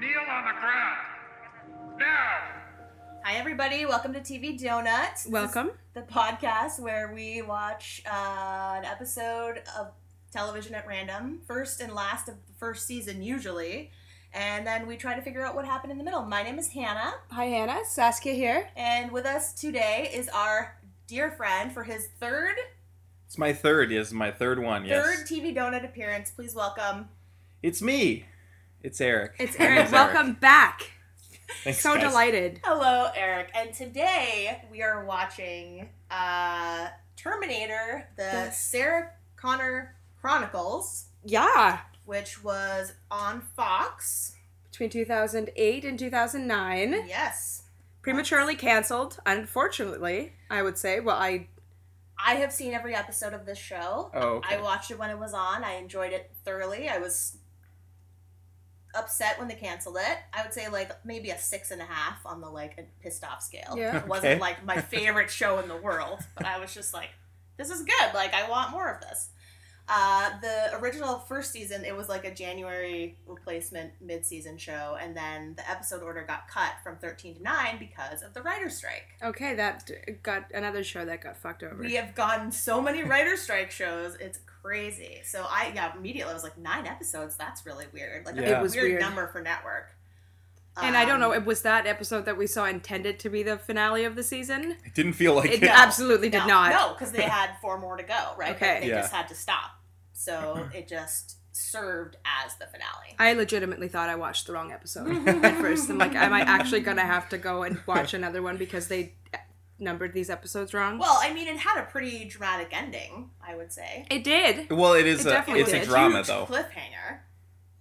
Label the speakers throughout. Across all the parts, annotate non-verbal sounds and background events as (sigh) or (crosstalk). Speaker 1: kneel on the ground. Now!
Speaker 2: Hi, everybody. Welcome to TV Donuts. This is
Speaker 3: Welcome.
Speaker 2: the podcast where we watch uh, an episode of television at random, first and last of the first season, usually. And then we try to figure out what happened in the middle. My name is Hannah,
Speaker 3: Hi, Hannah. Saskia here.
Speaker 2: and with us today is our dear friend for his third
Speaker 4: It's my third. Is my third one. Yes.
Speaker 2: third TV Donut appearance. Please welcome.
Speaker 4: It's me. It's Eric.
Speaker 3: It's
Speaker 4: My
Speaker 3: Eric.
Speaker 4: name's
Speaker 3: Welcome back.
Speaker 4: Thanks,
Speaker 3: so
Speaker 4: guys.
Speaker 3: delighted.
Speaker 2: Hello, Eric. And today we are watching uh, Terminator, the
Speaker 3: Yes.
Speaker 2: Sarah Connor Chronicles,
Speaker 3: Yeah.
Speaker 2: which was on Fox.
Speaker 3: Between 2008 and 2009.
Speaker 2: Yes.
Speaker 3: Prematurely canceled, unfortunately, I would say. Well, I.
Speaker 2: I have seen every episode of this show.
Speaker 4: Oh, okay.
Speaker 2: I watched it when it was on. I enjoyed it thoroughly. I was upset when they canceled it. I would say like maybe a six and a half on the like a pissed off scale.
Speaker 3: Yeah.
Speaker 2: It wasn't
Speaker 4: Okay.
Speaker 2: like
Speaker 4: (laughs)
Speaker 2: my favorite show in the world, but I was just like, this is good. Like I want more of this. Uh, the original first season, it was like a January replacement mid-season show, and then the episode order got cut from thirteen to nine because of the writer's strike.
Speaker 3: Okay, that d- got another show that got fucked over.
Speaker 2: We have gotten so many writer strike shows. It's crazy. So I yeah, immediately I was like nine episodes. That's really weird. Like that's
Speaker 4: Yeah.
Speaker 2: a
Speaker 3: It was
Speaker 2: weird,
Speaker 3: weird.
Speaker 2: number for network.
Speaker 3: and I don't know,
Speaker 2: Um,
Speaker 3: it was that episode that we saw intended to be the finale of the season?
Speaker 4: It didn't feel like
Speaker 3: It
Speaker 4: it.
Speaker 2: No,
Speaker 3: absolutely
Speaker 2: no,
Speaker 3: did not.
Speaker 2: No, because they had four more to go. Right.
Speaker 3: Okay.
Speaker 2: They
Speaker 4: Yeah.
Speaker 2: just had to stop.
Speaker 4: (clears throat)
Speaker 2: So it just served as the finale.
Speaker 3: I legitimately thought I watched the wrong (laughs) episode at first. I'm like, am I actually gonna have to go and watch another one because they eh, numbered these episodes wrong?
Speaker 2: Well, I mean, it had a pretty dramatic ending. I would say.
Speaker 3: it did.
Speaker 4: Well, it is
Speaker 3: It
Speaker 4: a.
Speaker 3: definitely
Speaker 4: It's
Speaker 3: did.
Speaker 4: a
Speaker 3: Huge
Speaker 4: drama
Speaker 2: Huge
Speaker 4: though.
Speaker 2: Cliffhanger.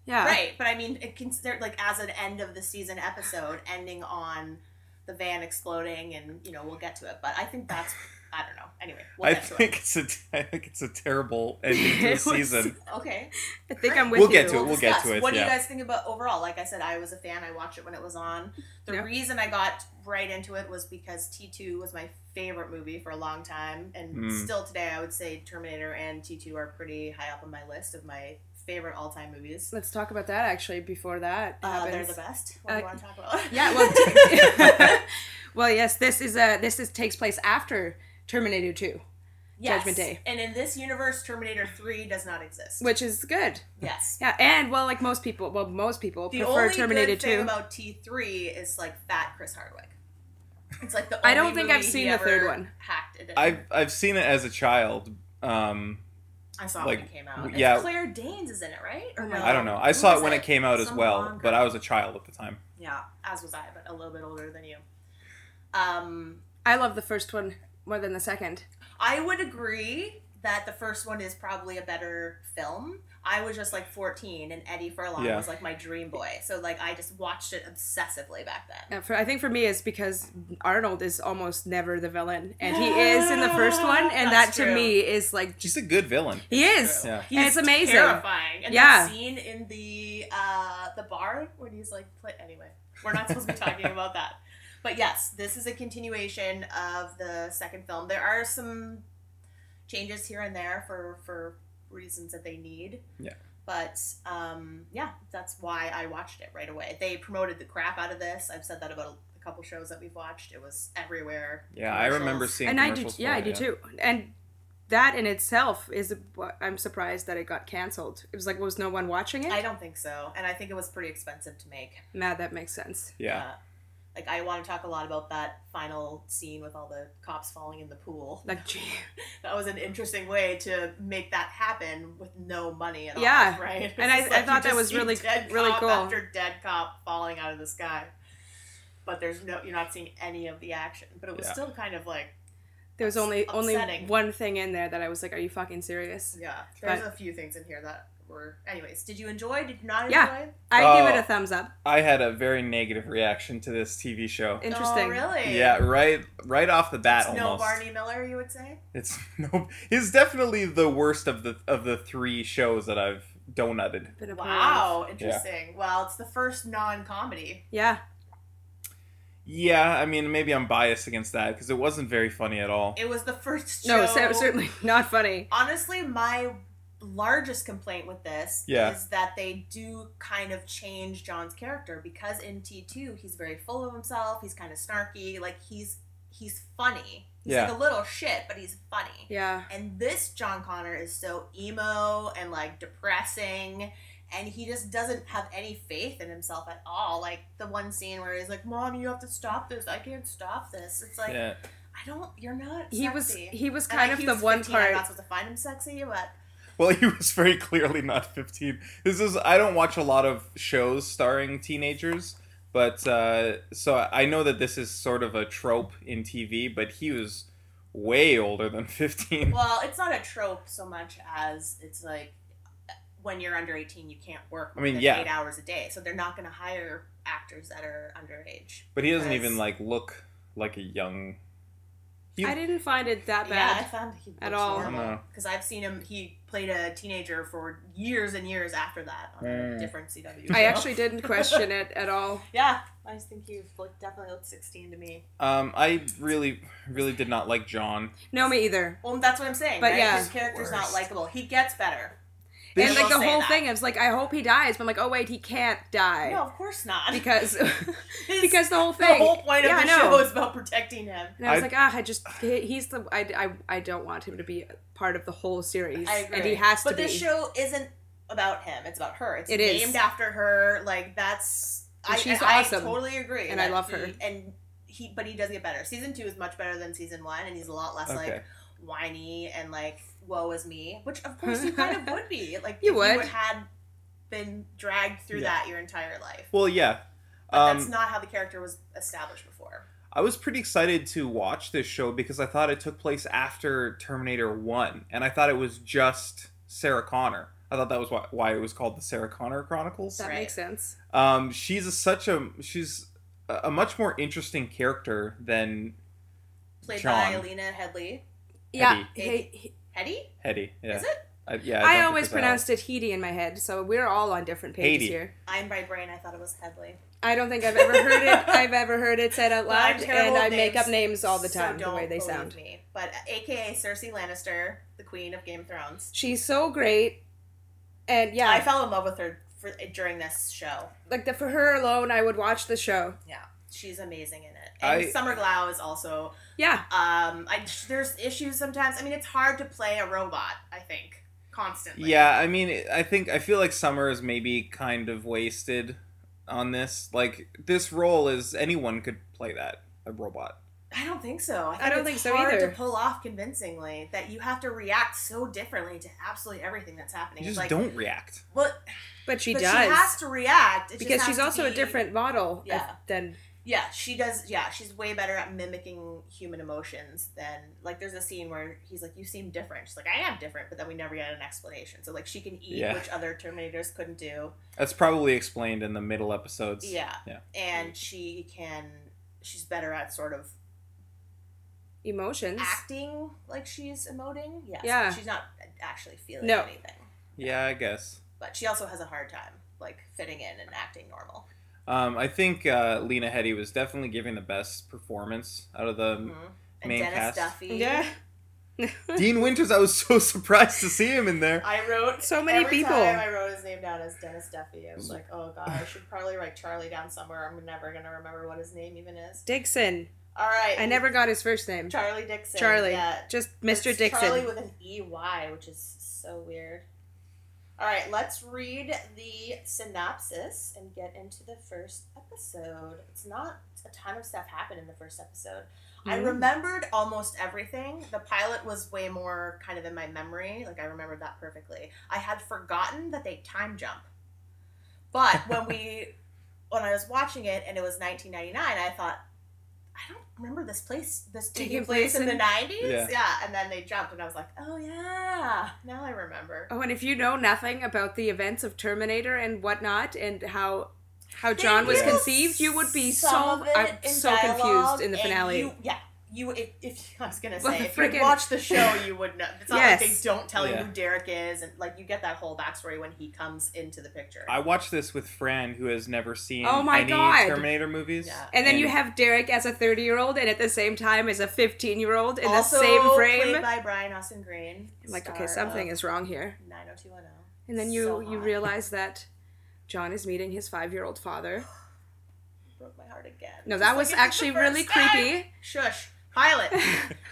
Speaker 3: Yeah.
Speaker 2: Right, but I mean, it considered like as an end of the season episode, ending on the van exploding, and you know we'll get to it. But I think that's I don't know. Anyway, we'll
Speaker 4: I
Speaker 2: get to
Speaker 4: think it's a. (laughs) I think it's a terrible ending to
Speaker 3: (laughs) It
Speaker 4: a
Speaker 3: was-
Speaker 4: season.
Speaker 2: it. Okay,
Speaker 3: I think I'm with
Speaker 4: We'll
Speaker 3: you.
Speaker 4: get to it. We'll get
Speaker 2: discuss.
Speaker 4: to it,
Speaker 2: What do
Speaker 4: yeah.
Speaker 2: you guys think about overall? Like I said, I was a fan. I watched it when it was on. The
Speaker 3: Yeah.
Speaker 2: reason I got right into it was because T two was my favorite movie for a long time, and
Speaker 4: Mm.
Speaker 2: still today I would say Terminator and T two are pretty high up on my list of my favorite all time movies.
Speaker 3: Let's talk about that actually before that
Speaker 2: Uh, they're
Speaker 3: happens.
Speaker 2: the best. What do you
Speaker 3: Uh,
Speaker 2: want to talk about?
Speaker 3: Yeah,
Speaker 2: (laughs)
Speaker 3: well, (laughs) well, yes. This is a this is takes place after Terminator Two, Judgment Day.
Speaker 2: And in this universe, Terminator 3 does not exist.
Speaker 3: which is good.
Speaker 2: yes.
Speaker 3: Yeah, and well, like most people, well, most people
Speaker 2: The
Speaker 3: prefer
Speaker 2: only
Speaker 3: Terminator
Speaker 2: good thing
Speaker 3: Two.
Speaker 2: about T3 is like fat Chris Hardwick. It's like the only
Speaker 3: I don't think
Speaker 2: movie
Speaker 3: I've
Speaker 2: he
Speaker 3: seen the third
Speaker 2: ever
Speaker 3: one.
Speaker 2: Hacked edition.
Speaker 4: I've I've seen it as a child. Um,
Speaker 2: I saw it when it
Speaker 4: like,
Speaker 2: came out. It's
Speaker 4: yeah.
Speaker 2: Claire Danes is in it, right? Or no?
Speaker 4: I
Speaker 3: Oh.
Speaker 4: don't know. I
Speaker 2: Who
Speaker 4: saw
Speaker 2: was
Speaker 4: it when it came out as
Speaker 2: Some
Speaker 4: well,
Speaker 2: blonde
Speaker 4: but
Speaker 2: girl.
Speaker 4: I was a child at the time.
Speaker 2: Yeah, as was I, but a little bit older than you. Um,
Speaker 3: I love the first one more than the second.
Speaker 2: I would agree that the first one is probably a better film. I was just like 14, and Eddie Furlong
Speaker 4: Yeah.
Speaker 2: was like my dream boy. So like I just watched it obsessively back then.
Speaker 3: Uh, for, I think for me is because Arnold is almost never the villain, and he is in the first one, and
Speaker 2: That's
Speaker 3: that to
Speaker 2: true.
Speaker 3: me is like
Speaker 4: She's a good villain.
Speaker 3: he is.
Speaker 4: Yeah.
Speaker 3: And it's amazing.
Speaker 2: terrifying. And
Speaker 3: Yeah.
Speaker 2: the scene in the uh, the bar when he's like, play- anyway, we're not
Speaker 3: (laughs)
Speaker 2: supposed to be talking about that. But yes, this is a continuation of the second film. There are some changes here and there for for reasons that they need.
Speaker 4: Yeah.
Speaker 2: But um, yeah, that's why I watched it right away. They promoted the crap out of this. I've said that about a, a couple shows that we've watched. It was everywhere.
Speaker 4: Yeah, I remember
Speaker 2: Commercials.
Speaker 4: seeing.
Speaker 3: and I do,
Speaker 4: commercials
Speaker 3: yeah,
Speaker 4: for
Speaker 3: I
Speaker 4: it,
Speaker 3: do too. And that in itself is what I'm surprised that it got canceled. It was like was no one watching it?
Speaker 2: I don't think so, and I think it was pretty expensive to make.
Speaker 3: nah, that makes sense.
Speaker 4: Yeah.
Speaker 2: Uh, like I want to talk a lot about that final scene with all the cops falling in the pool. (laughs)
Speaker 3: Like, gee, (laughs)
Speaker 2: That was an interesting way to make that happen with no money at all.
Speaker 3: Yeah.
Speaker 2: (laughs) right. It's
Speaker 3: And I-
Speaker 2: just
Speaker 3: I
Speaker 2: like
Speaker 3: thought
Speaker 2: you
Speaker 3: that
Speaker 2: just
Speaker 3: was
Speaker 2: see
Speaker 3: really-
Speaker 2: dead
Speaker 3: really
Speaker 2: cop
Speaker 3: cool.
Speaker 2: After dead cop falling out of the sky, but there's no you're not seeing any of the action. But it was
Speaker 4: Yeah.
Speaker 2: still kind of like
Speaker 3: there was
Speaker 2: Ups-
Speaker 3: only only
Speaker 2: upsetting.
Speaker 3: one thing in there that I was like, are you fucking serious?
Speaker 2: yeah. There's
Speaker 3: But-
Speaker 2: a few things in here that were. Anyways, did you enjoy? Did you not enjoy?
Speaker 3: Yeah. I
Speaker 4: Oh.
Speaker 3: give it a thumbs up.
Speaker 4: I had a very negative reaction to this TV show.
Speaker 3: Interesting.
Speaker 2: Oh, really?
Speaker 4: Yeah, right. Right off the bat,
Speaker 2: It's no
Speaker 4: almost.
Speaker 2: Barney Miller, you would say.
Speaker 4: It's (laughs) no. He's definitely the worst of the of the three shows that I've donutted.
Speaker 3: Been a part of-
Speaker 2: Wow, interesting. Well, it's the first non-comedy.
Speaker 3: Yeah.
Speaker 4: Yeah, I mean, maybe I'm biased against that because it wasn't very funny at all.
Speaker 3: (laughs)
Speaker 2: It was the first show.
Speaker 3: No, cer- certainly not funny.
Speaker 2: Honestly, my largest complaint with this
Speaker 4: Yeah.
Speaker 2: is that they do kind of change John's character because in T2 he's very full of himself, he's kind of snarky, like he's he's funny. He's
Speaker 4: Yeah.
Speaker 2: like a little shit, but he's funny.
Speaker 3: Yeah.
Speaker 2: And this John Connor is so emo and like depressing and he just doesn't have any faith in himself at all. Like the one scene where he's like, "Mom, you have to stop this. I can't stop this." It's like,
Speaker 4: yeah.
Speaker 2: "I don't you're not
Speaker 3: He was
Speaker 2: sexy."
Speaker 3: he was
Speaker 2: And,
Speaker 3: kind
Speaker 2: like,
Speaker 3: of
Speaker 2: he
Speaker 3: the
Speaker 2: was
Speaker 3: one
Speaker 2: 15, I'm not
Speaker 3: part.
Speaker 2: supposed to find him sexy, but
Speaker 4: Well, (laughs) he was very clearly not 15. This is I don't watch a lot of shows starring teenagers, but uh, so I know that this is sort of a trope in TV, but he was way older than (laughs) 15.
Speaker 2: Well, it's not a trope so much as it's like when you're under 18, you can't work.
Speaker 4: I
Speaker 2: more
Speaker 4: mean,
Speaker 2: than
Speaker 4: yeah.
Speaker 2: eight hours a day, so they're not going to hire actors that are underage.
Speaker 4: But he doesn't
Speaker 2: Yes.
Speaker 4: even like look like a young. He,
Speaker 3: I didn't find it that
Speaker 2: Yeah, I
Speaker 3: bad.
Speaker 2: found he
Speaker 3: At all.
Speaker 4: No.
Speaker 2: because I've seen him. He played a teenager for years and years after that on
Speaker 4: Mm.
Speaker 2: a different CW.
Speaker 3: I
Speaker 2: show.
Speaker 3: actually didn't question it at all.
Speaker 2: yeah, I just think he looked, definitely looked 16 to me.
Speaker 4: um, I really, really did not like John.
Speaker 3: No, me either.
Speaker 2: Well, that's what I'm saying.
Speaker 3: But
Speaker 2: right?
Speaker 3: yeah.
Speaker 2: his character's not
Speaker 4: Worst.
Speaker 2: likable. He gets better.
Speaker 4: They
Speaker 3: and
Speaker 2: should
Speaker 3: like the
Speaker 2: say
Speaker 3: whole
Speaker 2: that.
Speaker 3: thing, I was like, I hope he dies, but I'm like, oh wait, he can't die
Speaker 2: No, of course not.
Speaker 3: because
Speaker 2: (laughs) His-
Speaker 3: because the whole
Speaker 2: the
Speaker 3: thing.
Speaker 2: whole point
Speaker 3: Yeah,
Speaker 2: of
Speaker 3: I
Speaker 2: the
Speaker 3: know.
Speaker 2: show is about protecting him.
Speaker 3: And I was
Speaker 4: I-
Speaker 3: like, ah, I just he, he's the I, I I don't want him to be part of the whole series,
Speaker 2: I agree.
Speaker 3: and he has
Speaker 2: but
Speaker 3: to be.
Speaker 2: this show isn't about him. It's about her. It's
Speaker 3: It is.
Speaker 2: named after her. Like that's
Speaker 3: And
Speaker 2: I,
Speaker 3: she's
Speaker 2: and I
Speaker 3: awesome.
Speaker 2: totally agree.
Speaker 3: And I
Speaker 2: that
Speaker 3: love
Speaker 2: he-
Speaker 3: her.
Speaker 2: And he, but he does get better. Season two is much better than season one, and he's a lot less
Speaker 4: Okay.
Speaker 2: like whiny and like woe is me. Which of course
Speaker 3: (laughs)
Speaker 2: you kind of would be. Like
Speaker 3: You
Speaker 2: if
Speaker 3: would.
Speaker 2: had been dragged through
Speaker 4: Yeah.
Speaker 2: that your entire life.
Speaker 4: Well, yeah.
Speaker 2: But
Speaker 4: um,
Speaker 2: that's not how the character was established before.
Speaker 4: I was pretty excited to watch this show because I thought it took place after Terminator 1, and I thought it was just Sarah Connor. I thought that was why, why it was called the Sarah Connor Chronicles.
Speaker 3: that
Speaker 2: Right.
Speaker 3: makes sense.
Speaker 4: Um, she's a, such a she's a a much more interesting character than
Speaker 2: Played by
Speaker 4: John.
Speaker 2: Alina Headley.
Speaker 3: Yeah,
Speaker 2: Eddie.
Speaker 3: he- he-
Speaker 2: Hetty?
Speaker 4: Hetty. Yeah,
Speaker 2: Is it?
Speaker 4: I, yeah,
Speaker 3: I,
Speaker 4: don't
Speaker 3: always
Speaker 4: think it's
Speaker 3: pronounced it Heedy in my head, so we're all on different pages
Speaker 4: Heady.
Speaker 3: here.
Speaker 2: I'm by brain. I thought it was Headley.
Speaker 3: I don't think I've ever heard it. I've ever heard it said out
Speaker 2: Well, I'm
Speaker 3: loud,
Speaker 2: terrible
Speaker 3: and I
Speaker 2: with
Speaker 3: make up names
Speaker 2: names,
Speaker 3: all the
Speaker 2: so
Speaker 3: time the
Speaker 2: don't
Speaker 3: way they
Speaker 2: believe
Speaker 3: sound.
Speaker 2: Me, but AKA Cersei Lannister, the Queen of Game of Thrones.
Speaker 3: She's so great, and yeah,
Speaker 2: I fell in love with her for, during this show.
Speaker 3: like the, for her alone, I would watch the show.
Speaker 2: Yeah, she's amazing in it. And
Speaker 4: I-
Speaker 2: Summer Glau is also.
Speaker 3: Yeah,
Speaker 2: Um, I there's issues sometimes. I mean, it's hard to play a robot. I think
Speaker 4: that.
Speaker 2: constantly.
Speaker 4: Yeah, I mean, I think I feel like Summer is maybe kind of wasted on this. Like this role is anyone could play that a robot.
Speaker 2: I don't think so. I, think
Speaker 3: don't
Speaker 2: it's
Speaker 3: think so
Speaker 2: hard
Speaker 3: either.
Speaker 2: To pull off convincingly, that you have to react so differently to absolutely everything that's happening.
Speaker 4: You
Speaker 2: it's
Speaker 4: just
Speaker 2: like,
Speaker 4: don't react.
Speaker 2: Well,
Speaker 3: but she
Speaker 2: but
Speaker 3: does
Speaker 2: She has to react it just
Speaker 3: because
Speaker 2: has
Speaker 3: she's
Speaker 2: to
Speaker 3: also a
Speaker 2: be-
Speaker 3: different model
Speaker 2: Yeah.
Speaker 3: if- than
Speaker 2: Yeah, she does. Yeah, she's way better at mimicking human emotions than like. There's a scene where he's like, "You seem different." She's like, "I am different," but then we never get an explanation. So like, she can eat,
Speaker 4: Yeah.
Speaker 2: which other Terminators couldn't do.
Speaker 4: That's probably explained in the middle episodes.
Speaker 2: Yeah,
Speaker 4: Yeah.
Speaker 2: and she can. She's better at sort of
Speaker 3: emotions.
Speaker 2: acting like she's emoting. Yes.
Speaker 3: Yeah.
Speaker 2: She's not actually feeling
Speaker 3: No.
Speaker 2: anything,
Speaker 4: Yeah, I guess.
Speaker 2: but she also has a hard time like fitting in and acting normal.
Speaker 4: Um, I think uh, Lena Headey was definitely giving the best performance out of
Speaker 2: (laughs)
Speaker 4: the
Speaker 2: Mhm. And
Speaker 4: Um, Main
Speaker 2: Dennis
Speaker 4: cast.
Speaker 2: Duffy.
Speaker 3: Yeah.
Speaker 4: Dean Winters. I was so (laughs) surprised to see him in there.
Speaker 2: I wrote
Speaker 3: So many
Speaker 2: every
Speaker 3: people.
Speaker 2: Time I wrote his name down as Dennis Duffy. I was like, oh god, I should probably write Charlie down somewhere. I'm never gonna remember what his name even is.
Speaker 3: Dixon.
Speaker 2: All right,
Speaker 3: I never got his first name.
Speaker 2: Charlie Dixon.
Speaker 3: Charlie.
Speaker 2: yeah.
Speaker 3: Just Mr.
Speaker 2: It's
Speaker 3: Dixon.
Speaker 2: Charlie with an E Y, which is so weird. All right, let's read the synopsis and get into the first episode. It's not a ton of stuff happened in the first episode. I
Speaker 3: Mm.
Speaker 2: remembered almost everything. The pilot was way more kind of in my memory. Like I remembered that perfectly. I had forgotten that they time jump. (laughs) But when we when I was watching it and it was 1999, I thought I don't remember this place this taking, place, in, the 90s.
Speaker 4: Yeah.
Speaker 2: and then they jumped and I was like, "Oh yeah, now I remember."
Speaker 3: Oh, and if you know nothing about the events of Terminator and whatnot, and how how
Speaker 2: They
Speaker 3: John was
Speaker 2: do
Speaker 3: conceived, you would be so
Speaker 2: some of it
Speaker 3: I'm
Speaker 2: in
Speaker 3: so
Speaker 2: dialogue,
Speaker 3: confused in the
Speaker 2: and
Speaker 3: finale.
Speaker 2: you- yeah. you if, if (laughs) I was gonna
Speaker 3: Well,
Speaker 2: say
Speaker 3: the
Speaker 2: if you
Speaker 3: friggin-
Speaker 2: watch the show you would know. It's not like
Speaker 3: Yes.
Speaker 2: they don't tell
Speaker 4: Yeah.
Speaker 2: you who Derek is and like you get that whole backstory when he comes into the picture.
Speaker 4: I watched this with Fran, who has never seen
Speaker 3: Oh my
Speaker 4: any
Speaker 3: God.
Speaker 4: Terminator movies.
Speaker 2: Yeah.
Speaker 3: And then you have Derek as a 30 year old and at the same time as a 15 year old in
Speaker 2: also
Speaker 3: the same
Speaker 2: played
Speaker 3: frame.
Speaker 2: by Brian Austin Green.
Speaker 3: Like, okay, something is wrong here.
Speaker 2: nine oh two one oh.
Speaker 3: And then you,
Speaker 2: So
Speaker 3: you
Speaker 2: hot.
Speaker 3: realize that John is meeting his five year old father.
Speaker 2: Broke my heart again.
Speaker 3: No,
Speaker 2: Just
Speaker 3: that
Speaker 2: like
Speaker 3: was
Speaker 2: it the
Speaker 3: actually
Speaker 2: first
Speaker 3: really
Speaker 2: time.
Speaker 3: creepy.
Speaker 2: Shush. Pilot.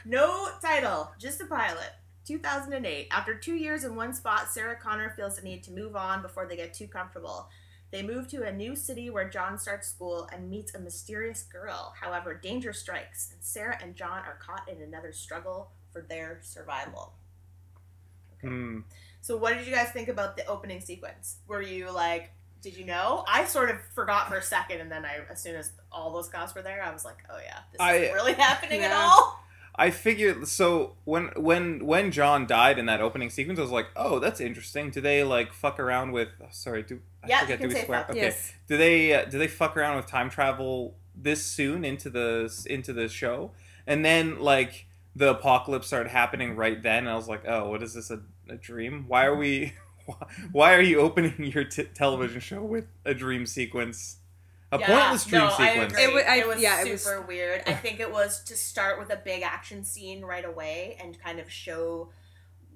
Speaker 2: no title, just a pilot. 2008. After two years in one spot, Sarah Connor feels the need to move on before they get too comfortable. They move to a new city where John starts school and meets a mysterious girl. However, danger strikes, and Sarah and John are caught in another struggle for their survival.
Speaker 4: Hmm.
Speaker 2: So, what did you guys think about the opening sequence? Were you like, did you know? I sort of forgot for a second, and then I, as soon as all those cops were there, I was like, oh yeah, this
Speaker 4: I-
Speaker 2: is really happening at
Speaker 3: Yeah.
Speaker 2: all.
Speaker 4: I figured so when when when John died in that opening sequence, I was like, oh, that's interesting. Do they like fuck around with? oh, sorry, do I
Speaker 2: Yeah,
Speaker 4: forget?
Speaker 2: you can
Speaker 4: do we
Speaker 2: say
Speaker 4: swear?
Speaker 2: fuck.
Speaker 4: Okay.
Speaker 3: Yes.
Speaker 4: Do they uh, do they fuck around with time travel this soon into the into the show? And then like the apocalypse started happening right then. And I was like, oh, what is this a, a dream? Why are we? (laughs) Why are you opening (laughs) your t- television show with a dream sequence? A
Speaker 2: Yeah,
Speaker 4: pointless dream
Speaker 2: no, I
Speaker 4: sequence.
Speaker 2: agree.
Speaker 3: It wa- I-
Speaker 2: It was
Speaker 3: yeah,
Speaker 2: super
Speaker 3: it was-
Speaker 2: weird. I think it was to start with a big action scene right away and kind of show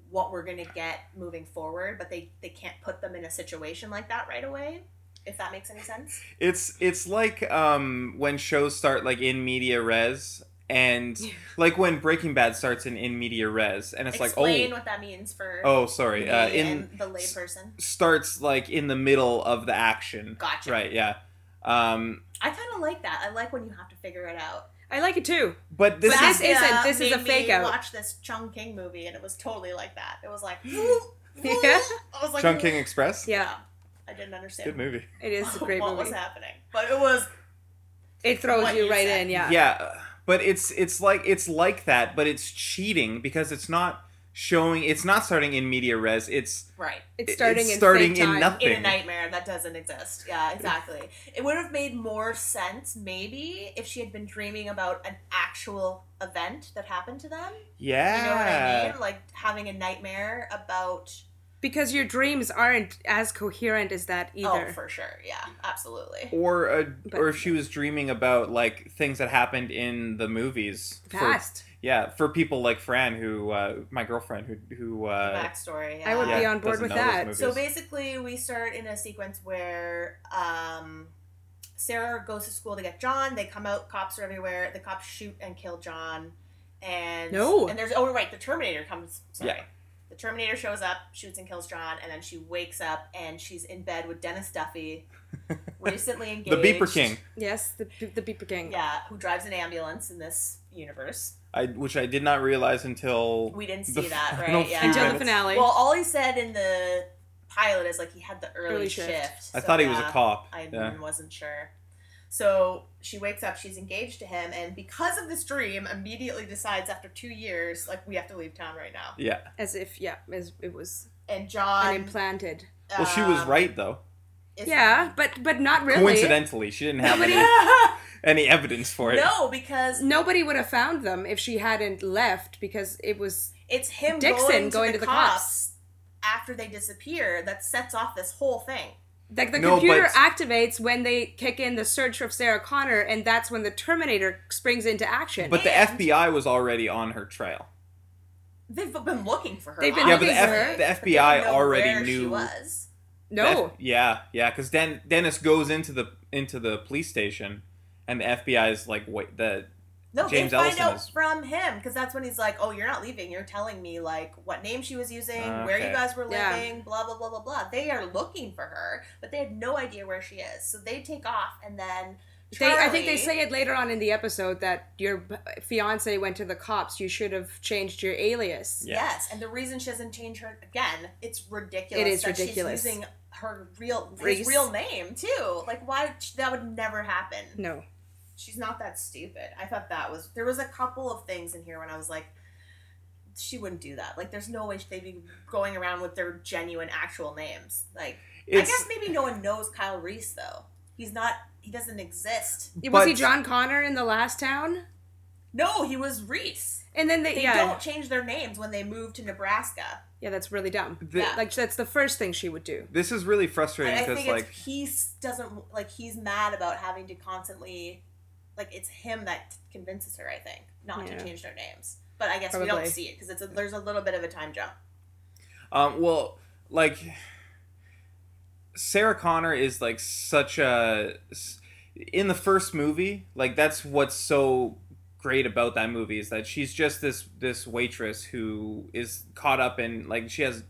Speaker 2: what we're gonna get moving forward, but they they can't put them in a situation like that right away. If that makes any sense.
Speaker 4: It's it's like um, when shows start like in media res,
Speaker 2: (laughs)
Speaker 4: and like when Breaking Bad starts in in media res, and it's
Speaker 2: Explain
Speaker 4: like
Speaker 2: what that means for
Speaker 4: oh oh sorry
Speaker 2: me
Speaker 4: uh, in
Speaker 2: and the layperson.
Speaker 4: starts like in the middle of the action.
Speaker 2: Gotcha.
Speaker 4: Right. Yeah. Um,
Speaker 2: I kind of like that. I like when you have to figure it out. uh,
Speaker 3: I like it too.
Speaker 4: but this
Speaker 3: But
Speaker 4: is
Speaker 3: this isn't- this
Speaker 2: made
Speaker 3: is a fake
Speaker 2: me
Speaker 3: out.
Speaker 2: Watch this Chung King movie, and it was totally like that. It was
Speaker 3: (laughs)
Speaker 2: like, (laughs) I was like,
Speaker 4: Chung King Express.
Speaker 3: Yeah,
Speaker 2: I didn't understand.
Speaker 4: Good movie.
Speaker 2: (laughs)
Speaker 3: it is a great
Speaker 2: what
Speaker 3: movie.
Speaker 2: was happening? But it was
Speaker 3: It throws
Speaker 2: What
Speaker 3: you
Speaker 2: you
Speaker 3: right
Speaker 2: said.
Speaker 3: in, yeah.
Speaker 4: yeah but it's it's like it's like that but it's cheating because it's not showing it's not starting in media res it's
Speaker 2: right
Speaker 3: It's starting,
Speaker 4: it's
Speaker 3: in,
Speaker 4: starting
Speaker 3: fake
Speaker 4: in
Speaker 3: time.
Speaker 4: nothing.
Speaker 2: in a
Speaker 4: Thing.
Speaker 2: nightmare that doesn't exist. Yeah, exactly. it would have made more sense maybe if she had been dreaming about an actual event that happened to them. You know what
Speaker 4: yeah
Speaker 2: I mean? Like having a nightmare about
Speaker 3: Because your dreams aren't as coherent as that either.
Speaker 2: oh for sure. Yeah, absolutely.
Speaker 4: or a,
Speaker 3: But-
Speaker 4: or if she was dreaming about like things that happened in the movies for-
Speaker 3: Fast.
Speaker 4: yeah for people like fran who uh, my girlfriend who who uh,
Speaker 2: Backstory. Yeah.
Speaker 3: I would
Speaker 4: yeah,
Speaker 3: be on board
Speaker 4: doesn't
Speaker 3: with
Speaker 4: know those
Speaker 3: that.
Speaker 4: movies.
Speaker 2: So basically, we start in a sequence where um, Sarah goes to school to get John. They come out, cops are everywhere. The cops shoot and kill John. And
Speaker 3: No.
Speaker 2: and there's oh right, the Terminator comes. Sorry.
Speaker 4: Yeah.
Speaker 2: The Terminator shows up, shoots and kills John, and then she wakes up and she's in bed with Dennis
Speaker 4: (laughs)
Speaker 2: Duffy, recently engaged.
Speaker 4: the beeper king
Speaker 3: Yes, the, the Beeper King.
Speaker 2: Yeah, who drives an ambulance in this universe.
Speaker 4: I, which i did not realize until
Speaker 2: We didn't
Speaker 4: The
Speaker 2: see
Speaker 4: (laughs)
Speaker 2: that,
Speaker 4: final
Speaker 2: right? Yeah.
Speaker 4: few
Speaker 3: Until the
Speaker 4: minutes.
Speaker 3: finale.
Speaker 2: well, all he said in the pilot is like he had the early,
Speaker 3: Early shift.
Speaker 2: shift. so
Speaker 4: i thought he was a
Speaker 2: yeah.
Speaker 4: cop
Speaker 2: I
Speaker 4: yeah.
Speaker 2: wasn't sure. So she wakes up, she's engaged to him, and because of this dream, immediately decides after two years, like, we have to leave town right now.
Speaker 4: yeah
Speaker 3: as if, yeah, as it was
Speaker 2: And John.
Speaker 3: an implanted.
Speaker 4: well she was
Speaker 2: um,
Speaker 4: right though
Speaker 2: is-
Speaker 3: Yeah, but but not really.
Speaker 4: coincidentally she didn't
Speaker 2: (laughs)
Speaker 4: have
Speaker 3: Nobody-
Speaker 4: any, any evidence for it
Speaker 2: No, because
Speaker 3: Nobody would have found them if she hadn't left because it was
Speaker 2: it's him
Speaker 3: Dixon
Speaker 2: going, to, the, cops,
Speaker 3: cops.
Speaker 2: after they disappear that sets off this whole thing.
Speaker 3: like the
Speaker 4: No,
Speaker 3: computer
Speaker 4: but-
Speaker 3: activates when they kick in the search of Sarah Connor, and that's when the Terminator springs into action.
Speaker 4: But the
Speaker 2: And-
Speaker 4: FBI was already on her trail.
Speaker 2: They've been looking for her.
Speaker 3: They've been
Speaker 4: Yeah, but
Speaker 2: obviously,
Speaker 4: the,
Speaker 3: looking for her.
Speaker 4: F-
Speaker 2: but
Speaker 4: the
Speaker 2: they
Speaker 4: FBI
Speaker 2: didn't know where
Speaker 4: already
Speaker 2: She
Speaker 4: knew.
Speaker 2: was.
Speaker 4: the
Speaker 3: no,
Speaker 4: F- yeah, yeah, because Den- Dennis goes into the into the police station, and the FBI is like, "Wait, the
Speaker 2: No,
Speaker 4: James
Speaker 2: they find
Speaker 4: Ellison
Speaker 2: out
Speaker 4: is-
Speaker 2: from him because that's when he's like, "Oh, you're not leaving. You're telling me like what name she was using, where
Speaker 4: Uh, Okay.
Speaker 2: you guys were
Speaker 3: Yeah.
Speaker 2: living, blah blah blah blah blah." They are looking for her, but they had no idea where she is. So they take off, and then
Speaker 3: they, I think they
Speaker 2: Charlie-
Speaker 3: say it later on in the episode that your b- fiance went to the cops. You should have changed your alias.
Speaker 4: Yeah.
Speaker 2: yes, and the reason she doesn't change her again, it's ridiculous.
Speaker 3: It is
Speaker 2: that
Speaker 3: ridiculous.
Speaker 2: She's using her real
Speaker 3: Race.
Speaker 2: his real name too. Like why that would never happen.
Speaker 3: No,
Speaker 2: she's not that stupid. I thought that was there was a couple of things in here when I was like, she wouldn't do that. Like, there's no way they'd be going around with their genuine actual names. Like, I
Speaker 4: it's."
Speaker 2: guess maybe no one knows Kyle Reese though. He's not. He doesn't exist.
Speaker 3: was he
Speaker 4: But-
Speaker 3: John Connor in the last town?
Speaker 2: No, he was Reese.
Speaker 3: And then they,
Speaker 2: They
Speaker 3: yeah,
Speaker 2: don't change their names when they move to Nebraska.
Speaker 3: yeah, that's really dumb.
Speaker 4: The-
Speaker 2: Yeah.
Speaker 3: Like that's the first thing she would do.
Speaker 4: This is really
Speaker 2: And
Speaker 4: frustrating
Speaker 2: I
Speaker 4: because
Speaker 2: think
Speaker 4: like
Speaker 2: it's, he s- doesn't like he's mad about having to constantly, like it's him that convinces her. I think not
Speaker 3: Yeah.
Speaker 2: to change their names, but I guess we don't
Speaker 3: Probably.
Speaker 2: see it because it's a, there's a little bit of a time jump.
Speaker 4: Um, well, like Sarah Connor is like such a in the first movie, like that's what's so great about that movie is that she's just this this waitress who is caught up in like she has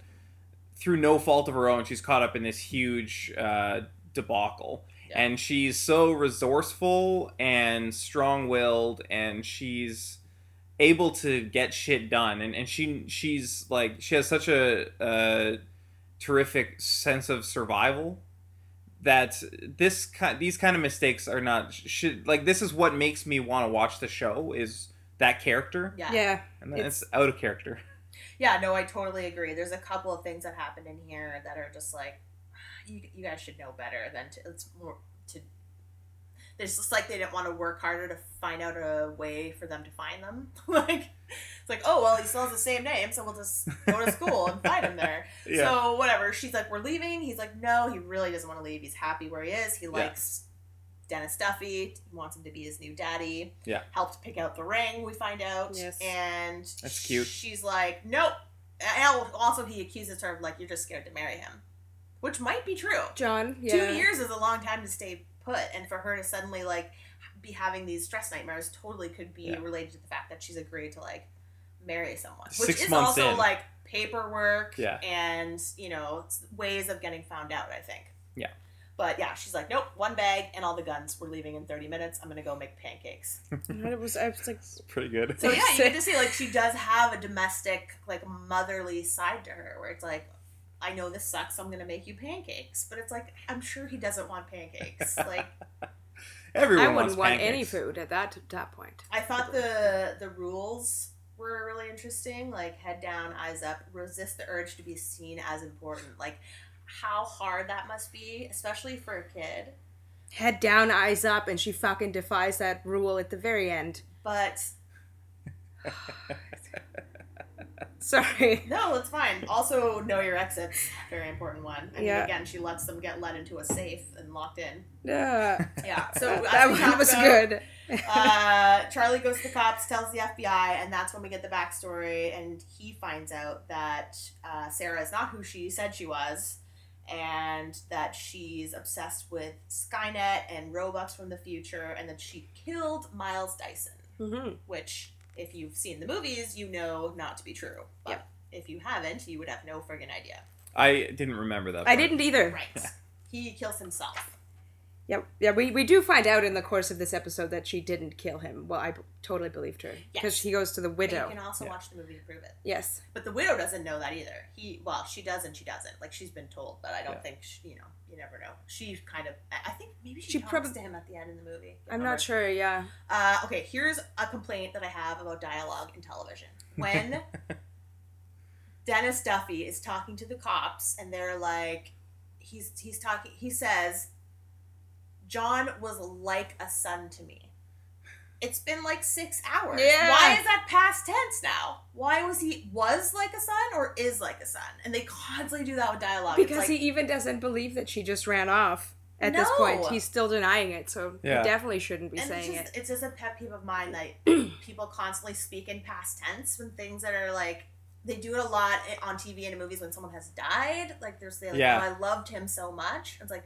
Speaker 4: through no fault of her own, she's caught up in this huge uh, debacle.
Speaker 2: Yeah.
Speaker 4: And she's so resourceful and strong willed, and she's able to get shit done. And, and she she's like she has such a, uh terrific sense of survival that this kind these kind of mistakes are not should like this is what makes me want to watch the show is that character
Speaker 2: Yeah.
Speaker 3: Yeah,
Speaker 4: and then it's out of character.
Speaker 2: Yeah, no, I totally agree. There's a couple of things that happened in here that are just like, (sighs) you, you guys should know better than to, it's more to. It's just like they didn't want to work harder to find out a way for them to find them. (laughs) like, it's like, oh, well, he still has the same name, so we'll just go to school and find him there. So, whatever. She's like, we're leaving. He's like, no, he really doesn't want to leave. He's happy where he is. He likes Dennis Duffy, wants him to be his new daddy.
Speaker 4: Yeah.
Speaker 2: Helped pick out the ring, we find out.
Speaker 3: Yes.
Speaker 2: And
Speaker 4: That's cute.
Speaker 2: She's like, nope. And also, he accuses her of, like, you're just scared to marry him, which might be true.
Speaker 3: John. Yeah.
Speaker 2: Two years is a long time to stay put, and for her to suddenly, like, be having these stress nightmares totally could be
Speaker 4: Yeah.
Speaker 2: related to the fact that she's agreed to, like, marry someone, which
Speaker 4: Six
Speaker 2: is
Speaker 4: months
Speaker 2: also,
Speaker 4: in.
Speaker 2: like, paperwork
Speaker 4: Yeah.
Speaker 2: and, you know, s- ways of getting found out, I think.
Speaker 4: Yeah.
Speaker 2: But yeah, she's like, nope, one bag and all the guns. We're leaving in 30 minutes. I'm going to go make pancakes.
Speaker 3: And I was, I was like,
Speaker 4: It's pretty good.
Speaker 2: So
Speaker 3: Like,
Speaker 2: yeah, you get
Speaker 3: sick.
Speaker 2: to see like she does have a domestic, like motherly side to her, where it's like, I know this sucks, I'm gonna make you pancakes, but it's like I'm sure he doesn't want pancakes. like
Speaker 4: Everyone
Speaker 3: I wouldn't
Speaker 4: wants
Speaker 3: want
Speaker 4: pancakes.
Speaker 3: any food at that that point.
Speaker 2: I thought the the rules were really interesting. Like head down, eyes up, resist the urge to be seen as important. Like how hard that must be, especially for a kid.
Speaker 3: Head down, eyes up, and she fucking defies that rule at the very end.
Speaker 2: But
Speaker 3: Sorry.
Speaker 2: no, it's fine. Also, know your exits, very important one. I mean,
Speaker 3: Yeah.
Speaker 2: again, she lets them get let into a safe and locked in.
Speaker 3: (laughs) Yeah. (laughs)
Speaker 2: Yeah, so as
Speaker 3: that
Speaker 2: we
Speaker 3: one
Speaker 2: talked
Speaker 3: was
Speaker 2: about,
Speaker 3: good.
Speaker 2: uh, Charlie goes to the cops, tells the FBI, and that's when we get the backstory. And he finds out that uh, Sarah is not who she said she was, and that she's obsessed with Skynet and robots from the future, and that she killed Miles Dyson,
Speaker 3: hmm
Speaker 2: Mm-hmm. which, if you've seen the movies, you know not to be true. But
Speaker 3: Yep.
Speaker 2: if you haven't, you would have no friggin' idea.
Speaker 3: (laughs)
Speaker 4: I didn't remember that.
Speaker 3: I
Speaker 4: part.
Speaker 3: didn't either.
Speaker 2: Right. he kills himself.
Speaker 3: Yeah, yeah. We, we do find out in the course of this episode that she didn't kill him. Well, I b- totally believed her because
Speaker 2: Yes.
Speaker 3: he goes to the
Speaker 2: And you
Speaker 3: widow.
Speaker 2: can also
Speaker 4: Yeah.
Speaker 2: watch the movie to prove it.
Speaker 3: Yes.
Speaker 2: But the widow doesn't know that either. He, well, she does and she doesn't. Like she's been told, but I don't
Speaker 4: Yeah.
Speaker 2: think she, you know. You never know. She kind of. I I think maybe she,
Speaker 3: She
Speaker 2: talks
Speaker 3: probab-
Speaker 2: to him at the end of the movie.
Speaker 3: I'm not sure. Yeah.
Speaker 2: Uh, okay, here's a complaint that I have about dialogue in television.
Speaker 3: (laughs)
Speaker 2: When Dennis Duffy is talking to the cops, and they're like, he's he's talking. He says, "John was like a son to me." It's been like six hours.
Speaker 3: Yeah.
Speaker 2: Why is that past tense now? Why was he was like a son or is like a son? And they constantly do that with dialogue. It's
Speaker 3: Because
Speaker 2: like,
Speaker 3: he even doesn't believe that she just ran off at this point.
Speaker 2: No.
Speaker 3: He's still denying it, so
Speaker 4: Yeah.
Speaker 3: he definitely shouldn't be
Speaker 2: and
Speaker 3: saying
Speaker 2: it's just,
Speaker 3: it.
Speaker 2: It's just a pet peeve of mine
Speaker 3: (clears throat)
Speaker 2: that people constantly speak in past tense when things that are like they do it a lot i- on TV and in movies when someone has died. Like they're saying, like,
Speaker 4: Yeah.
Speaker 2: "Oh, I loved him so much." It's like,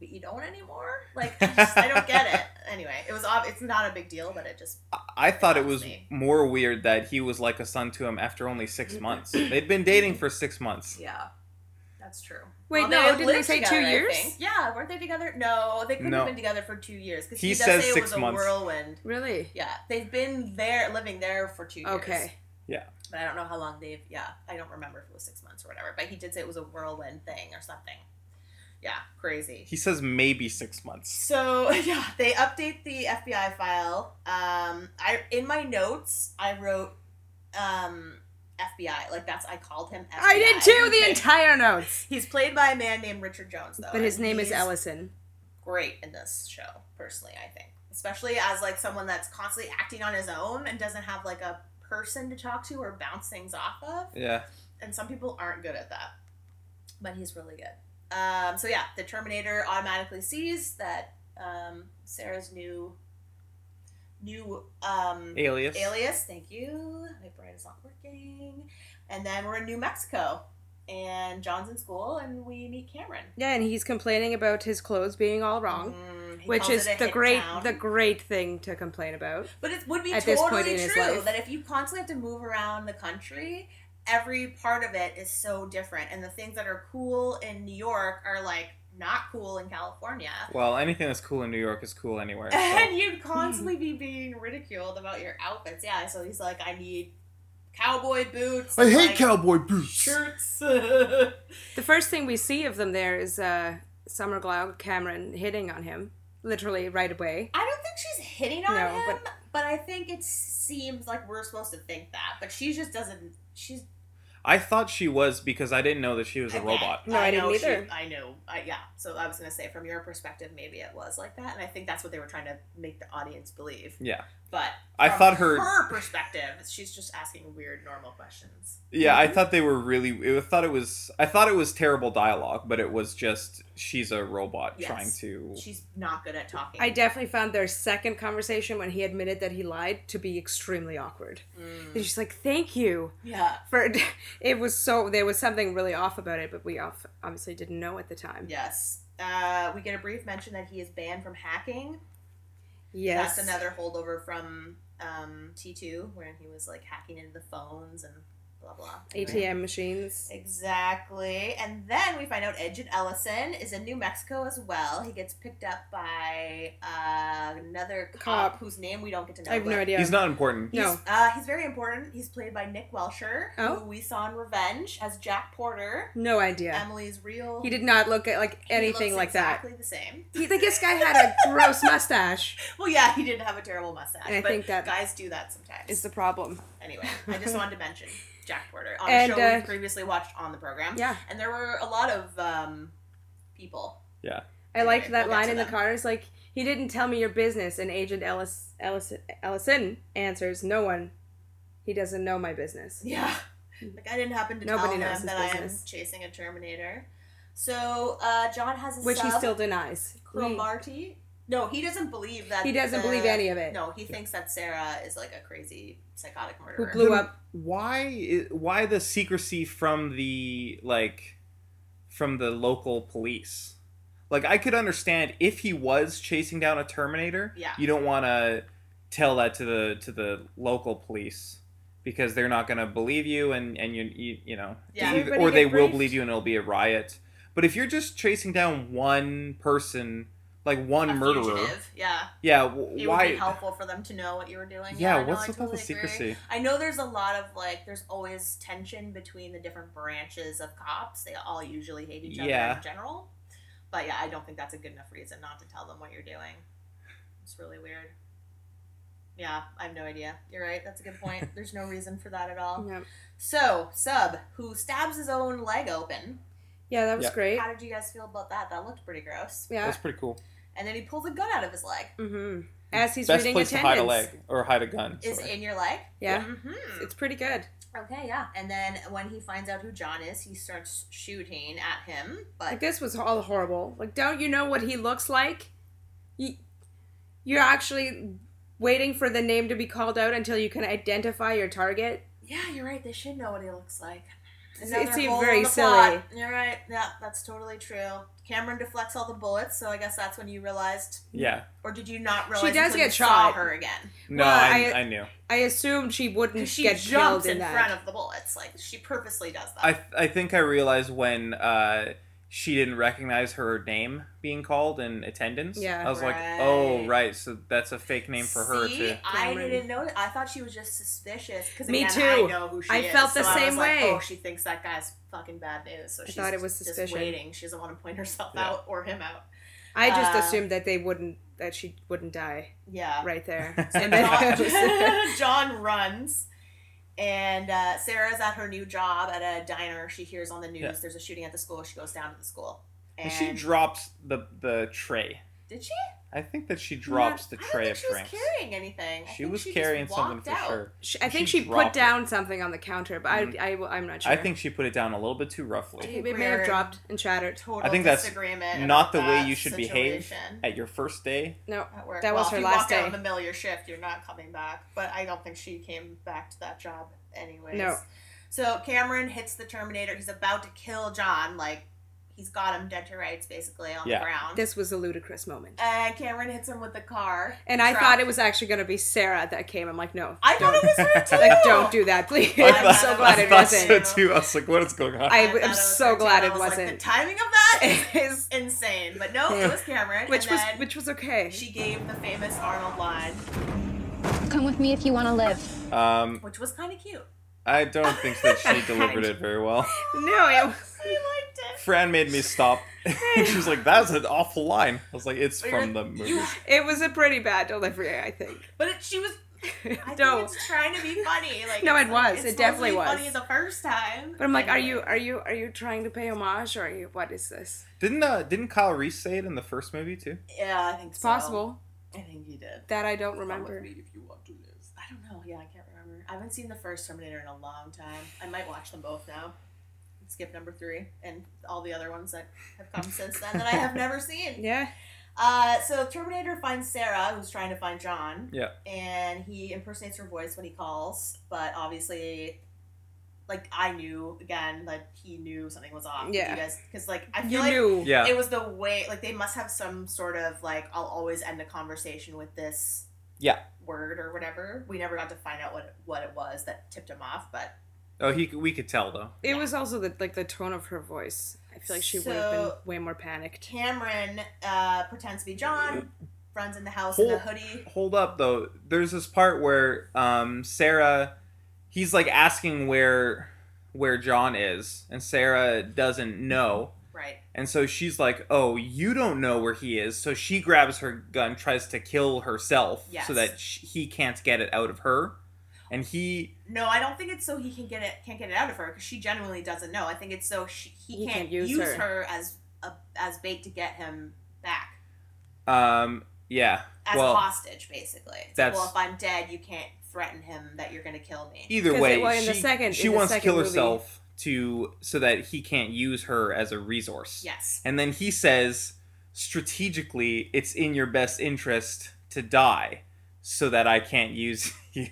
Speaker 2: but you don't anymore.
Speaker 3: (laughs)
Speaker 2: Like I, just, I don't get it. Anyway, it was ob- it's not a big deal, but it just
Speaker 4: I thought it was
Speaker 2: Honestly.
Speaker 4: more weird that he was like a son to him after only six months. They'd been dating for six months.
Speaker 2: yeah. That's true.
Speaker 3: Wait,
Speaker 2: Well,
Speaker 3: no,
Speaker 2: had
Speaker 3: didn't they
Speaker 2: lived
Speaker 3: say two
Speaker 2: I
Speaker 3: years?
Speaker 2: think. Yeah, weren't they together? No, they couldn't
Speaker 4: No.
Speaker 2: have been together for two years because
Speaker 4: He
Speaker 2: he, does
Speaker 4: says
Speaker 2: say it
Speaker 4: six
Speaker 2: was a
Speaker 4: months.
Speaker 2: whirlwind.
Speaker 3: Really?
Speaker 2: Yeah, they've been there, living there for two years.
Speaker 3: Okay.
Speaker 2: but I don't know how long they've. Yeah, I don't remember if it was six months or whatever. But he did say it was a whirlwind thing or something. Yeah, crazy.
Speaker 4: He says maybe six months.
Speaker 2: So (laughs) yeah, they update the FBI file. Um, I in my notes I wrote, um, FBI. Like that's I called him. FBI.
Speaker 3: I did too. The
Speaker 2: Okay.
Speaker 3: entire notes.
Speaker 2: He's played by a man named Richard Jones though,
Speaker 3: But his
Speaker 2: and
Speaker 3: name is
Speaker 2: he's
Speaker 3: Ellison.
Speaker 2: great in this show, personally, I think. Especially as like someone that's constantly acting on his own and doesn't have like a person to talk to or bounce things off of.
Speaker 4: Yeah.
Speaker 2: And some people aren't good at that. But he's really good. Um, so yeah, the Terminator automatically sees that um, Sarah's new new um,
Speaker 4: Alias.
Speaker 2: alias. Thank you. My brain is not working. And then we're in New Mexico, and John's in school, and we meet Cameron.
Speaker 3: Yeah, and he's complaining about his clothes being all wrong,
Speaker 2: Mm, he
Speaker 3: which
Speaker 2: calls
Speaker 3: is
Speaker 2: it a
Speaker 3: the
Speaker 2: hick
Speaker 3: great
Speaker 2: town.
Speaker 3: the great thing to complain about.
Speaker 2: but it would be
Speaker 3: at
Speaker 2: totally
Speaker 3: this point in his
Speaker 2: true
Speaker 3: life.
Speaker 2: that if you constantly have to move around the country, every part of it is so different, and the things that are cool in New York are like not cool in California.
Speaker 4: Well, anything that's cool in New York is
Speaker 2: (laughs)
Speaker 4: cool anywhere. So.
Speaker 2: and you'd
Speaker 3: Hmm.
Speaker 2: constantly be being ridiculed about your outfits. Yeah, so he's like, I need cowboy boots.
Speaker 5: I hate
Speaker 2: like,
Speaker 5: cowboy boots.
Speaker 2: shirts. (laughs)
Speaker 3: The first thing we see of them there is uh, Summer Glau Cameron hitting on him, literally right away.
Speaker 2: I don't think she's hitting on
Speaker 3: No,
Speaker 2: him, but,
Speaker 3: but-
Speaker 2: I think it seems like we're supposed to think that, but she just doesn't. She's
Speaker 4: I thought she was because I didn't know that she was a
Speaker 2: I-
Speaker 4: robot.
Speaker 3: No, I didn't
Speaker 2: know she-
Speaker 3: either.
Speaker 2: I know. I, yeah. So I was gonna say, from your perspective, maybe it was like that, and I think that's what they were trying to make the audience believe.
Speaker 4: Yeah.
Speaker 2: But
Speaker 4: I
Speaker 2: from
Speaker 4: thought her-
Speaker 2: her perspective, she's just asking weird, normal questions.
Speaker 4: Yeah, I thought they were really. I thought it was. I thought it was terrible dialogue, but it was just she's a robot
Speaker 2: Yes.
Speaker 4: trying to.
Speaker 2: She's not good at talking.
Speaker 3: I definitely found their second conversation when he admitted that he lied to be extremely awkward.
Speaker 2: Mm.
Speaker 3: And she's like, "Thank you
Speaker 2: Yeah.
Speaker 3: for." (laughs) It was so there was something really off about it, but we off, obviously didn't know at the time.
Speaker 2: Yes. Uh, we get a brief mention that he is banned from hacking.
Speaker 3: Yes,
Speaker 2: That's another holdover from um, T2, where he was like hacking into the phones and blah, blah.
Speaker 3: ATM machines.
Speaker 2: Exactly. And then we find out Edgett Ellison is in New Mexico as well. He gets picked up by uh, another cop,
Speaker 3: Cop.
Speaker 2: whose name we don't get to know.
Speaker 3: I have
Speaker 2: but-
Speaker 3: no idea.
Speaker 4: He's not important.
Speaker 3: No.
Speaker 2: He's, uh, he's very important. He's played by Nick Welsher,
Speaker 3: Oh.
Speaker 2: who we saw in Revenge as Jack Porter,
Speaker 3: No idea.
Speaker 2: Emily's real.
Speaker 3: he did not look at like
Speaker 2: he
Speaker 3: anything
Speaker 2: looks
Speaker 3: like
Speaker 2: exactly the same.
Speaker 3: that. He, like this
Speaker 2: (laughs)
Speaker 3: guy had a gross mustache.
Speaker 2: Well, yeah, he did have a terrible mustache.
Speaker 3: And I
Speaker 2: but
Speaker 3: think that
Speaker 2: guys do that sometimes.
Speaker 3: Is the problem?
Speaker 2: anyway, I
Speaker 3: (laughs)
Speaker 2: just wanted to mention Jack Porter on
Speaker 3: And,
Speaker 2: a show we
Speaker 3: uh,
Speaker 2: previously watched on the program.
Speaker 3: Yeah,
Speaker 2: And there were a lot of um, people.
Speaker 3: I liked
Speaker 2: Anyway, we'll
Speaker 3: that
Speaker 2: get
Speaker 3: line
Speaker 2: to
Speaker 3: in the
Speaker 2: them.
Speaker 3: car. It's like he didn't tell me your business, and Agent Ellis Ellison, Ellison answers, "No one. He doesn't know my business."
Speaker 2: Yeah. Like I didn't happen to
Speaker 3: Nobody
Speaker 2: tell
Speaker 3: knows
Speaker 2: him
Speaker 3: his
Speaker 2: that I am
Speaker 3: business.
Speaker 2: chasing a Terminator. So uh, John has a
Speaker 3: Which
Speaker 2: sub,
Speaker 3: he still denies. He,
Speaker 2: Cromarty. No, he doesn't believe that.
Speaker 3: he doesn't
Speaker 2: the-
Speaker 3: believe any of it.
Speaker 2: No, he thinks that Sarah is like a crazy psychotic
Speaker 3: Who
Speaker 2: murderer.
Speaker 3: blew up?
Speaker 4: Why? i- Why the secrecy from the like, from the local police? Like I could understand if he was chasing down a Terminator.
Speaker 2: Yeah.
Speaker 4: You don't want to tell that to the to the local police because they're not going to believe you, and and you you, you know
Speaker 2: Yeah.
Speaker 4: either-
Speaker 3: Everybody
Speaker 4: or
Speaker 3: get
Speaker 4: they will
Speaker 3: briefed.
Speaker 4: believe you and it'll be a riot. But if you're just chasing down one person, like one
Speaker 2: a
Speaker 4: murderer,
Speaker 2: fugitive. Yeah.
Speaker 4: yeah, w-
Speaker 2: It
Speaker 4: why?
Speaker 2: would be helpful for them to know what you were doing.
Speaker 4: Yeah,
Speaker 2: no,
Speaker 4: what's
Speaker 2: I
Speaker 4: with all
Speaker 2: totally
Speaker 4: the
Speaker 2: agree.
Speaker 4: secrecy?
Speaker 2: I know there's a lot of like, there's always tension between the different branches of cops. They all usually hate each other
Speaker 4: Yeah.
Speaker 2: in general. But yeah, I don't think that's a good enough reason not to tell them what you're doing. It's really weird. Yeah, I have no idea. You're right. That's a good
Speaker 3: (laughs)
Speaker 2: point. There's no reason for that at all.
Speaker 3: Yeah,
Speaker 2: So, Sub, who stabs his own leg open.
Speaker 3: yeah that was
Speaker 4: Yeah.
Speaker 3: great.
Speaker 2: How did you guys feel about that? That looked pretty gross.
Speaker 3: Yeah.
Speaker 4: That's pretty cool.
Speaker 2: And then he pulls a gun out of his leg.
Speaker 3: Mm-hmm. As he's
Speaker 4: Best
Speaker 3: reading
Speaker 4: place
Speaker 3: attendance.
Speaker 4: to hide a leg or hide a gun.
Speaker 2: Is
Speaker 4: sorry.
Speaker 2: in your leg?
Speaker 3: Yeah.
Speaker 2: hmm
Speaker 3: It's pretty good.
Speaker 2: Okay, yeah. And then when he finds out who John is, he starts shooting at him.
Speaker 3: Like
Speaker 2: But
Speaker 3: this was all horrible. Like don't you know what he looks like? You, you're actually waiting for the name to be called out until you can identify your target.
Speaker 2: yeah, you're right. They should know what he looks like.
Speaker 3: It
Speaker 2: Another
Speaker 3: seemed
Speaker 2: hole in
Speaker 3: very
Speaker 2: the
Speaker 3: silly.
Speaker 2: plot. You're right. Yeah, that's totally true. Cameron deflects all the bullets, so I guess that's when you realized,
Speaker 4: yeah.
Speaker 2: or did you not realize?
Speaker 3: does
Speaker 2: until you
Speaker 3: get
Speaker 2: Saw
Speaker 3: shot.
Speaker 2: her again
Speaker 4: No,
Speaker 3: Well,
Speaker 4: I, I,
Speaker 3: I-
Speaker 4: knew.
Speaker 3: I assumed she wouldn't
Speaker 2: because she
Speaker 3: get killed
Speaker 2: jumps
Speaker 3: in,
Speaker 2: in,
Speaker 3: that.
Speaker 2: front of the bullets. Like she purposely does that.
Speaker 4: I I think I realized when uh, she didn't recognize her name being called in attendance.
Speaker 3: Yeah.
Speaker 4: I was
Speaker 2: Right.
Speaker 4: like, oh right, so that's a fake name for her
Speaker 2: See,
Speaker 4: too.
Speaker 2: I
Speaker 3: Cameron.
Speaker 2: didn't know. I thought she was just suspicious because
Speaker 3: Me
Speaker 2: again,
Speaker 3: too.
Speaker 2: I know who she
Speaker 3: I
Speaker 2: is,
Speaker 3: felt the
Speaker 2: so I was
Speaker 3: same
Speaker 2: like,
Speaker 3: way.
Speaker 2: oh, she thinks that guy's fucking bad news. So she's
Speaker 3: thought it was
Speaker 2: just
Speaker 3: suspicion.
Speaker 2: waiting. She doesn't want to point (laughs) herself
Speaker 4: Yeah.
Speaker 2: out or him out.
Speaker 3: I just
Speaker 2: Uh,
Speaker 3: assumed that they wouldn't that she wouldn't die
Speaker 2: Yeah. (laughs)
Speaker 3: right
Speaker 4: (laughs)
Speaker 3: there.
Speaker 2: So
Speaker 3: And then
Speaker 2: (laughs)
Speaker 3: I was- (laughs)
Speaker 2: John, John runs, and uh, Sarah's at her new job at a diner. She hears on the news
Speaker 4: Yeah.
Speaker 2: there's a shooting at the school. She goes down to the school.
Speaker 4: And she drops the the tray.
Speaker 2: Did she?
Speaker 4: I think that she drops the
Speaker 2: I don't
Speaker 4: tray
Speaker 2: think
Speaker 4: of
Speaker 2: she was
Speaker 4: drinks.
Speaker 2: carrying anything. I
Speaker 4: She
Speaker 2: think
Speaker 4: was
Speaker 2: just
Speaker 4: carrying something
Speaker 2: walked
Speaker 4: for
Speaker 2: out.
Speaker 4: sure.
Speaker 3: She, I think
Speaker 4: She
Speaker 3: she, put
Speaker 4: dropped it.
Speaker 3: down something on the counter, but
Speaker 4: Mhm.
Speaker 3: I, I, am not sure.
Speaker 4: I think she put it down a little bit too roughly.
Speaker 3: it may have
Speaker 2: Weird.
Speaker 3: dropped and shattered.
Speaker 2: Total
Speaker 4: I think that's
Speaker 2: disagreement
Speaker 4: not
Speaker 2: about
Speaker 4: the way
Speaker 2: that
Speaker 4: you should behave.
Speaker 2: situation
Speaker 4: At your first day,
Speaker 3: No,
Speaker 2: At work.
Speaker 3: That
Speaker 2: well,
Speaker 3: was her
Speaker 2: if
Speaker 3: last
Speaker 2: you walk
Speaker 3: day.
Speaker 2: Out in the middle of your shift, you're not coming back. But I don't think she came back to that job anyways.
Speaker 3: No.
Speaker 2: So Cameron hits the Terminator. He's about to kill John. Like he's got him dead to rights, basically on
Speaker 4: Yeah.
Speaker 2: the ground.
Speaker 3: this was a ludicrous moment.
Speaker 2: and Cameron hits him with the car.
Speaker 3: And I
Speaker 2: truck.
Speaker 3: thought it was actually going to be Sarah that came. I'm like, no.
Speaker 2: I
Speaker 3: don't.
Speaker 2: thought it was her too.
Speaker 3: Like, don't do that, please.
Speaker 2: I
Speaker 3: I'm
Speaker 2: thought-
Speaker 3: so glad
Speaker 4: I
Speaker 3: it
Speaker 4: thought
Speaker 3: wasn't.
Speaker 4: So too. I was like, what is going on?
Speaker 3: I-
Speaker 2: thought
Speaker 3: I'm
Speaker 2: it was
Speaker 3: so
Speaker 2: her, too, and
Speaker 3: glad
Speaker 2: I
Speaker 3: it
Speaker 2: was like,
Speaker 3: wasn't.
Speaker 2: the timing of
Speaker 3: (laughs)
Speaker 2: that
Speaker 3: It is-
Speaker 2: is insane. But no, it was Cameron.
Speaker 3: which
Speaker 2: and
Speaker 3: was
Speaker 2: then
Speaker 3: which was okay.
Speaker 2: she gave the famous Arnold line,
Speaker 5: Come with me if you want to live.
Speaker 4: um,
Speaker 2: which was kind of cute.
Speaker 4: I don't think
Speaker 2: (laughs)
Speaker 4: that she delivered it very well.
Speaker 3: no, it was,
Speaker 2: I liked it.
Speaker 4: Fran made me stop. (laughs) she was like, "That's an awful line." I was like, "It's
Speaker 2: But you're-
Speaker 4: from the movie."
Speaker 2: you-
Speaker 3: it was a pretty bad delivery, I think.
Speaker 2: but it,
Speaker 3: (laughs)
Speaker 2: she was I
Speaker 3: no,
Speaker 2: think it's trying to be funny. Like
Speaker 3: No,
Speaker 2: it's like-
Speaker 3: it
Speaker 2: it's
Speaker 3: was. It
Speaker 2: supposed to
Speaker 3: definitely
Speaker 2: be
Speaker 3: was.
Speaker 2: Funny the first time.
Speaker 3: but I'm like, are
Speaker 2: Anyway.
Speaker 3: you are you are you trying to pay homage or are you what is this?
Speaker 4: Didn't uh, didn't Kyle Reese say it in the first movie too?
Speaker 2: Yeah, I think
Speaker 3: It's
Speaker 2: so.
Speaker 3: possible
Speaker 2: I think he did.
Speaker 3: that I don't remember.
Speaker 2: I don't know. Yeah, I can't remember. I haven't seen the first Terminator in a long time. I might watch them both now. Skip number three and all the other ones that have come since then that I have never seen.
Speaker 3: Yeah,
Speaker 2: Uh, so Terminator finds Sarah, who's trying to find John.
Speaker 4: Yeah.
Speaker 2: And he impersonates her voice when he calls, but obviously, like I knew again, like he knew something was off.
Speaker 3: Yeah.
Speaker 2: because like I feel
Speaker 3: you
Speaker 2: like
Speaker 3: knew.
Speaker 4: Yeah,
Speaker 2: it was the way like they must have some sort of like I'll always end a conversation with this
Speaker 4: Yeah.
Speaker 2: word or whatever. We never got to find out what what it was that tipped him off, but
Speaker 4: Oh, he we could tell though.
Speaker 3: It was also the like the tone of her voice. I feel like she would have been
Speaker 2: So-
Speaker 3: way more panicked.
Speaker 2: Cameron uh, pretends to be John, runs in the house in a
Speaker 4: Hold-
Speaker 2: hoodie.
Speaker 4: Hold up though. There's this part where um, Sarah, he's like asking where where John is, and Sarah doesn't know,
Speaker 2: Right.
Speaker 4: and so she's like, "Oh, you don't know where he is." So she grabs her gun, tries to kill herself,
Speaker 2: Yes.
Speaker 4: so that sh he can't get it out of her, and he
Speaker 2: No, I don't think it's so he can get it can't get it out of her because she genuinely doesn't know. I think it's so she, he,
Speaker 3: He
Speaker 2: can't, use, her, as a, as bait to get him back
Speaker 4: um yeah
Speaker 2: as
Speaker 4: well
Speaker 2: a hostage, basically. It's like,
Speaker 4: that's-
Speaker 2: well, if I'm dead, you can't threaten him that you're going to kill me.
Speaker 4: either
Speaker 3: 'Cause,
Speaker 4: way
Speaker 3: well, in
Speaker 4: she,
Speaker 3: the second-
Speaker 4: she
Speaker 3: in the
Speaker 4: wants to
Speaker 3: second
Speaker 4: kill
Speaker 3: movie-
Speaker 4: herself to so that he can't use her as a resource (laughs)
Speaker 2: Yes.
Speaker 4: And then he says, strategically, it's in your best interest to die so that I can't use (laughs) you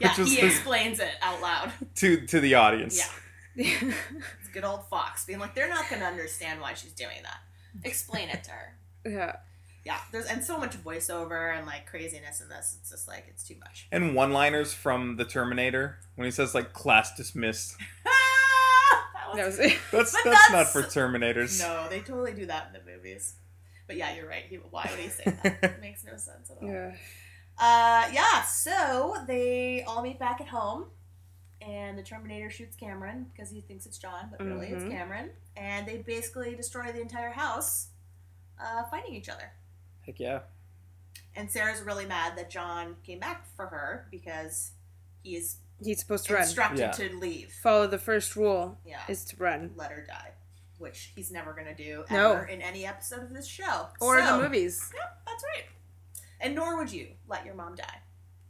Speaker 2: Yeah,
Speaker 4: Which was
Speaker 2: he
Speaker 4: the-
Speaker 2: explains it out loud.
Speaker 4: to to the audience.
Speaker 2: Yeah. It's good old Fox being like, they're not going to understand why she's doing that. Explain it to her.
Speaker 3: (laughs) yeah,
Speaker 2: Yeah, there's and so much voiceover and like craziness in this. It's just like it's too much. (laughs)
Speaker 4: And one-liners from the Terminator when he says like class dismissed.
Speaker 2: Ah!
Speaker 3: that was
Speaker 4: That's
Speaker 2: But
Speaker 4: that's,
Speaker 2: that's-
Speaker 4: not for Terminators.
Speaker 2: No, they totally do that in the movies. But yeah, you're right. He, why would he say
Speaker 3: (laughs)
Speaker 2: that? it makes no sense at all.
Speaker 3: yeah.
Speaker 2: Uh, yeah, so they all meet back at home, and the Terminator shoots Cameron because he thinks it's John, but really it's
Speaker 3: Mhm.
Speaker 2: Cameron. And they basically destroy the entire house, uh, fighting each other.
Speaker 4: Heck yeah.
Speaker 2: And Sarah's really mad that John came back for her because he is
Speaker 3: He's supposed to run.
Speaker 2: instructed
Speaker 4: Yeah.
Speaker 2: to leave.
Speaker 3: Follow the first rule
Speaker 2: Yeah,
Speaker 3: is to run.
Speaker 2: let her die, which he's never gonna do
Speaker 3: No.
Speaker 2: ever in any episode of this show
Speaker 3: Or
Speaker 2: So-
Speaker 3: the movies.
Speaker 2: Yep, that's right. And nor would you let your mom die.
Speaker 3: (laughs)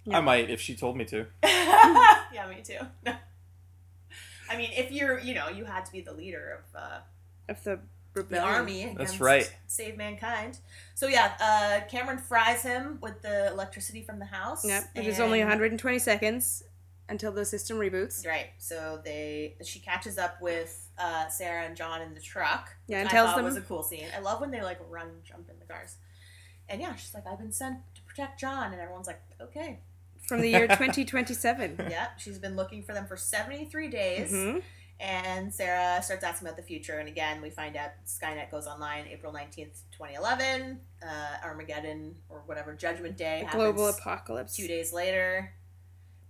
Speaker 3: Yeah.
Speaker 4: I might if she told me to.
Speaker 2: yeah, me too. I mean, if you're, you know, you had to be the leader of uh,
Speaker 3: Of the
Speaker 2: the
Speaker 3: rebellion.
Speaker 2: army.
Speaker 4: That's
Speaker 2: against
Speaker 4: right.
Speaker 2: Save mankind. So yeah, uh, Cameron fries him with the electricity from the house.
Speaker 3: Yep. It is only
Speaker 2: and-
Speaker 3: 120 seconds until the system reboots.
Speaker 2: Right. So they, she catches up with uh, Sarah and John in the truck.
Speaker 3: Yeah, and
Speaker 2: which I
Speaker 3: tells
Speaker 2: thought
Speaker 3: them-
Speaker 2: was a cool scene. I love when they like run, and jump in the cars. And yeah, she's like, "I've been sent to protect John," and everyone's like, "Okay."
Speaker 3: From
Speaker 2: (laughs)
Speaker 3: the year 2027.
Speaker 2: yeah, she's been looking for them for seventy three days.
Speaker 3: hmm
Speaker 2: And Sarah starts asking about the future. And again, we find out Skynet goes online April 19th, 2011. Uh, Armageddon or whatever, Judgment Day happens
Speaker 3: Global apocalypse.
Speaker 2: two days later.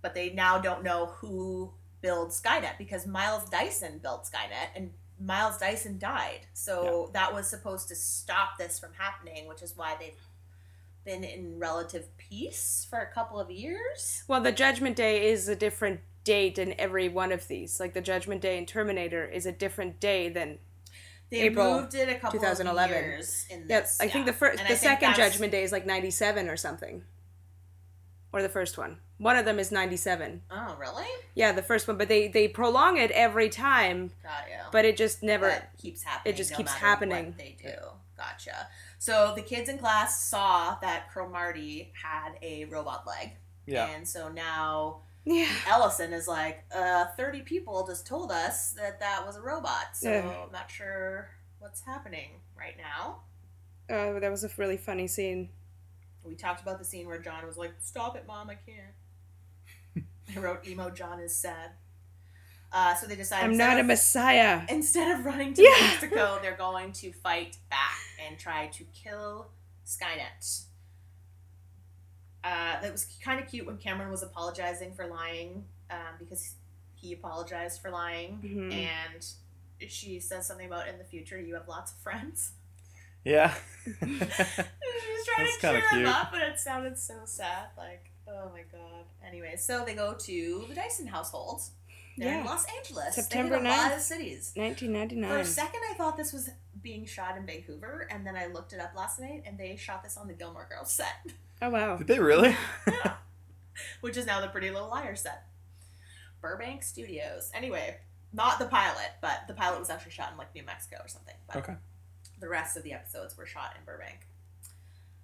Speaker 2: But they now don't know who builds Skynet because Miles Dyson built Skynet and Miles Dyson died. So that was supposed to stop this from happening, which is why they've been in relative peace for a couple of years.
Speaker 3: Well, the Judgment Day is a different date in every one of these. Like the Judgment Day in Terminator is a different day than
Speaker 2: They
Speaker 3: April
Speaker 2: moved it a couple
Speaker 3: 2011.
Speaker 2: of years in
Speaker 3: Yes,
Speaker 2: this.
Speaker 3: I think the
Speaker 2: yeah.
Speaker 3: first,
Speaker 2: And I
Speaker 3: the
Speaker 2: think
Speaker 3: second
Speaker 2: that's-
Speaker 3: Judgment Day is like ninety seven or something, or the first one. One of them is ninety seven.
Speaker 2: Oh, really?
Speaker 3: Yeah, the first one, but they they prolong it every time,
Speaker 2: Got you.
Speaker 3: but it just never.
Speaker 2: That keeps happening.
Speaker 3: just
Speaker 2: no
Speaker 3: keeps
Speaker 2: matter
Speaker 3: happening.
Speaker 2: What they do. Gotcha. So the kids in class saw that Cromarty had a robot leg.
Speaker 4: Yeah.
Speaker 2: And so now
Speaker 3: yeah.
Speaker 2: Ellison is like, uh, 30 people just told us that that was a robot. So
Speaker 3: Yeah.
Speaker 2: I'm not sure what's happening right now.
Speaker 3: Oh, that was a really funny scene.
Speaker 2: We talked about the scene where John was like, Stop it, mom, I can't. I wrote, Emo John is sad. Uh, so they decided
Speaker 3: I'm
Speaker 2: instead
Speaker 3: not a
Speaker 2: of-
Speaker 3: messiah.
Speaker 2: Instead of running to
Speaker 3: Yeah. (laughs)
Speaker 2: Mexico, they're going to fight back and try to kill Skynet. Uh, that was kind of cute when Cameron was apologizing for lying um, because he apologized for lying.
Speaker 3: Mhm.
Speaker 2: And she says something about in the future, you have lots of friends. (laughs)
Speaker 4: Yeah.
Speaker 2: She was trying
Speaker 4: That's
Speaker 2: to cheer
Speaker 4: kinda
Speaker 2: him
Speaker 4: cute.
Speaker 2: up, but it sounded so sad. Like, oh my god. Anyway, so they go to the Dyson household. They're in
Speaker 3: Yeah.
Speaker 2: Los Angeles.
Speaker 3: September
Speaker 2: they hit a lot
Speaker 3: 9th.
Speaker 2: of cities. For
Speaker 3: 1999.
Speaker 2: a second, I thought this was being shot in Vancouver, and then I looked it up last night, and they shot this on the Gilmore Girls set, (laughs)
Speaker 3: Oh wow.
Speaker 4: Did they really?
Speaker 2: which is now the Pretty Little Liars set. Burbank Studios. Anyway, not the pilot, but the pilot was actually shot in like New Mexico or something. But
Speaker 4: Okay.
Speaker 2: the rest of the episodes were shot in Burbank.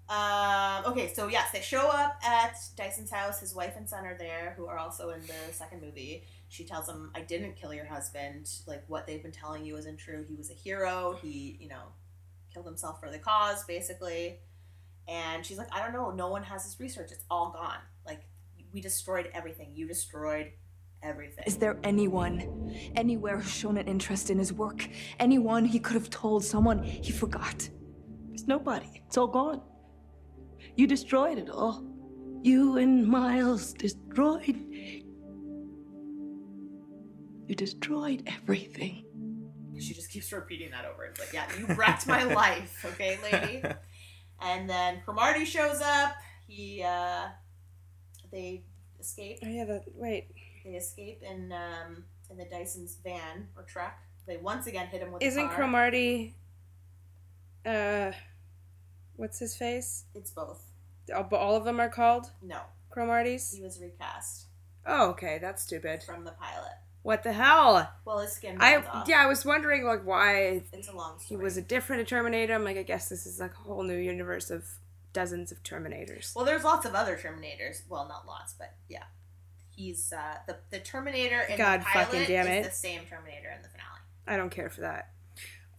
Speaker 2: Um, okay, so yes, they show up at Dyson's house. His wife and son are there, who are also in the second movie. She tells him, "I didn't kill your husband. Like what they've been telling you isn't true. He was a hero. He, you know, killed himself for the cause, basically." And she's like, "I don't know. No one has his research. It's all gone. Like we destroyed everything. You destroyed everything."
Speaker 6: Is there anyone, anywhere who's shown an interest in his work? Anyone he could have told, someone he forgot?
Speaker 7: It's nobody. It's all gone. You destroyed it all. You and Miles destroyed. You destroyed everything.
Speaker 2: She just keeps repeating that over. It's like, yeah, you wrecked
Speaker 3: (laughs)
Speaker 2: my life, okay, lady. And then Cromarty shows up. He, uh, they escape.
Speaker 3: Oh yeah. That wait.
Speaker 2: They escape in um, in the Dyson's van or truck. They once again hit him with. a
Speaker 3: Isn't
Speaker 2: car.
Speaker 3: Cromarty? Uh, what's his face?
Speaker 2: It's both.
Speaker 3: All, but all of them are called
Speaker 2: No,
Speaker 3: Cromarties.
Speaker 2: he was recast
Speaker 3: Oh, okay. That's stupid.
Speaker 2: from the pilot.
Speaker 3: What the hell?
Speaker 2: Well, his skin.
Speaker 3: I
Speaker 2: burns off.
Speaker 3: yeah. I was wondering like why
Speaker 2: It's a long
Speaker 3: he
Speaker 2: story.
Speaker 3: was a different Terminator. I'm like, I guess this is like a whole new universe of dozens of Terminators.
Speaker 2: Well, there's lots of other Terminators. Well, not lots, but yeah. He's uh, the the Terminator in
Speaker 3: God
Speaker 2: the
Speaker 3: fucking
Speaker 2: pilot
Speaker 3: damn
Speaker 2: is
Speaker 3: it.
Speaker 2: the same Terminator in the finale.
Speaker 3: I don't care for that.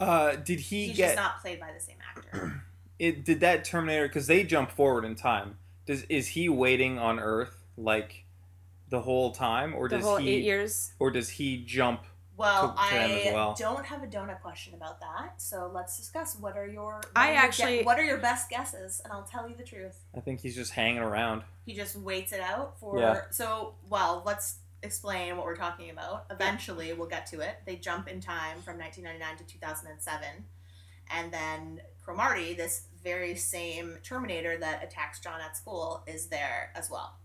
Speaker 4: Uh, did he
Speaker 2: He's
Speaker 4: get
Speaker 2: just not played by the same actor.
Speaker 4: it? Did that Terminator? Because they jump forward in time. Does is he waiting on Earth like the whole time, or
Speaker 3: The
Speaker 4: does
Speaker 3: whole
Speaker 4: he?
Speaker 3: eight years.
Speaker 4: Or does he jump?
Speaker 2: Well,
Speaker 4: To- to them
Speaker 2: I
Speaker 4: as well.
Speaker 2: don't have a donut question about that, so let's discuss what are your what
Speaker 3: I
Speaker 2: are your
Speaker 3: actually-
Speaker 2: ge- what are your best guesses, and I'll tell you the truth.
Speaker 4: I think he's just hanging around.
Speaker 2: He just waits it out for
Speaker 4: Yeah.
Speaker 2: so. Well, let's explain what we're talking about. Eventually, we'll get to it. They jump in time from 1999 to 2007, and then Cromarty, this very same Terminator that attacks John at school, is there as well.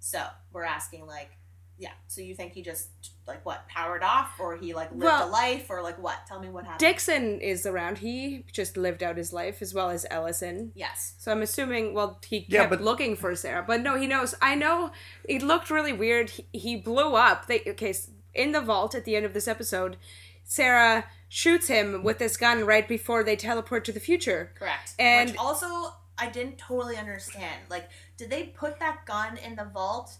Speaker 2: So we're asking like. Yeah, so you think he just like what powered off, or he like lived
Speaker 3: Well-
Speaker 2: a life, or like what? Tell me what happened.
Speaker 3: Dixon is around. He just lived out his life as well as Ellison.
Speaker 2: Yes.
Speaker 3: So I'm assuming, well, he kept
Speaker 4: Yeah, but-
Speaker 3: looking for Sarah, but no, he knows. I know it looked really weird. He, he blew up. They okay s- in the vault at the end of this episode. Sarah shoots him with this gun right before they teleport to the future.
Speaker 2: Correct.
Speaker 3: And-
Speaker 2: Which also, I didn't totally understand. Like, did they put that gun in the vault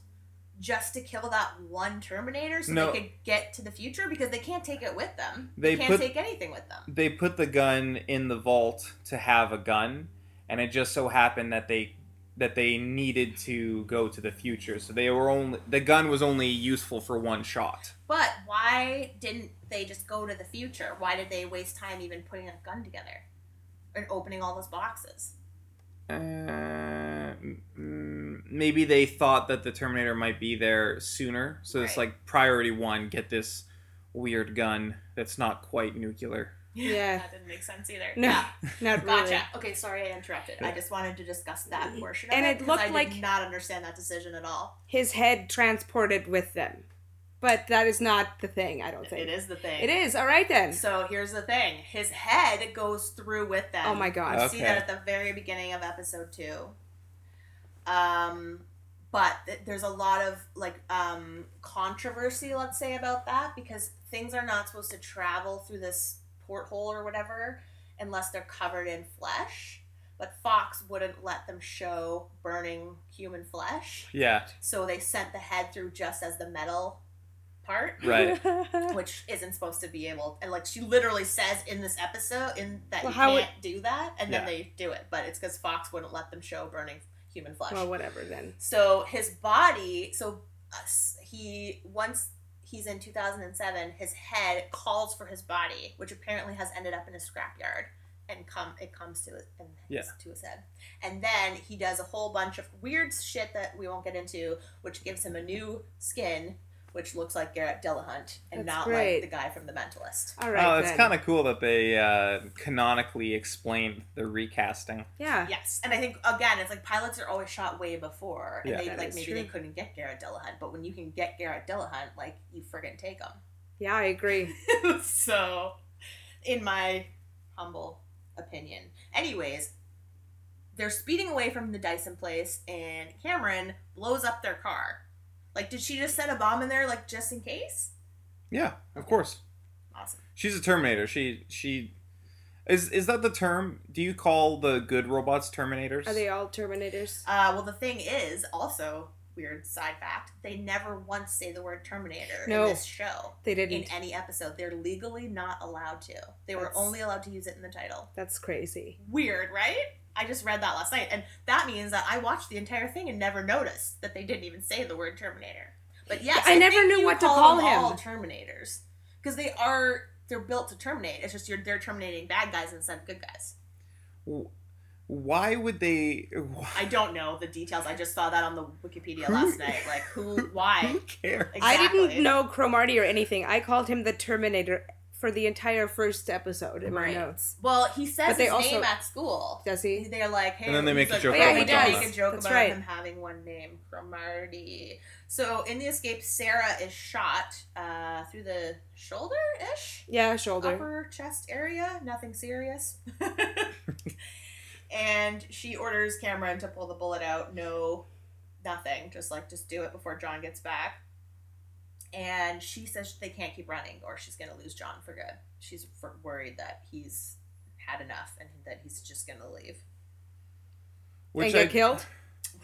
Speaker 2: just to kill that one Terminator so
Speaker 4: No.
Speaker 2: they could get to the future? Because they can't take it with them.
Speaker 4: They
Speaker 2: They, can't
Speaker 4: put-
Speaker 2: take anything with them.
Speaker 4: They put the gun in the vault to have a gun, and it just so happened that they that they needed to go to the future. So they were only the gun was only useful for one shot.
Speaker 2: But why didn't they just go to the future? Why did they waste time even putting a gun together and opening all those boxes?
Speaker 4: Uh, mm, mm, maybe they thought that the Terminator might be there sooner, so it's
Speaker 2: Right.
Speaker 4: like priority one: get this weird gun that's not quite nuclear.
Speaker 3: Yeah.
Speaker 2: that didn't make sense either.
Speaker 3: No,
Speaker 2: Yeah.
Speaker 3: (laughs) not really.
Speaker 2: Gotcha. Okay, sorry I interrupted. I just wanted to discuss that portion. Of
Speaker 3: And
Speaker 2: it
Speaker 3: it
Speaker 2: 'cause
Speaker 3: looked
Speaker 2: I did
Speaker 3: like-
Speaker 2: not understand that decision at all.
Speaker 3: His head transported with them. But that is not the thing, I don't think.
Speaker 2: It is the thing.
Speaker 3: It is. All right then.
Speaker 2: So here's the thing: his head goes through with them.
Speaker 3: Oh my
Speaker 2: You
Speaker 3: god.
Speaker 4: Uh,
Speaker 2: see
Speaker 4: Okay.
Speaker 2: that at the very beginning of episode two. Um, but th- there's a lot of like um controversy, let's say, about that because things are not supposed to travel through this porthole or whatever unless they're covered in flesh. But Fox wouldn't let them show burning human flesh,
Speaker 4: Yeah,
Speaker 2: so they sent the head through just as the metal part
Speaker 4: right.
Speaker 3: (laughs)
Speaker 2: which isn't supposed to be able and like she literally says in this episode in that
Speaker 3: Well,
Speaker 2: you
Speaker 3: how
Speaker 2: can't
Speaker 3: would-
Speaker 2: do that and then
Speaker 4: Yeah.
Speaker 2: they do it but it's because fox wouldn't let them show burning human flesh
Speaker 3: (laughs) well, whatever then.
Speaker 2: so his body so us he once he's in 2007 his head calls for his body which apparently has ended up in a scrapyard and come it comes to it and
Speaker 4: Yeah.
Speaker 2: to his head and then he does a whole bunch of weird shit that we won't get into which gives him a new skin which looks like Garrett Dillahunt and
Speaker 3: That's
Speaker 2: not
Speaker 3: great.
Speaker 2: like the guy from The Mentalist.
Speaker 3: All
Speaker 4: Oh,
Speaker 3: right.
Speaker 4: it's
Speaker 3: then.
Speaker 4: kind of cool that they uh, canonically explained the recasting.
Speaker 3: Yeah.
Speaker 2: Yes, and I think again, it's like pilots are always shot way before, and
Speaker 4: Yeah.
Speaker 2: they
Speaker 3: That
Speaker 2: like
Speaker 3: is
Speaker 2: maybe
Speaker 3: true.
Speaker 2: they couldn't get Garrett Dillahunt, but when you can get Garrett Dillahunt, like you friggin' take him.
Speaker 3: Yeah, I agree.
Speaker 2: (laughs) so, in my humble opinion. Anyways, they're speeding away from the Dyson place, and Cameron blows up their car. Like, did she just set a bomb in there, like, just in case?
Speaker 4: Yeah, of course.
Speaker 2: Awesome.
Speaker 4: She's a Terminator. She she is is that the term? Do you call the good robots Terminators?
Speaker 3: Are they all Terminators?
Speaker 2: Uh, well, the thing is, also, weird side fact, they never once say the word Terminator
Speaker 3: No.
Speaker 2: in this show.
Speaker 3: They
Speaker 2: In
Speaker 3: didn't.
Speaker 2: any episode. They're legally not allowed to. They were
Speaker 3: That's-
Speaker 2: only allowed to use it in the title.
Speaker 3: That's crazy.
Speaker 2: Weird, right? I just read that last night, and that means that I watched the entire thing and never noticed that they didn't even say the word Terminator. But yes,
Speaker 3: I never
Speaker 2: think
Speaker 3: knew
Speaker 2: you
Speaker 3: what to call
Speaker 2: them
Speaker 3: him.
Speaker 2: All Terminators, because they are they're built to terminate. It's just you're they're terminating bad guys instead of good guys.
Speaker 4: Why would they? (laughs)
Speaker 2: I don't know the details. I just saw that on the Wikipedia
Speaker 3: (laughs)
Speaker 2: last night. Like who? Why?
Speaker 4: Who cares?
Speaker 2: Exactly.
Speaker 3: I didn't know Cromarty or anything. I called him the Terminator for the entire first episode in my notes.
Speaker 2: Well, he says
Speaker 3: But they
Speaker 2: his
Speaker 3: also-
Speaker 2: name at school.
Speaker 3: Does he?
Speaker 2: They're like, hey,
Speaker 4: And then they
Speaker 2: he's
Speaker 4: make a
Speaker 2: like,
Speaker 4: joke
Speaker 2: oh,
Speaker 3: about
Speaker 2: yeah, he
Speaker 3: McDonald's.
Speaker 2: does make a joke
Speaker 3: That's
Speaker 2: about
Speaker 3: right.
Speaker 2: him having one name, Cromarty. So in the escape, Sarah is shot uh, through the shoulder ish,
Speaker 3: Yeah, shoulder.
Speaker 2: upper chest area. Nothing serious. (laughs) and she orders Cameron to pull the bullet out. No, nothing. Just like, just do it before John gets back. And she says they can't keep running, or she's going to lose John for good. She's f- worried that he's had enough and that he's just going to leave.
Speaker 3: and
Speaker 4: Which
Speaker 3: get
Speaker 4: I,
Speaker 3: killed?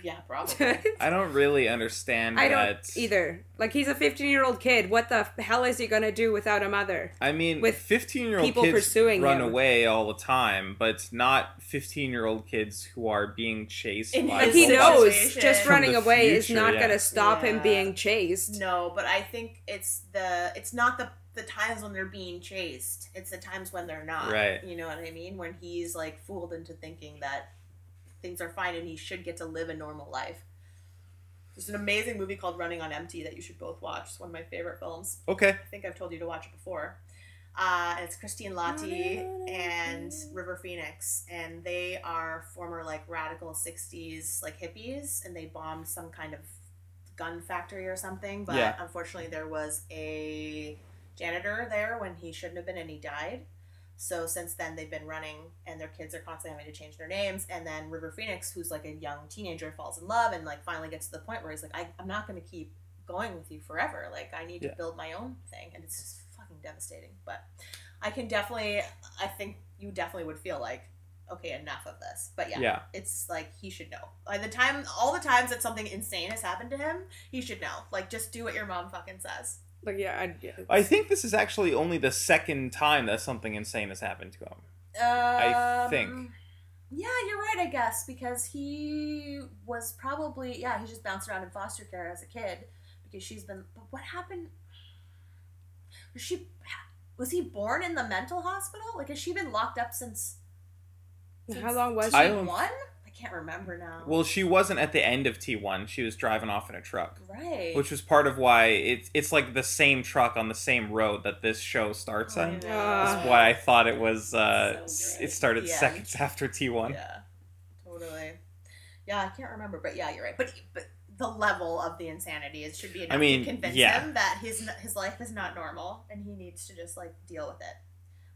Speaker 2: Yeah, probably.
Speaker 4: I don't really understand.
Speaker 3: I
Speaker 4: that.
Speaker 3: don't either. Like he's a 15 year old kid. What the f- hell is he gonna do without a mother?
Speaker 4: I mean,
Speaker 3: with
Speaker 4: with fifteen-year-old
Speaker 3: people
Speaker 4: kids
Speaker 3: pursuing
Speaker 4: run
Speaker 3: him.
Speaker 4: away all the time, but not fifteen-year-old kids who are being chased.
Speaker 2: In
Speaker 4: by
Speaker 3: Like
Speaker 2: Like,
Speaker 3: he
Speaker 2: the
Speaker 4: wolves.
Speaker 3: knows
Speaker 2: situation-
Speaker 3: just
Speaker 4: From
Speaker 3: running
Speaker 4: the
Speaker 3: away is
Speaker 4: future,
Speaker 3: not
Speaker 4: yeah.
Speaker 3: gonna stop him
Speaker 2: Yeah.
Speaker 3: being chased.
Speaker 2: no, but I think it's the it's not the the times when they're being chased. It's the times when they're not.
Speaker 4: Right.
Speaker 2: You know what I mean? When he's like fooled into thinking that things are fine and he should get to live a normal life. There's an amazing movie called Running on Empty that you should both watch. It's one of my favorite films.
Speaker 4: Okay.
Speaker 2: I think I've told you to watch it before. Uh, it's Christine Lottie and River Phoenix, and they are former like radical '60s like hippies, and they bombed some kind of gun factory or something. But
Speaker 4: Yeah.
Speaker 2: unfortunately, there was a janitor there when he shouldn't have been, and he died. So since then, they've been running, and their kids are constantly having to change their names. And then River Phoenix, who's like a young teenager, falls in love and like finally gets to the point where he's like, I, I'm not going to keep going with you forever. Like I need
Speaker 4: Yeah.
Speaker 2: to build my own thing, and it's just fucking devastating. But I can definitely, I think you definitely would feel like, okay, enough of this. But yeah,
Speaker 4: Yeah.
Speaker 2: it's like he should know. By the time, all the times that something insane has happened to him, he should know. Like just do what your mom fucking says.
Speaker 3: Like yeah, I, yeah.
Speaker 4: I think this is actually only the second time that something insane has happened to him.
Speaker 2: Um, I
Speaker 4: think.
Speaker 2: Um, Yeah, you're right. I guess because he was probably yeah he just bounced around in foster care as a kid because she's been. But what happened? Was she? Was he born in the mental hospital? Like, has she been locked up since?
Speaker 3: How long was
Speaker 4: I
Speaker 3: she?
Speaker 4: don't-
Speaker 2: One? I can't remember now.
Speaker 4: Well, she wasn't at the end of T1. She was driving off in a truck,
Speaker 2: right.
Speaker 4: which was part of why it's it's like the same truck on the same road that this show starts
Speaker 2: Oh,
Speaker 3: Uh,
Speaker 4: on.
Speaker 2: yeah.
Speaker 4: That's why I thought it was. Uh,
Speaker 2: So
Speaker 4: s-
Speaker 2: great.
Speaker 4: it started
Speaker 2: Yeah.
Speaker 4: seconds (laughs) after T1.
Speaker 2: Yeah, totally. Yeah, I can't remember, but yeah, you're right. But but the level of the insanity. It should be enough
Speaker 4: I mean,
Speaker 2: to convince
Speaker 4: yeah.
Speaker 2: him that his his life is not normal and he needs to just like deal with it.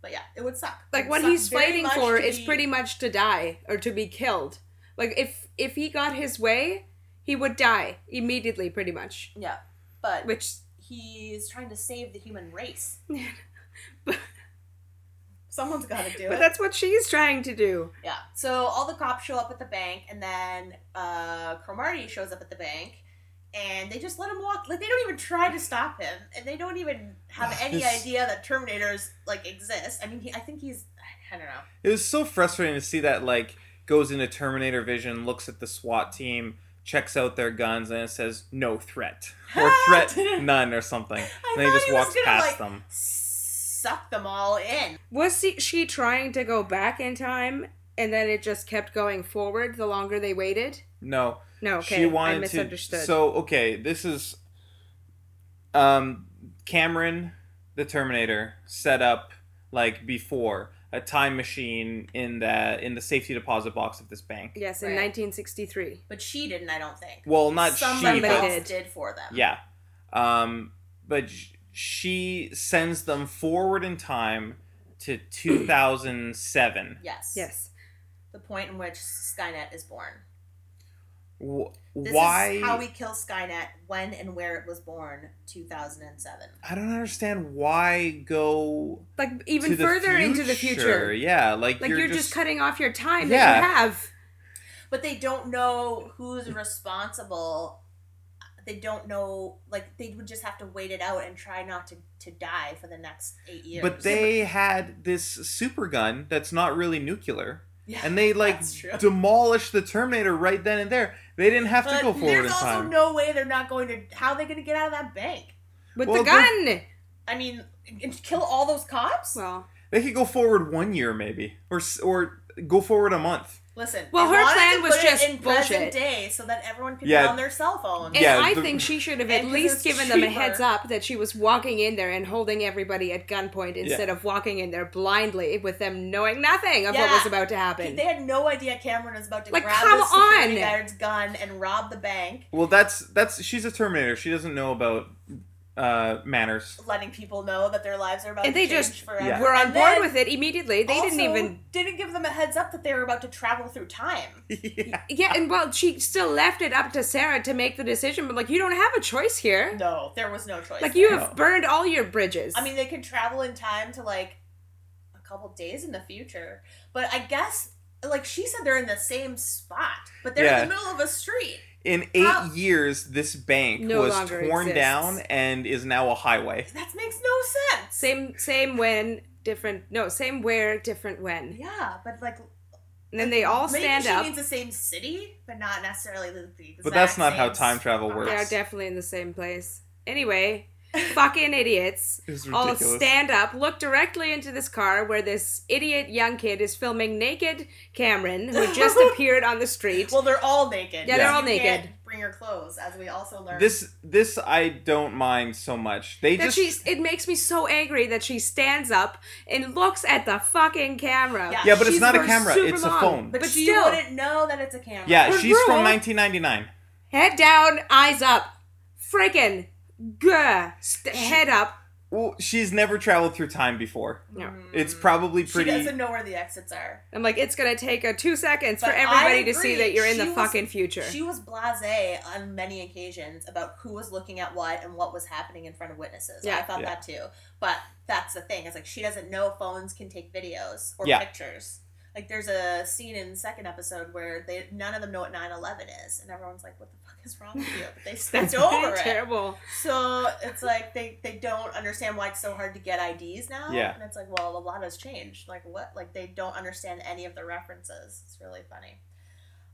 Speaker 2: But yeah, it would suck. It
Speaker 3: like
Speaker 2: would
Speaker 3: what
Speaker 2: suck
Speaker 3: he's
Speaker 2: very
Speaker 3: fighting
Speaker 2: much
Speaker 3: for
Speaker 2: to
Speaker 3: is
Speaker 2: be-
Speaker 3: pretty much to die or to be killed like if if he got his way he would die immediately pretty much
Speaker 2: yeah. But
Speaker 3: which
Speaker 2: he's trying to save the human
Speaker 3: (laughs)
Speaker 2: race. Someone's got to do
Speaker 3: but
Speaker 2: it.
Speaker 3: that's what she's trying to do
Speaker 2: Yeah. So all the cops show up at the bank, and then uh, Cromartie shows up at the bank, and they just let him walk. Like they don't even try to stop him, and they don't even
Speaker 4: (laughs)
Speaker 2: have any
Speaker 4: This-
Speaker 2: idea that Terminators like exist. I mean, he, I think he's I don't know.
Speaker 4: It was so frustrating to see that like goes into Terminator vision, looks at the SWAT team, checks out their guns, and it says
Speaker 2: (laughs)
Speaker 4: no threat or threat none or something.
Speaker 2: I
Speaker 4: and then he
Speaker 2: thought
Speaker 4: just
Speaker 2: he was
Speaker 4: walks
Speaker 2: gonna,
Speaker 4: past
Speaker 2: like,
Speaker 4: them.
Speaker 2: Suck them all in.
Speaker 3: was he, she trying to go back in time and then it just kept going forward the longer they waited
Speaker 4: No,
Speaker 3: no okay
Speaker 4: she wanted
Speaker 3: i misunderstood
Speaker 4: to. So okay, this is um Cameron the Terminator set up like before a time machine in the in the safety deposit box of this bank.
Speaker 3: yes in
Speaker 2: Right.
Speaker 3: 1963
Speaker 2: But she didn't. I don't think.
Speaker 4: Well, not
Speaker 2: Somebody
Speaker 4: she, but
Speaker 2: else
Speaker 3: did.
Speaker 2: did. for them.
Speaker 4: Yeah. Um, but sh- she sends them forward in time to 2007.
Speaker 2: Yes.
Speaker 3: yes
Speaker 2: The point in which Skynet is born.
Speaker 4: Wh-
Speaker 2: This
Speaker 4: why?
Speaker 2: is how we kill Skynet. When and where it was born. Two thousand and seven.
Speaker 4: I don't understand why go
Speaker 3: like
Speaker 4: to
Speaker 3: even
Speaker 4: the
Speaker 3: further into the future
Speaker 4: Yeah, like,
Speaker 3: like you're, just, cutting off your time
Speaker 4: Yeah.
Speaker 3: that you have
Speaker 2: but they don't know who's responsible they don't know like they would just have to wait it out and try not to to die for the next eight years
Speaker 4: But they had this super gun that's not really nuclear.
Speaker 2: (laughs) Yeah,
Speaker 4: and they
Speaker 2: (laughs)
Speaker 4: like
Speaker 2: that's true.
Speaker 4: demolished the Terminator right then and there. They didn't have
Speaker 2: But
Speaker 4: to go forward
Speaker 2: there's
Speaker 4: in
Speaker 2: also
Speaker 4: time.
Speaker 2: no way they're not going to how are they going to get out of that bank
Speaker 3: with
Speaker 4: Well,
Speaker 3: the
Speaker 4: they're-
Speaker 3: gun
Speaker 2: i mean and kill all those cops
Speaker 3: well
Speaker 4: they could go forward one year maybe, or s- or go forward a month.
Speaker 2: listen
Speaker 3: Well,
Speaker 2: they
Speaker 3: her
Speaker 2: wanted
Speaker 3: plan
Speaker 2: to
Speaker 3: was
Speaker 2: put
Speaker 3: just
Speaker 2: it in
Speaker 3: bullshit.
Speaker 2: present day so that everyone could
Speaker 4: Yeah.
Speaker 2: be on their cell phone
Speaker 3: And
Speaker 4: Yeah,
Speaker 3: I
Speaker 4: the-
Speaker 3: think she should have
Speaker 2: And
Speaker 3: at
Speaker 2: 'cause
Speaker 3: least
Speaker 2: it's
Speaker 3: given them a
Speaker 2: cheaper.
Speaker 3: heads up that she was walking in there and holding everybody at gunpoint instead of walking in there blindly with them knowing nothing of what
Speaker 2: Yeah.
Speaker 3: was about to happen.
Speaker 2: they had no idea Cameron was about to
Speaker 3: Like,
Speaker 2: grab
Speaker 3: come
Speaker 2: the security
Speaker 3: on.
Speaker 2: guard's gun and rob the bank,
Speaker 4: Well, that's that's she's a Terminator. She doesn't know about uh, manners.
Speaker 2: letting people know that their lives are about
Speaker 3: and
Speaker 2: to
Speaker 3: they
Speaker 2: change
Speaker 3: just
Speaker 2: forever.
Speaker 3: were on
Speaker 2: And
Speaker 3: board
Speaker 2: then-
Speaker 3: with it immediately. They didn't
Speaker 2: also
Speaker 3: even
Speaker 2: didn't give them a heads up that they were about to travel through time.
Speaker 3: yeah, and well, she still left it up to Sarah to make the decision. But like, you don't have a choice here.
Speaker 2: No, there was no choice.
Speaker 3: Like, you
Speaker 2: there.
Speaker 3: have burned all your bridges.
Speaker 2: I mean, they could travel in time to like a couple days in the future, but I guess like she said, they're in the same spot, but they're in the
Speaker 4: Yeah.
Speaker 2: middle of a street.
Speaker 4: In eight
Speaker 2: How-
Speaker 4: years, this bank
Speaker 3: No
Speaker 4: was
Speaker 3: longer
Speaker 4: torn
Speaker 3: exists.
Speaker 4: down and is now a highway.
Speaker 2: That makes no sense.
Speaker 3: same same when different no same where different when.
Speaker 2: Yeah, but like
Speaker 3: And then they all
Speaker 2: maybe
Speaker 3: stand
Speaker 2: she
Speaker 3: up.
Speaker 2: means the same city, but not necessarily the exact
Speaker 4: But that's not
Speaker 2: same
Speaker 4: how time travel
Speaker 2: spot.
Speaker 4: works.
Speaker 3: They are definitely in the same place.
Speaker 2: (laughs)
Speaker 3: Anyway, fucking idiots.
Speaker 4: It's
Speaker 3: All
Speaker 4: ridiculous.
Speaker 3: stand up, look directly into this car where this idiot young kid is filming naked Cameron,
Speaker 2: (laughs)
Speaker 3: who just appeared on the street.
Speaker 2: Well, they're all naked.
Speaker 3: Yeah, they're
Speaker 2: You
Speaker 3: all
Speaker 2: can't
Speaker 3: naked.
Speaker 2: Bring your clothes, as we also learned.
Speaker 4: This this I don't mind so much. They
Speaker 3: that
Speaker 4: just
Speaker 3: she's, it makes me so angry that she stands up and looks at the fucking camera.
Speaker 2: Yeah.
Speaker 4: yeah, but
Speaker 3: She's
Speaker 4: it's not a
Speaker 3: for
Speaker 4: camera.
Speaker 3: super
Speaker 4: It's a
Speaker 3: long,
Speaker 4: phone.
Speaker 2: but,
Speaker 3: but
Speaker 2: she
Speaker 3: still.
Speaker 2: wouldn't know that it's a camera.
Speaker 4: yeah,
Speaker 3: her
Speaker 4: she's
Speaker 3: girl-
Speaker 4: from 1999.
Speaker 3: Head down, eyes up. Freaking gah. St- head up.
Speaker 4: Well, she's never traveled through time before.
Speaker 3: No.
Speaker 4: It's probably pretty.
Speaker 2: She doesn't know where the exits are.
Speaker 3: I'm like, it's gonna take her two seconds for
Speaker 2: But I
Speaker 3: everybody to see
Speaker 2: agree.
Speaker 3: that you're in
Speaker 2: She
Speaker 3: the
Speaker 2: was-
Speaker 3: fucking future. (laughs)
Speaker 2: She was blasé on many occasions about who was looking at what and what was happening in front of witnesses.
Speaker 3: Yeah.
Speaker 2: I thought
Speaker 4: Yeah.
Speaker 2: that too. But that's the thing. It's like she doesn't know phones can take videos or
Speaker 4: Yeah.
Speaker 2: pictures. Like there's a scene in the second episode where they none of them know what 9/11 is, and everyone's like, "What the fuck is wrong with you?" But
Speaker 3: (laughs)
Speaker 2: they stepped over it.
Speaker 3: terrible.
Speaker 2: So it's like they, they don't understand why it's so hard to get IDs now.
Speaker 4: Yeah.
Speaker 2: And it's like, well, a lot has changed. Like what? Like they don't understand any of the references. It's really funny.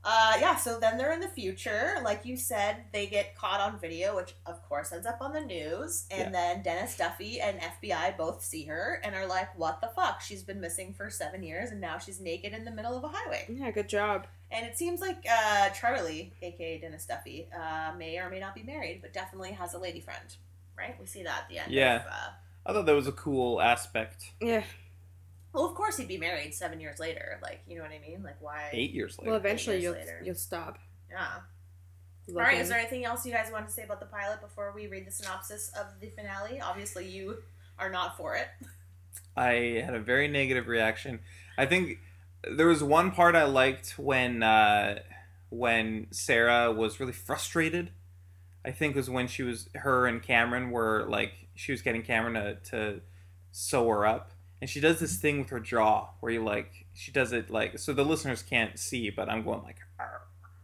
Speaker 2: Uh, yeah. So then they're in the future. Like you said, they get caught on video, which of course ends up on the news. And
Speaker 4: Yeah.
Speaker 2: then Dennis Duffy and FBI both see her and are like, what the fuck? She's been missing for seven years and now she's naked in the middle of a highway.
Speaker 3: Yeah, good job.
Speaker 2: And it seems like uh, Charlie, aka Dennis Duffy, uh, may or may not be married, but definitely has a lady friend, right? We see that at the end.
Speaker 4: Yeah.
Speaker 2: Of, uh,
Speaker 4: I thought that was a cool aspect.
Speaker 3: Yeah.
Speaker 2: well, of course he'd be married seven years later. Like, you know what I mean? Like, why?
Speaker 4: Eight years later.
Speaker 3: Well, eventually
Speaker 2: years
Speaker 3: you'll
Speaker 2: later.
Speaker 3: you'll stop.
Speaker 2: Yeah. All right, is there anything else you guys want to say about the pilot before we read the synopsis of the finale? Obviously, you are not for it.
Speaker 4: I had a very negative reaction. I think there was one part I liked when uh, when Sarah was really frustrated. I think was when she was her and Cameron were like she was getting Cameron to, to sew her up, and she does this thing with her jaw where you like she does it like so the listeners can't see, but I'm going like. "Arr."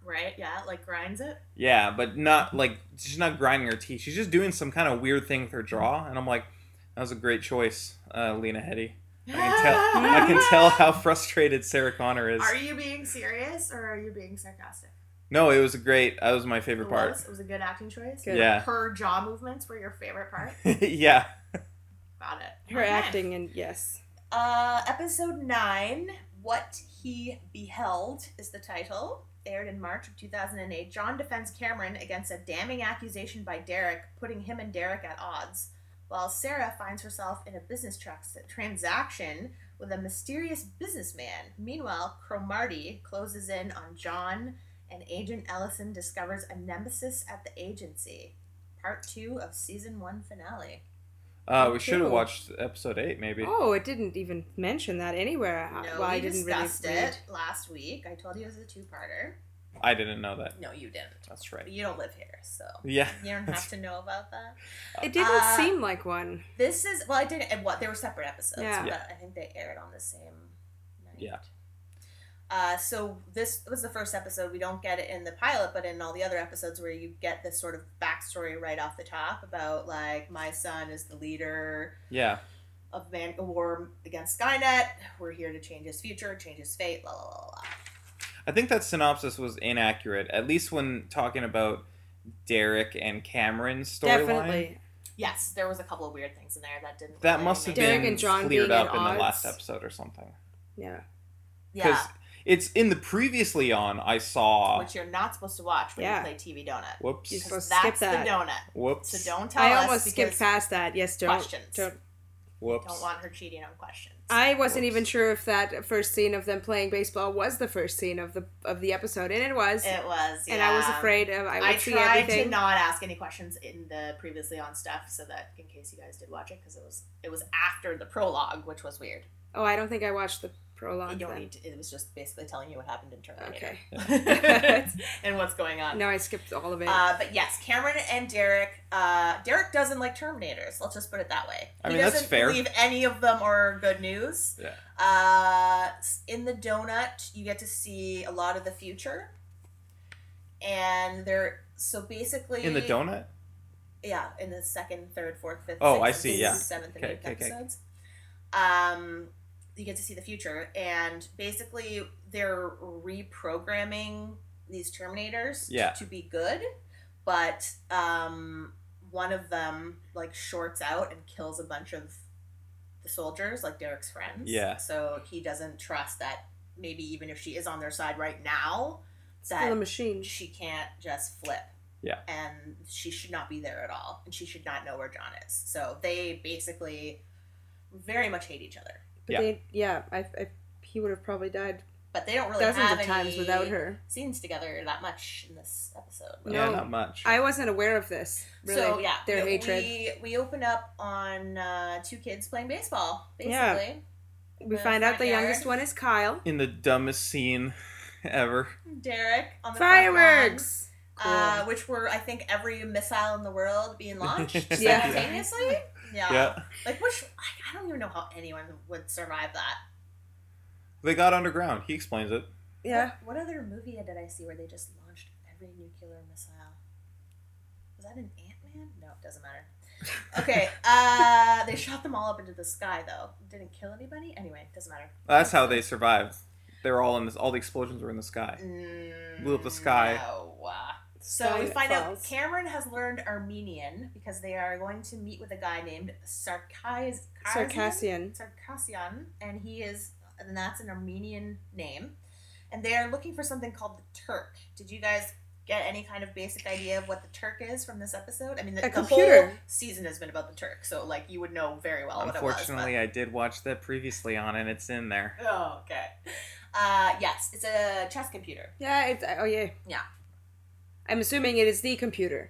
Speaker 2: Right? Yeah, like grinds it.
Speaker 4: Yeah, but not like she's not grinding her teeth. She's just doing some kind of weird thing with her jaw, and I'm like, that was a great choice, uh, Lena Headey. I can tell.
Speaker 2: (laughs)
Speaker 4: I
Speaker 3: (laughs)
Speaker 4: can tell how frustrated Sarah Connor is.
Speaker 2: Are you being serious or are you being sarcastic?
Speaker 4: No, it was a great. That was my favorite
Speaker 2: It
Speaker 4: part.
Speaker 2: was. It was a good acting choice.
Speaker 3: Good.
Speaker 4: Yeah.
Speaker 2: Her jaw movements were your favorite part.
Speaker 4: yeah. (laughs)
Speaker 2: Got it.
Speaker 3: Her
Speaker 2: Okay.
Speaker 3: acting and yes.
Speaker 2: Uh, episode 9, What He Beheld, is the title. Aired in March of 2008. John defends Cameron against a damning accusation by Derek, putting him and Derek at odds, while Sarah finds herself in a business trax transaction with a mysterious businessman. Meanwhile, Cromarty closes in on John, and Agent Ellison discovers a nemesis at the agency. Part 2 of Season 1 finale.
Speaker 4: Uh, we should
Speaker 3: Cool.
Speaker 4: have watched episode eight, maybe.
Speaker 3: Oh, it didn't even mention that anywhere. I-
Speaker 2: No,
Speaker 3: Uh, well, I
Speaker 2: we
Speaker 3: didn't really
Speaker 2: discussed
Speaker 3: read.
Speaker 2: it last week. I told you it was a two-parter.
Speaker 4: I didn't know that.
Speaker 2: No, you didn't.
Speaker 4: That's right.
Speaker 2: You don't live here, so
Speaker 4: Yeah.
Speaker 2: you don't have to know about that.
Speaker 3: It didn't
Speaker 2: Uh,
Speaker 3: seem like one.
Speaker 2: This is well, I didn't. And what they were separate episodes,
Speaker 3: Yeah.
Speaker 2: but
Speaker 4: Yeah.
Speaker 2: I think they aired on the same night.
Speaker 4: Yeah.
Speaker 2: Uh, so this was the first episode. We don't get it in the pilot, but in all the other episodes where you get this sort of backstory right off the top about like my son is the leader
Speaker 4: Yeah.
Speaker 2: of man a war against Skynet. We're here to change his future, change his fate. La la la la.
Speaker 4: I think that synopsis was inaccurate, at least when talking about Derek and Cameron's storyline.
Speaker 3: Definitely.
Speaker 2: Yes, there was a couple of weird things in there that didn't.
Speaker 4: That
Speaker 2: really
Speaker 4: must have
Speaker 2: make-
Speaker 3: Derek
Speaker 4: been
Speaker 3: and John
Speaker 4: cleared
Speaker 3: being at
Speaker 4: up in the
Speaker 3: odds.
Speaker 4: last episode or something.
Speaker 3: Yeah.
Speaker 2: yeah.
Speaker 4: it's in the previously on. I saw.
Speaker 2: which you're not supposed to watch when
Speaker 3: Yeah.
Speaker 2: you play TV Donut.
Speaker 4: Whoops.
Speaker 3: You're
Speaker 2: Because
Speaker 3: supposed to
Speaker 2: that's
Speaker 3: skip that.
Speaker 2: the donut.
Speaker 4: Whoops.
Speaker 2: So don't tell
Speaker 3: I
Speaker 2: us.
Speaker 3: almost skipped
Speaker 2: because
Speaker 3: past that. Yes, don't.
Speaker 2: questions.
Speaker 3: don't-
Speaker 4: Whoops.
Speaker 2: Don't want her cheating on questions.
Speaker 3: I wasn't even sure if that first scene of them playing baseball was the first scene of the of the episode, and it was.
Speaker 2: it was,
Speaker 3: and I was
Speaker 2: yeah.
Speaker 3: afraid of I would
Speaker 2: I
Speaker 3: see
Speaker 2: tried to
Speaker 3: everything.
Speaker 2: not ask any questions in the previously on stuff, so that in case you guys did watch it, because it was it was after the prologue, which was weird.
Speaker 3: oh, I don't think I watched the prologue.
Speaker 2: You don't
Speaker 3: then.
Speaker 2: need. To, it was just basically telling you what happened in Terminator
Speaker 3: Okay.
Speaker 2: (laughs) and what's going on.
Speaker 3: No, I skipped all of it.
Speaker 2: Uh, but yes, Cameron and Derek. Uh, Derek doesn't like Terminators. Let's just put it that way.
Speaker 4: I
Speaker 2: he
Speaker 4: mean, that's
Speaker 2: doesn't
Speaker 4: fair.
Speaker 2: believe any of them are good news.
Speaker 4: Yeah.
Speaker 2: Uh, in the donut, you get to see a lot of the future, and they're so basically
Speaker 4: In the donut.
Speaker 2: Yeah, in the second, third, fourth, fifth.
Speaker 4: Oh,
Speaker 2: sixth,
Speaker 4: I see,
Speaker 2: and
Speaker 4: yeah.
Speaker 2: Seventh and
Speaker 4: Okay,
Speaker 2: eighth
Speaker 4: okay, okay.
Speaker 2: episodes. Um, you get to see the future, and basically they're reprogramming these Terminators
Speaker 4: Yeah.
Speaker 2: to be good, but um, one of them like shorts out and kills a bunch of the soldiers, like Derek's friends.
Speaker 4: Yeah.
Speaker 2: So he doesn't trust that maybe even if she is on their side right now,
Speaker 3: Still
Speaker 2: that
Speaker 3: a machine.
Speaker 2: she can't just flip.
Speaker 4: Yeah.
Speaker 2: And she should not be there at all. And she should not know where John is. So they basically very much hate each other.
Speaker 3: But
Speaker 4: Yeah.
Speaker 3: They, yeah, I, I, he would have probably died
Speaker 2: But they don't really
Speaker 3: dozens
Speaker 2: have
Speaker 3: of times
Speaker 2: any
Speaker 3: without her.
Speaker 2: scenes together that much in this episode.
Speaker 4: Yeah,
Speaker 3: No.
Speaker 4: not much.
Speaker 3: I wasn't aware of this. Really,
Speaker 2: So yeah,
Speaker 3: their
Speaker 2: we,
Speaker 3: hatred.
Speaker 2: We, we open up on uh, two kids playing baseball,
Speaker 3: Yeah.
Speaker 2: basically.
Speaker 3: We
Speaker 2: the
Speaker 3: find out
Speaker 2: front
Speaker 3: the
Speaker 2: yard.
Speaker 3: youngest one is Kyle.
Speaker 4: in the dumbest scene (laughs) ever.
Speaker 2: Derek on the front lawn,
Speaker 3: Fireworks.
Speaker 2: uh, which were I think every missile in the world
Speaker 4: (laughs)
Speaker 2: being launched
Speaker 3: Yeah.
Speaker 2: simultaneously. Ah.
Speaker 4: Yeah.
Speaker 2: Like, which I, I don't even know how anyone would survive that.
Speaker 4: They got underground. He explains it.
Speaker 3: Yeah.
Speaker 2: What, what other movie did I see where they just launched every nuclear missile? Was that an Ant Man? No, it doesn't matter. Okay. uh, they shot them all up into the sky though. Didn't kill anybody. Anyway, doesn't matter.
Speaker 4: That's how they survived. They were all in this. All the explosions were in the sky.
Speaker 2: Mm,
Speaker 4: Blew up the sky.
Speaker 2: no. So we
Speaker 3: Skynet
Speaker 2: find out
Speaker 3: falls.
Speaker 2: Cameron has learned Armenian because they are going to meet with a guy named Sarkis.
Speaker 3: Circassian.
Speaker 2: Sarkassian, and he is, and that's an Armenian name. And they are looking for something called the Turk. Did you guys get any kind of basic idea of what the Turk is from this episode? I mean, the,
Speaker 3: A
Speaker 2: the whole
Speaker 3: computer.
Speaker 2: season has been about the Turk, so like you would know very well what it was. but-
Speaker 4: Unfortunately, I did watch that previously on, and it's in there.
Speaker 2: (laughs) Oh, okay. Uh, yes, it's a chess computer.
Speaker 3: Yeah. It's, oh yeah. I'm assuming it is the computer.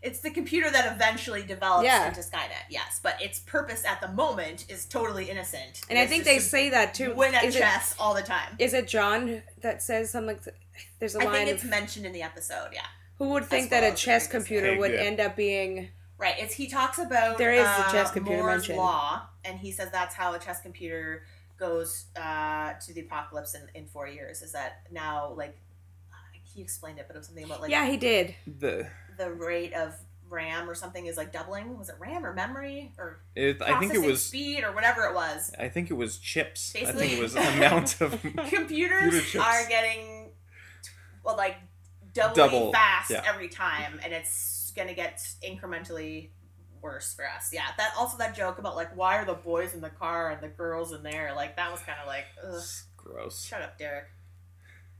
Speaker 2: It's the computer that eventually develops
Speaker 3: Yeah.
Speaker 2: into Skynet, yes, but its purpose at the moment is totally innocent.
Speaker 3: And I
Speaker 2: It's
Speaker 3: think they
Speaker 2: just
Speaker 3: say that
Speaker 2: to
Speaker 3: too.
Speaker 2: win at
Speaker 3: is, it,
Speaker 2: chess all the time.
Speaker 3: is it John that says something like th- there's a
Speaker 2: I
Speaker 3: line
Speaker 2: think it's
Speaker 3: of,
Speaker 2: mentioned in the episode, yeah.
Speaker 3: who would think
Speaker 2: well
Speaker 3: that a
Speaker 2: as the
Speaker 3: chess
Speaker 2: biggest
Speaker 3: computer
Speaker 4: thing.
Speaker 3: would
Speaker 4: Yeah.
Speaker 3: end up being
Speaker 2: Right. It's he talks about
Speaker 3: There is a
Speaker 2: uh,
Speaker 3: chess computer
Speaker 2: Moore's
Speaker 3: mentioned.
Speaker 2: law, and he says that's how a chess computer goes uh, to the apocalypse in, in four years. Is that now like he explained it, but it was something about like
Speaker 3: Yeah, he did.
Speaker 4: The
Speaker 2: the rate of RAM or something is like doubling. Was it RAM or memory or
Speaker 4: it, I
Speaker 2: processing
Speaker 4: think it was
Speaker 2: speed or whatever it was?
Speaker 4: I think it was chips. I
Speaker 2: Basically-
Speaker 4: think it was amount
Speaker 2: (laughs)
Speaker 4: of (laughs)
Speaker 2: Computers
Speaker 4: Computer chips.
Speaker 2: are getting well, like doubly
Speaker 4: Double,
Speaker 2: fast
Speaker 4: yeah.
Speaker 2: every time, and it's gonna get incrementally worse for us. Yeah, that also that joke about like why are the boys in the car and the girls in there? Like that was kind of like Ugh,
Speaker 4: gross.
Speaker 2: shut up,
Speaker 4: (laughs)
Speaker 2: Derek.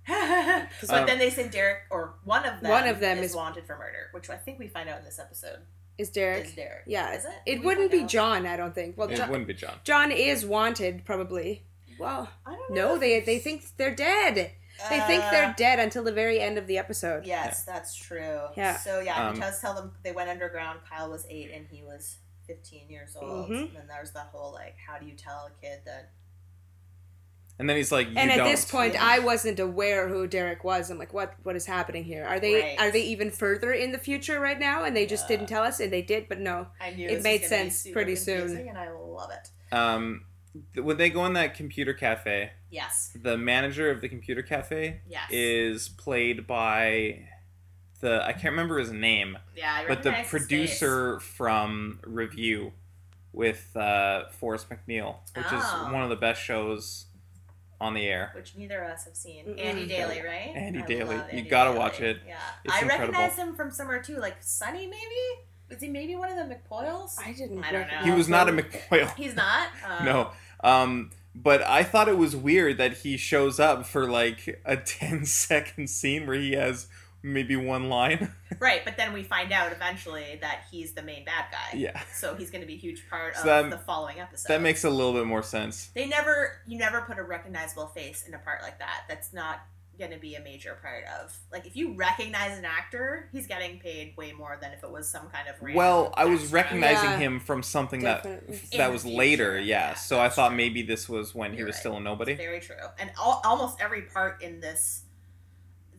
Speaker 2: but
Speaker 4: Um,
Speaker 2: then they say Derek or one of them
Speaker 3: One of them
Speaker 2: is,
Speaker 3: is-
Speaker 2: wanted for murder, which I think we find out in this episode
Speaker 3: Is Derek?
Speaker 2: is Derek.
Speaker 3: Yeah,
Speaker 2: is it?
Speaker 3: it
Speaker 2: We
Speaker 3: wouldn't
Speaker 2: find
Speaker 3: be
Speaker 2: out.
Speaker 3: John, I don't think. Well,
Speaker 4: It
Speaker 3: John,
Speaker 4: wouldn't be John.
Speaker 3: John is wanted probably. Well,
Speaker 2: I don't know.
Speaker 3: no, they they think they're dead. They think they're
Speaker 2: Uh,
Speaker 3: dead until the very end of the episode.
Speaker 2: Yes, that's true.
Speaker 3: Yeah.
Speaker 2: So yeah,
Speaker 4: Um,
Speaker 2: he does tell them they went underground. Kyle was eight and he was fifteen years old.
Speaker 4: Mm-hmm.
Speaker 3: Mhm.
Speaker 2: And then there's that whole like, how do you tell a kid that?
Speaker 4: And then he's like, you
Speaker 3: and at
Speaker 4: don't.
Speaker 3: this point,
Speaker 2: Yeah.
Speaker 3: I wasn't aware who Derek was. I'm like, what what is happening here? Are they
Speaker 2: Right.
Speaker 3: are they even further in the future right now? And they just
Speaker 2: Yeah.
Speaker 3: didn't tell us, and they did, but no.
Speaker 2: I knew
Speaker 3: It
Speaker 2: this was
Speaker 3: made
Speaker 2: gonna be
Speaker 3: sense
Speaker 2: super
Speaker 3: pretty soon.
Speaker 2: confusing, and I love it.
Speaker 4: um, th- when they go in that computer cafe,
Speaker 2: Yes.
Speaker 4: the manager of the computer cafe
Speaker 2: Yes.
Speaker 4: is played by the I can't remember his name,
Speaker 2: yeah. I
Speaker 4: but the
Speaker 2: recognize his face.
Speaker 4: producer from Review with uh, Forrest McNeil, which
Speaker 2: Oh.
Speaker 4: is one of the best shows on the air.
Speaker 2: which neither of us have seen,
Speaker 3: Mm-mm.
Speaker 2: Andy Daly, right?
Speaker 4: Andy
Speaker 2: I
Speaker 4: Daly.
Speaker 2: love
Speaker 4: You gotta watch it.
Speaker 2: Yeah.
Speaker 4: It's
Speaker 2: I
Speaker 4: incredible.
Speaker 2: recognize him from somewhere too, like Sunny maybe. Was he maybe one of the McPoyles?
Speaker 3: I didn't.
Speaker 2: I don't
Speaker 3: recognize
Speaker 4: He
Speaker 2: know.
Speaker 4: was not a
Speaker 3: him.
Speaker 4: McPoyle.
Speaker 2: He's not. Um,
Speaker 4: (laughs) no. Um, but I thought it was weird that he shows up for like a (laughs) 10 second scene where he has maybe one line. (laughs)
Speaker 2: Right, but then we find out eventually that he's the main bad guy.
Speaker 4: yeah.
Speaker 2: So he's going to be a huge part
Speaker 4: So
Speaker 2: of
Speaker 4: that-
Speaker 2: the following episode.
Speaker 4: That makes a little bit more sense.
Speaker 2: they never you never put a recognizable face in a part like that. That's not going to be a major part of. Like if you recognize an actor, he's getting paid way more than if it was some kind of random
Speaker 4: Well, I was
Speaker 2: extra.
Speaker 4: recognizing
Speaker 3: Yeah.
Speaker 4: him from something
Speaker 3: Definitely.
Speaker 4: that
Speaker 2: In
Speaker 4: that
Speaker 2: the
Speaker 4: was
Speaker 2: future,
Speaker 4: later, yeah.
Speaker 2: yeah,
Speaker 4: So I
Speaker 2: that's
Speaker 4: thought
Speaker 2: true.
Speaker 4: maybe this was when he
Speaker 2: You're
Speaker 4: was
Speaker 2: right.
Speaker 4: still a nobody.
Speaker 2: Very true. And all, almost every part in this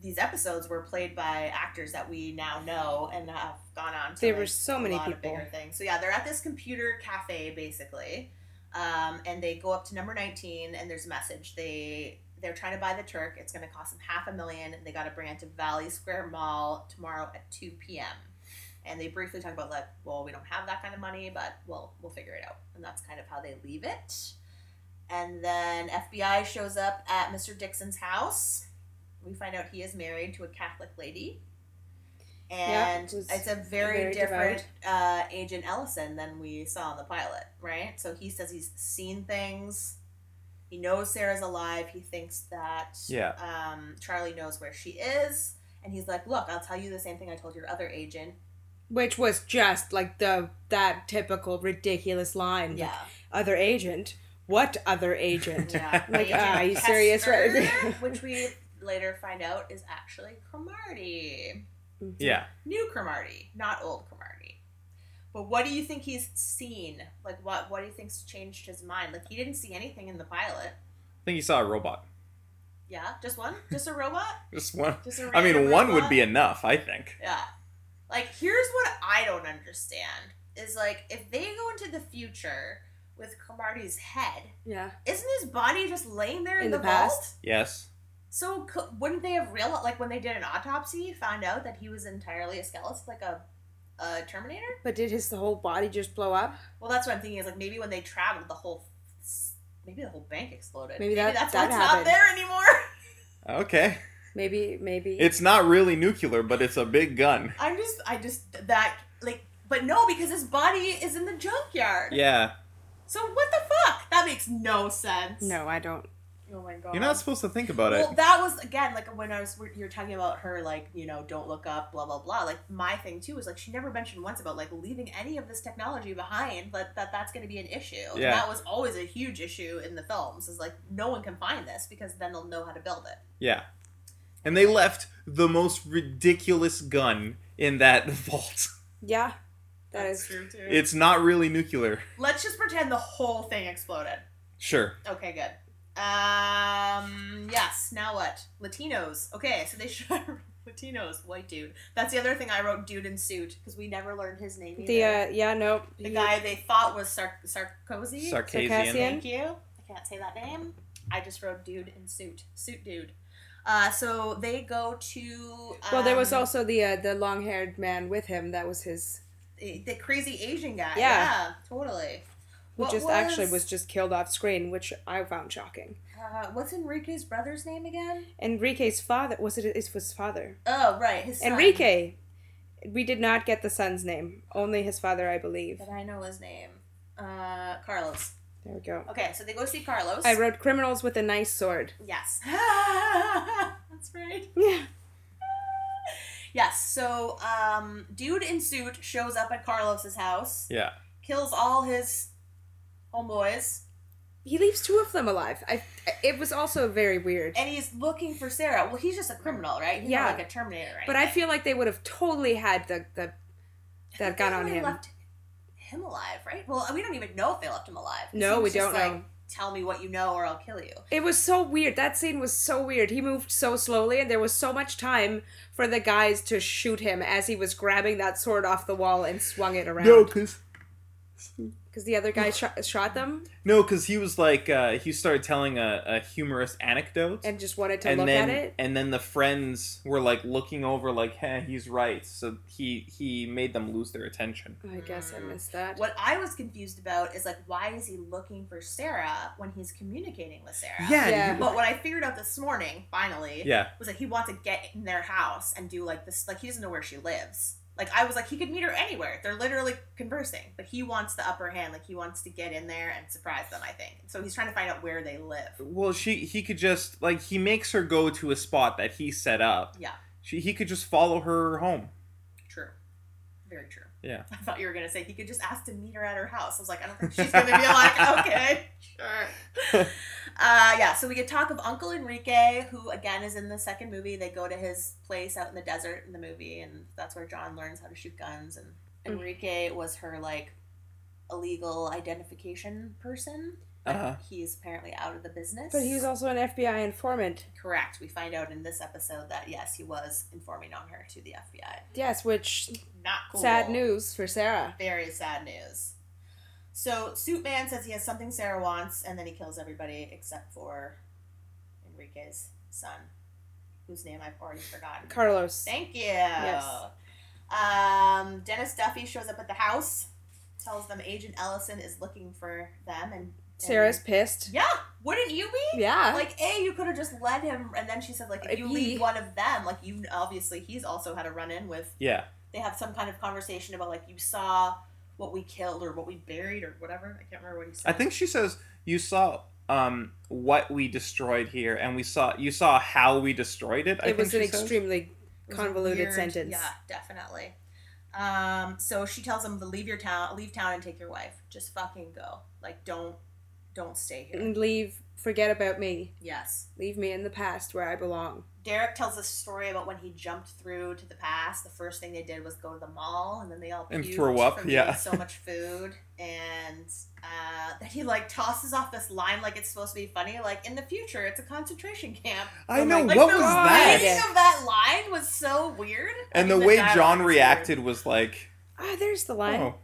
Speaker 2: these episodes were played by actors that we now know and have gone on to
Speaker 3: There
Speaker 2: like,
Speaker 3: were so
Speaker 2: a
Speaker 3: many
Speaker 2: lot of
Speaker 3: people.
Speaker 2: bigger things. So yeah, they're at this computer cafe basically. Um, and they go up to number 19 and there's a message. They they're trying to buy the Turk. It's going to cost them half a million. They got to bring it to Valley Square Mall tomorrow at 2 p.m. And they briefly talk about like, well, we don't have that kind of money, but we'll we'll figure it out. And that's kind of how they leave it. And then FBI shows up at Mr. Dixon's house. We find out he is married to a Catholic lady.
Speaker 3: Yeah,
Speaker 2: And
Speaker 3: who's
Speaker 2: it's a very,
Speaker 3: very
Speaker 2: different uh, Agent Ellison than we saw in the pilot, right? So he says he's seen things. He knows Sarah's alive. He thinks that
Speaker 4: Yeah.
Speaker 2: um, Charlie knows where she is. And he's like, look, I'll tell you the same thing I told your other agent.
Speaker 3: Which was just like the that typical ridiculous line. (laughs)
Speaker 2: Yeah.
Speaker 3: Other agent. What other agent?
Speaker 2: (laughs) Yeah.
Speaker 3: Like,
Speaker 2: Agent
Speaker 3: ah, are you serious right
Speaker 2: Kester,
Speaker 3: (laughs) there?
Speaker 2: Which we later find out is actually Cromarty.
Speaker 4: Yeah.
Speaker 2: New Cromarty, not old Cromarty. But what do you think he's seen? Like, what what do you think's changed his mind? Like, he didn't see anything in the pilot.
Speaker 4: I think he saw a robot. (laughs)
Speaker 2: Yeah, just one, just a robot,
Speaker 4: Just one.
Speaker 2: just a.
Speaker 4: I mean,
Speaker 2: random
Speaker 4: one would
Speaker 2: robot?
Speaker 4: be enough, I think.
Speaker 2: Yeah. Like, here's what I don't understand is like, if they go into the future with Cromarty's head,
Speaker 3: Yeah.
Speaker 2: isn't his body just laying there in,
Speaker 3: In
Speaker 2: the,
Speaker 3: the past?
Speaker 2: vault?
Speaker 4: Yes.
Speaker 2: So cou- wouldn't they have real like when they did an autopsy, found out that he was entirely a skeleton, like a, a Terminator?
Speaker 3: But did his whole body just blow up?
Speaker 2: Well, that's what I'm thinking is like maybe when they traveled, the whole s- maybe the whole bank exploded.
Speaker 3: Maybe that-
Speaker 2: that's
Speaker 3: that
Speaker 2: why it's not
Speaker 3: happened.
Speaker 2: there anymore. (laughs)
Speaker 4: Okay.
Speaker 3: Maybe. Maybe.
Speaker 4: It's not really nuclear, but it's a big gun.
Speaker 2: I'm just I just that like but no because his body is in the junkyard.
Speaker 4: Yeah.
Speaker 2: So what the fuck? That makes no sense.
Speaker 3: no, I don't.
Speaker 2: Oh my god.
Speaker 4: You're not supposed to think about it.
Speaker 2: Well, that was again like when I was you're talking about her like you know don't look up blah blah blah. Like my thing too was like she never mentioned once about like leaving any of this technology behind. But that that's going to be an issue. And
Speaker 4: Yeah.
Speaker 2: that was always a huge issue in the films. Is like no one can find this because then they'll know how to build it.
Speaker 4: Yeah. And they left the most ridiculous gun in that (laughs) vault.
Speaker 3: Yeah, that is
Speaker 2: true too.
Speaker 4: It's not really nuclear.
Speaker 2: Let's just pretend the whole thing exploded.
Speaker 4: Sure.
Speaker 2: Okay, good. Um, yes. Now what? Latinos. Okay, so they (laughs) should Latinos. White dude. That's the other thing I wrote. Dude in suit because we never learned his name.
Speaker 3: the
Speaker 2: either.
Speaker 3: uh, yeah no
Speaker 2: the
Speaker 3: you-
Speaker 2: guy they thought was Sar- Sarkozy.
Speaker 4: Sarkasian.
Speaker 3: Circassian.
Speaker 2: Thank you. I can't say that name. I just wrote dude in suit. Suit dude. Uh, so they go to. Um,
Speaker 3: Well, there was also the uh, the long haired man with him. That was his,
Speaker 2: the the crazy Asian guy.
Speaker 3: Yeah.
Speaker 2: Yeah, totally.
Speaker 3: who
Speaker 2: What
Speaker 3: just actually was just killed off screen, which I found shocking.
Speaker 2: Uh, what's Enrique's brother's name again?
Speaker 3: Enrique's father was it? It was his father.
Speaker 2: Oh, right, his son.
Speaker 3: Enrique. We did not get the son's name. Only his father, I believe.
Speaker 2: But I know his name. Uh, Carlos.
Speaker 3: There we go.
Speaker 2: Okay, so they go see Carlos.
Speaker 3: I wrote criminals with a nice sword.
Speaker 2: yes. (laughs) That's right.
Speaker 3: Yeah.
Speaker 2: Yes. So, um, dude in suit shows up at Carlos's house,
Speaker 4: Yeah.
Speaker 2: kills all his homeboys,
Speaker 3: He leaves two of them alive. I. It was also very weird.
Speaker 2: and he's looking for Sarah. Well, he's just a criminal, right? He's not
Speaker 3: Yeah.
Speaker 2: like a Terminator, right?
Speaker 3: But I feel like they would have totally had the the that gun on him.
Speaker 2: Left him alive, right? Well, we don't even know if they left him alive.
Speaker 3: No,
Speaker 2: He was
Speaker 3: we don't
Speaker 2: like,
Speaker 3: know.
Speaker 2: Tell me what you know, or I'll kill you.
Speaker 3: It was so weird. That scene was so weird. He moved so slowly, and there was so much time for the guys to shoot him as he was grabbing that sword off the wall and swung it around.
Speaker 4: because
Speaker 3: because the other guy shot, shot them
Speaker 4: no, because he was like uh, he started telling a, a humorous anecdote,
Speaker 3: and just wanted to
Speaker 4: and
Speaker 3: look
Speaker 4: then
Speaker 3: at it.
Speaker 4: and then the friends were like looking over, like, "Hey, he's right." So he he made them lose their attention.
Speaker 3: I guess I missed that.
Speaker 2: What I was confused about is like, why is he looking for Sarah when he's communicating with Sarah?
Speaker 3: Yeah.
Speaker 2: But what I figured out this morning, finally,
Speaker 4: Yeah.
Speaker 2: was that he wants to get in their house and do like this. Like he doesn't know where she lives. Like I was like, he could meet her anywhere. They're literally conversing, but he wants the upper hand. Like he wants to get in there and surprise them. I think so. He's trying to find out where they live.
Speaker 4: Well, she he could just like he makes her go to a spot that he set up.
Speaker 2: Yeah,
Speaker 4: She he could just follow her home.
Speaker 2: true. Very true.
Speaker 4: Yeah.
Speaker 2: (laughs) I thought you were gonna say he could just ask to meet her at her house. I was like, I don't think she's gonna be like, okay, sure. Uh, yeah. So we could talk of Uncle Enrique, who again is in the second movie. They go to his place out in the desert in the movie, and that's where John learns how to shoot guns. And Enrique was her like illegal identification person. but
Speaker 4: Uh-huh.
Speaker 2: He's apparently out of the business.
Speaker 3: But he was also an FBI informant.
Speaker 2: correct. We find out in this episode that yes, he was informing on her to the FBI.
Speaker 3: Yes, which
Speaker 2: Not cool.
Speaker 3: sad news for Sarah.
Speaker 2: Very sad news. So Suit Man says he has something Sarah wants, and then he kills everybody except for Enrique's son, whose name I've already forgotten.
Speaker 3: Carlos.
Speaker 2: Thank you. Um, Dennis Duffy shows up at the house, tells them Agent Ellison is looking for them, and, and
Speaker 3: Sarah's pissed.
Speaker 2: yeah, wouldn't you be?
Speaker 3: Yeah.
Speaker 2: Like a, you could have just led him, and then she said, like, if
Speaker 3: If
Speaker 2: you
Speaker 3: he-
Speaker 2: lead one of them, like you obviously he's also had a run in with
Speaker 4: Yeah.
Speaker 2: they have some kind of conversation about like you saw what we killed or what we buried or whatever. I can't remember what he said.
Speaker 4: I think she says you saw um what we destroyed here and we saw you saw how we destroyed it.
Speaker 3: it
Speaker 4: I think
Speaker 3: was an
Speaker 4: she says.
Speaker 3: extremely
Speaker 2: It was a
Speaker 3: convoluted
Speaker 2: weird-
Speaker 3: sentence.
Speaker 2: Yeah, definitely. Um, so she tells him to leave your town, leave town, and take your wife. Just fucking go. Like don't, don't stay here.
Speaker 3: And leave, forget about me.
Speaker 2: Yes.
Speaker 3: Leave me in the past where I belong.
Speaker 2: Derek tells a story about when he jumped through to the past. The first thing they did was go to the mall, and then they all
Speaker 4: And
Speaker 2: puked
Speaker 4: throw up,
Speaker 2: from
Speaker 4: yeah.
Speaker 2: eating so much food, and uh, then he like tosses off this line like it's supposed to be funny. Like in the future, it's a concentration camp.
Speaker 4: I
Speaker 3: Oh
Speaker 4: know
Speaker 3: my
Speaker 4: what
Speaker 2: Like the
Speaker 4: was
Speaker 3: God.
Speaker 4: that?
Speaker 2: reading of that line was so weird.
Speaker 4: And
Speaker 2: I
Speaker 4: the
Speaker 2: mean,
Speaker 4: way
Speaker 2: dialogue
Speaker 4: John
Speaker 2: was
Speaker 4: reacted
Speaker 2: weird.
Speaker 4: was like,
Speaker 3: Ah, there's the line.
Speaker 4: "Oh,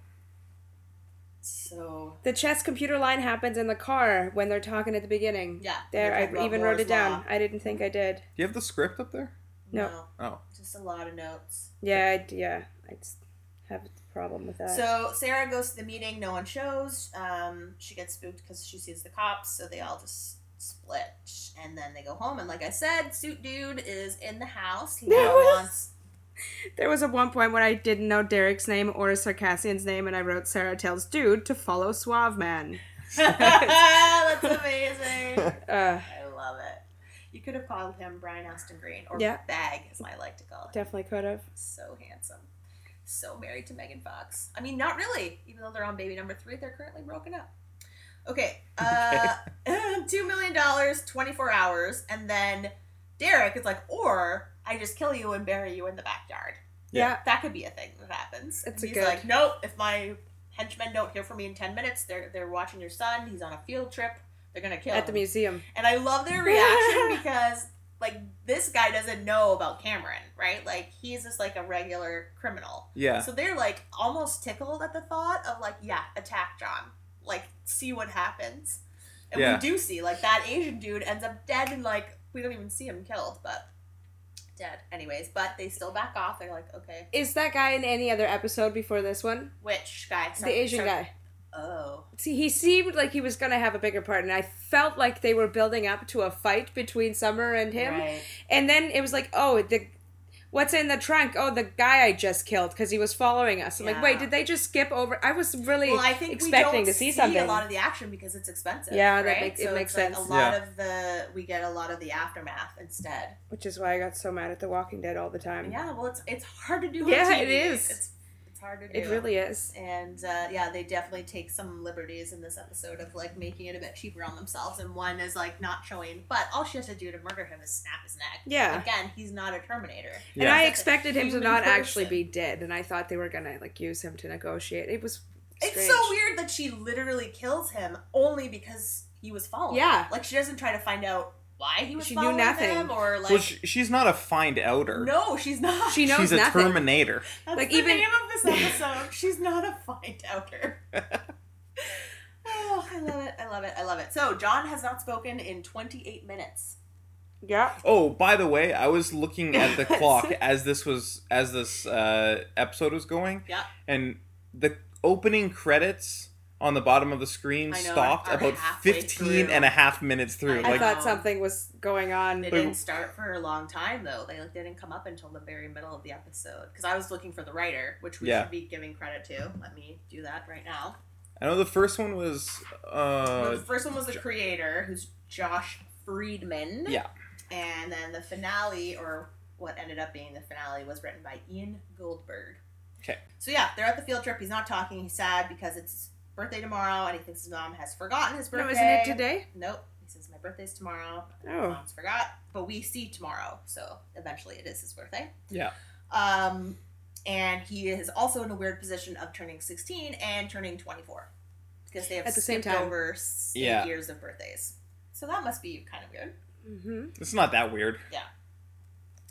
Speaker 2: So
Speaker 3: The chess computer line happens in the car when they're talking at the beginning.
Speaker 2: Yeah, they're
Speaker 3: There,
Speaker 2: talking
Speaker 3: I
Speaker 2: about
Speaker 3: even
Speaker 2: Moore's
Speaker 3: wrote it down.
Speaker 2: Law.
Speaker 3: I didn't think I did.
Speaker 4: do you have the script up there?"
Speaker 3: No.
Speaker 4: Oh.
Speaker 2: just a lot of notes.
Speaker 3: Yeah, I, yeah. I just have a problem with that.
Speaker 2: So Sarah goes to the meeting. No one shows. Um, she gets spooked because she sees the cops. So they all just split, and then they go home. And like I said, suit dude is in the house. He
Speaker 3: There
Speaker 2: now
Speaker 3: was- (laughs)
Speaker 2: wants. (laughs)
Speaker 3: there was a one point when I didn't know Derek's name or Circassian's name, and I wrote Sarah tells dude to follow Suave Man.
Speaker 2: That's amazing.
Speaker 3: Uh,
Speaker 2: I love it. You could have called him Brian Austin Green or
Speaker 3: Yeah.
Speaker 2: Bag, as I like to call him.
Speaker 3: definitely could have.
Speaker 2: So handsome. So married to Megan Fox. I mean, not really. Even though they're on baby number three, they're currently broken up. (laughs) Okay. Uh, $2 million, 24 hours, and then Derek is like, or I just kill you and bury you in the backyard.
Speaker 3: Yeah.
Speaker 2: That could be a thing that happens.
Speaker 3: It's a
Speaker 2: and he's
Speaker 3: good-
Speaker 2: like, nope. If my henchmen don't hear from me in ten minutes, they're they're watching your son. He's on a field trip. They're gonna kill
Speaker 3: At the
Speaker 2: him.
Speaker 3: museum.
Speaker 2: And I love their
Speaker 3: (laughs)
Speaker 2: reaction because like this guy doesn't know about Cameron, right? Like he's just like a regular criminal.
Speaker 4: Yeah.
Speaker 2: So they're like almost tickled at the thought of like, yeah, attack John. Like see what happens. And
Speaker 4: Yeah.
Speaker 2: we do see like that Asian dude ends up dead and like we don't even see him killed, but dead anyways. But they still back off. They're like, okay,
Speaker 3: Is that guy in any other episode before this one?
Speaker 2: which guy?
Speaker 3: The Asian guy.
Speaker 2: Oh.
Speaker 3: See, he seemed like he was going to have a bigger part, and I felt like they were building up to a fight between Summer and him.
Speaker 2: Right.
Speaker 3: And then it was like, oh, the what's in the trunk? Oh, the guy I just killed because he was following us. I'm like, wait,
Speaker 2: Yeah.
Speaker 3: did they just skip over? I was really
Speaker 2: Well, I think
Speaker 3: expecting
Speaker 2: we don't
Speaker 3: to see, something.
Speaker 2: a lot of the action because it's expensive.
Speaker 3: Yeah, that
Speaker 2: right?
Speaker 3: makes- it
Speaker 2: so
Speaker 3: makes
Speaker 2: it's like
Speaker 3: sense.
Speaker 2: a lot
Speaker 4: Yeah.
Speaker 2: of the we get a lot of the aftermath instead.
Speaker 3: which is why I got so mad at The Walking Dead all the time.
Speaker 2: Yeah, well, it's it's hard to do. on
Speaker 3: Yeah,
Speaker 2: TV.
Speaker 3: it is.
Speaker 2: It's, it's hard to do.
Speaker 3: It really is.
Speaker 2: And uh, yeah, they definitely take some liberties in this episode of like making it a bit cheaper on themselves. And one is like not showing, but all she has to do to murder him is snap his neck.
Speaker 3: Yeah.
Speaker 2: Again, he's not a Terminator.
Speaker 3: And I
Speaker 2: That's a
Speaker 3: expected him to
Speaker 2: human
Speaker 3: not actually
Speaker 2: person.
Speaker 3: be dead, and I thought they were gonna like use him to negotiate. It was strange.
Speaker 2: It's so weird that she literally kills him only because he was following.
Speaker 3: Yeah.
Speaker 2: like she doesn't try to find out why he was
Speaker 3: She knew
Speaker 2: following
Speaker 3: nothing.
Speaker 2: them or like.
Speaker 4: well, she, she's not a find outer.
Speaker 2: no, she's not.
Speaker 3: She knows
Speaker 4: she's a
Speaker 3: nothing.
Speaker 4: Terminator.
Speaker 2: That's
Speaker 3: like,
Speaker 2: the
Speaker 3: even-
Speaker 2: name
Speaker 3: (laughs)
Speaker 2: of this episode. she's not a find
Speaker 4: (laughs)
Speaker 2: outer. oh, I love it! I love it! I love it! So John has not spoken in 28 minutes.
Speaker 3: yeah.
Speaker 4: Oh, by the way, I was
Speaker 2: (laughs)
Speaker 4: looking at the clock as this was as this uh, episode was going,
Speaker 2: Yeah,
Speaker 4: and the opening credits on the bottom of the screen
Speaker 2: I know,
Speaker 4: stopped
Speaker 2: are
Speaker 4: about
Speaker 2: halfway
Speaker 4: 15
Speaker 2: through.
Speaker 4: and a half minutes through.
Speaker 2: I
Speaker 3: I
Speaker 4: like,
Speaker 3: thought something was going on.
Speaker 2: they
Speaker 4: Wait,
Speaker 2: didn't start for a long time though. They like, didn't come up until the very middle of the episode because I was looking for the writer, which we
Speaker 4: Yeah.
Speaker 2: should be giving credit to. Let me do that right now.
Speaker 4: I know the first one was. Uh,
Speaker 2: the first one was the creator, who's Josh Friedman.
Speaker 4: Yeah.
Speaker 2: And then the finale, or what ended up being the finale, was written by Ian Goldberg.
Speaker 4: Okay.
Speaker 2: So yeah, they're at the field trip. He's not talking. He's sad because it's his birthday tomorrow, and he thinks his mom has forgotten his birthday.
Speaker 3: No, isn't it today?
Speaker 2: Nope. He says my birthday's tomorrow.
Speaker 3: Oh.
Speaker 2: Mom's forgot, but we see tomorrow, so eventually it is his birthday.
Speaker 4: yeah.
Speaker 2: Um, and he is also in a weird position of turning 16 and turning 24 because they have
Speaker 3: At the same
Speaker 2: skipped
Speaker 3: time.
Speaker 2: over s- eight
Speaker 4: Yeah.
Speaker 2: years of birthdays. So that must be kind of weird.
Speaker 3: Mm-hmm.
Speaker 4: It's not that weird.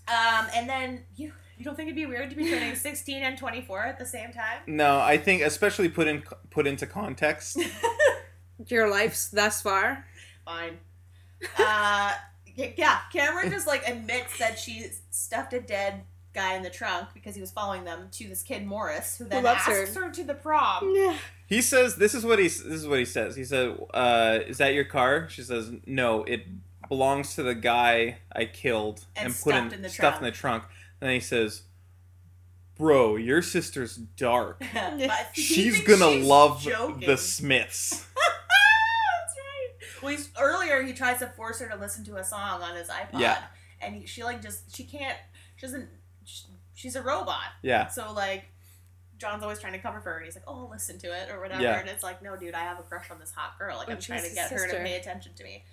Speaker 2: Um, and then you you don't think it'd be weird to be
Speaker 3: (laughs)
Speaker 2: turning 16 and 24 at the same time?
Speaker 4: No, I think especially put in put into context.
Speaker 3: Your life's thus far.
Speaker 2: Fine. Uh, (laughs) y- yeah, Cameron just like admits that she stuffed a dead guy in the trunk because he was following them to this kid Morris, who then
Speaker 3: loves her.
Speaker 2: asks her to the
Speaker 3: (laughs)
Speaker 2: prom.
Speaker 3: Yeah.
Speaker 4: He says, "This is what he this is what he says." He said, uh, "Is that your car?" She says, "No, it belongs to the guy I killed
Speaker 2: And
Speaker 4: and, put
Speaker 2: stuffed
Speaker 4: in,
Speaker 2: in the
Speaker 4: stuff in the trunk." And then he says, "Bro, your
Speaker 2: (laughs)
Speaker 4: sister's dark.
Speaker 2: But he
Speaker 4: She's
Speaker 2: thinks (laughs)
Speaker 4: gonna
Speaker 2: she's
Speaker 4: love
Speaker 2: joking.
Speaker 4: the Smiths."
Speaker 2: That's right. Well, he's, earlier he tries to force her to listen to a song on his iPod.
Speaker 4: Yeah.
Speaker 2: And he, she like just she can't she doesn't sh she's a robot.
Speaker 4: Yeah,
Speaker 2: So like John's always trying to cover for her. and He's like, "Oh, I'll listen to it" or whatever.
Speaker 4: Yeah.
Speaker 2: And it's like, "No, dude, I have a crush on this hot girl. Like
Speaker 3: Oh,
Speaker 2: I'm trying to
Speaker 3: she's
Speaker 2: get
Speaker 3: his
Speaker 2: her to
Speaker 3: sister.
Speaker 2: pay attention to me."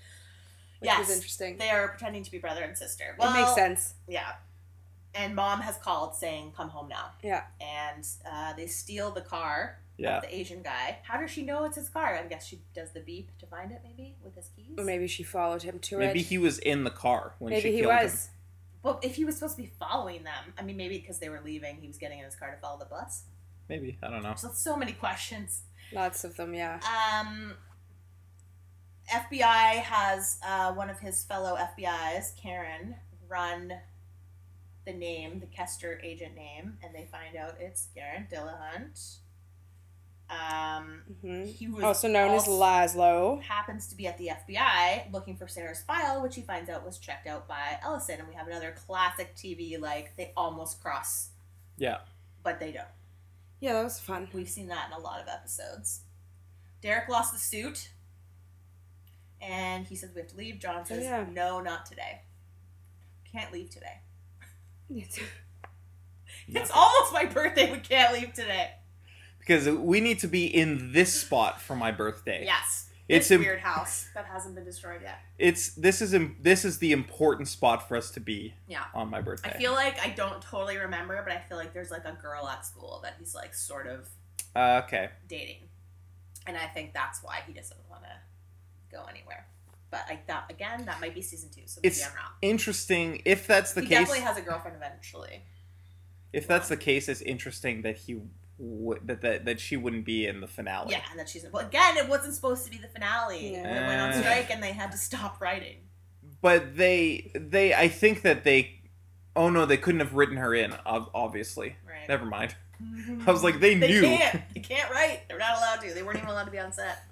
Speaker 3: Which
Speaker 2: yes.
Speaker 3: was interesting.
Speaker 2: They are pretending to be brother and sister. Well,
Speaker 3: it makes sense.
Speaker 2: Yeah. And mom has called saying, "Come home now."
Speaker 3: Yeah.
Speaker 2: And uh, they steal the car
Speaker 4: yeah.
Speaker 2: the Asian guy. How does she know it's his car? I guess she does the beep to find it, maybe with his keys.
Speaker 3: Or maybe she followed him to
Speaker 4: Maybe
Speaker 3: it.
Speaker 4: he was in the car when
Speaker 3: maybe
Speaker 4: she
Speaker 3: he
Speaker 4: killed
Speaker 3: was.
Speaker 4: him.
Speaker 2: Well, if he was supposed to be following them, I mean, maybe because they were leaving, he was getting in his car to follow the bus.
Speaker 4: Maybe I don't know.
Speaker 2: So so many questions.
Speaker 3: Lots of them. Yeah.
Speaker 2: Um, FBI has uh, one of his fellow FBI's, Karen, run the name, the Kester agent name, and they find out it's Karen Dillahunt. Um,
Speaker 3: hmm
Speaker 2: he was
Speaker 3: Also known as
Speaker 2: also-
Speaker 3: Laszlo.
Speaker 2: happens to be at the FBI looking for Sarah's file, which he finds out was checked out by Ellison. And we have another classic TV like they almost cross,
Speaker 4: Yeah,
Speaker 2: but they don't.
Speaker 3: Yeah, that was (laughs) fun.
Speaker 2: We've seen that in a lot of episodes. Derek lost the suit, and he says we have to leave. John says
Speaker 3: Yeah.
Speaker 2: no, not today. Can't leave today. It's almost my birthday. We can't leave today.
Speaker 4: because we need to be in this spot for my birthday.
Speaker 2: Yes.
Speaker 4: It's
Speaker 2: this
Speaker 4: im-
Speaker 2: weird house that hasn't been destroyed yet.
Speaker 4: it's this is im- this is the important spot for us to be
Speaker 2: Yeah.
Speaker 4: on my birthday.
Speaker 2: I feel like I don't totally remember, but I feel like there's like a girl at school that he's like sort of
Speaker 4: uh, okay.
Speaker 2: dating, and I think that's why he doesn't want to go anywhere. But I that again, that might be season two, so maybe
Speaker 4: It's
Speaker 2: I'm wrong.
Speaker 4: interesting if that's the
Speaker 2: he
Speaker 4: case.
Speaker 2: definitely has a girlfriend eventually.
Speaker 4: if that's the case, it's interesting that he w- that, that that she wouldn't be in the finale.
Speaker 2: Yeah, and then she's well again. It wasn't supposed to be the finale.
Speaker 3: Yeah.
Speaker 2: It went on
Speaker 4: Uh.
Speaker 2: strike, and they had to stop writing.
Speaker 4: But they they I think that they oh no they couldn't have written her in ob- obviously.
Speaker 2: Right.
Speaker 4: Never mind. I was like they,
Speaker 2: They
Speaker 4: knew.
Speaker 2: can't. They can't write. They're not allowed to. They weren't even allowed to be on set.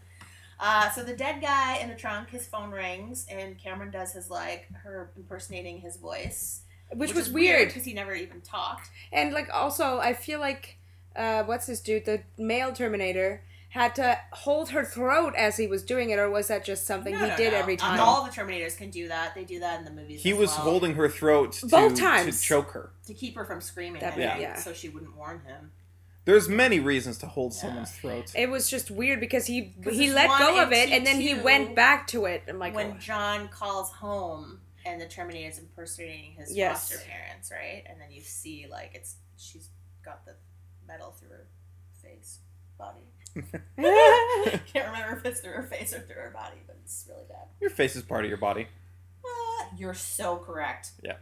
Speaker 2: Uh, so the dead guy in the trunk, his phone rings, and Cameron does his like her impersonating his voice,
Speaker 3: Which, was weird.
Speaker 2: because he never even talked.
Speaker 3: And like also, I feel like uh, what's this dude, the male Terminator, had to hold her throat as he was doing it, or was that just something
Speaker 2: No,
Speaker 3: he
Speaker 2: no,
Speaker 3: did
Speaker 2: no.
Speaker 3: every
Speaker 2: Uh,
Speaker 3: time?
Speaker 2: all the Terminators can do that. They do that in the movies.
Speaker 4: He
Speaker 2: as
Speaker 4: was
Speaker 2: well,
Speaker 4: holding her throat to,
Speaker 3: Both
Speaker 4: to
Speaker 3: times.
Speaker 4: choke her.
Speaker 2: to keep her from screaming,
Speaker 3: That-
Speaker 2: I think,
Speaker 3: yeah.
Speaker 2: so she wouldn't warn him.
Speaker 4: There's many reasons to hold someone's throat.
Speaker 3: It was just weird because he
Speaker 2: 'Cause
Speaker 3: he
Speaker 2: it's
Speaker 3: let
Speaker 2: one
Speaker 3: go
Speaker 2: and
Speaker 3: of it
Speaker 2: two,
Speaker 3: and then he
Speaker 2: two.
Speaker 3: went back to it. I'm like,
Speaker 2: when
Speaker 3: oh.
Speaker 2: John calls home and the Terminator's impersonating his
Speaker 3: Yes.
Speaker 2: foster parents, right? And then you see like it's she's got the metal through her face,
Speaker 3: (laughs)
Speaker 2: body. (laughs) Can't remember if it's through her face or through her body, but it's really bad.
Speaker 4: Your face is part of your body.
Speaker 2: Ah, you're so correct.
Speaker 4: Yeah.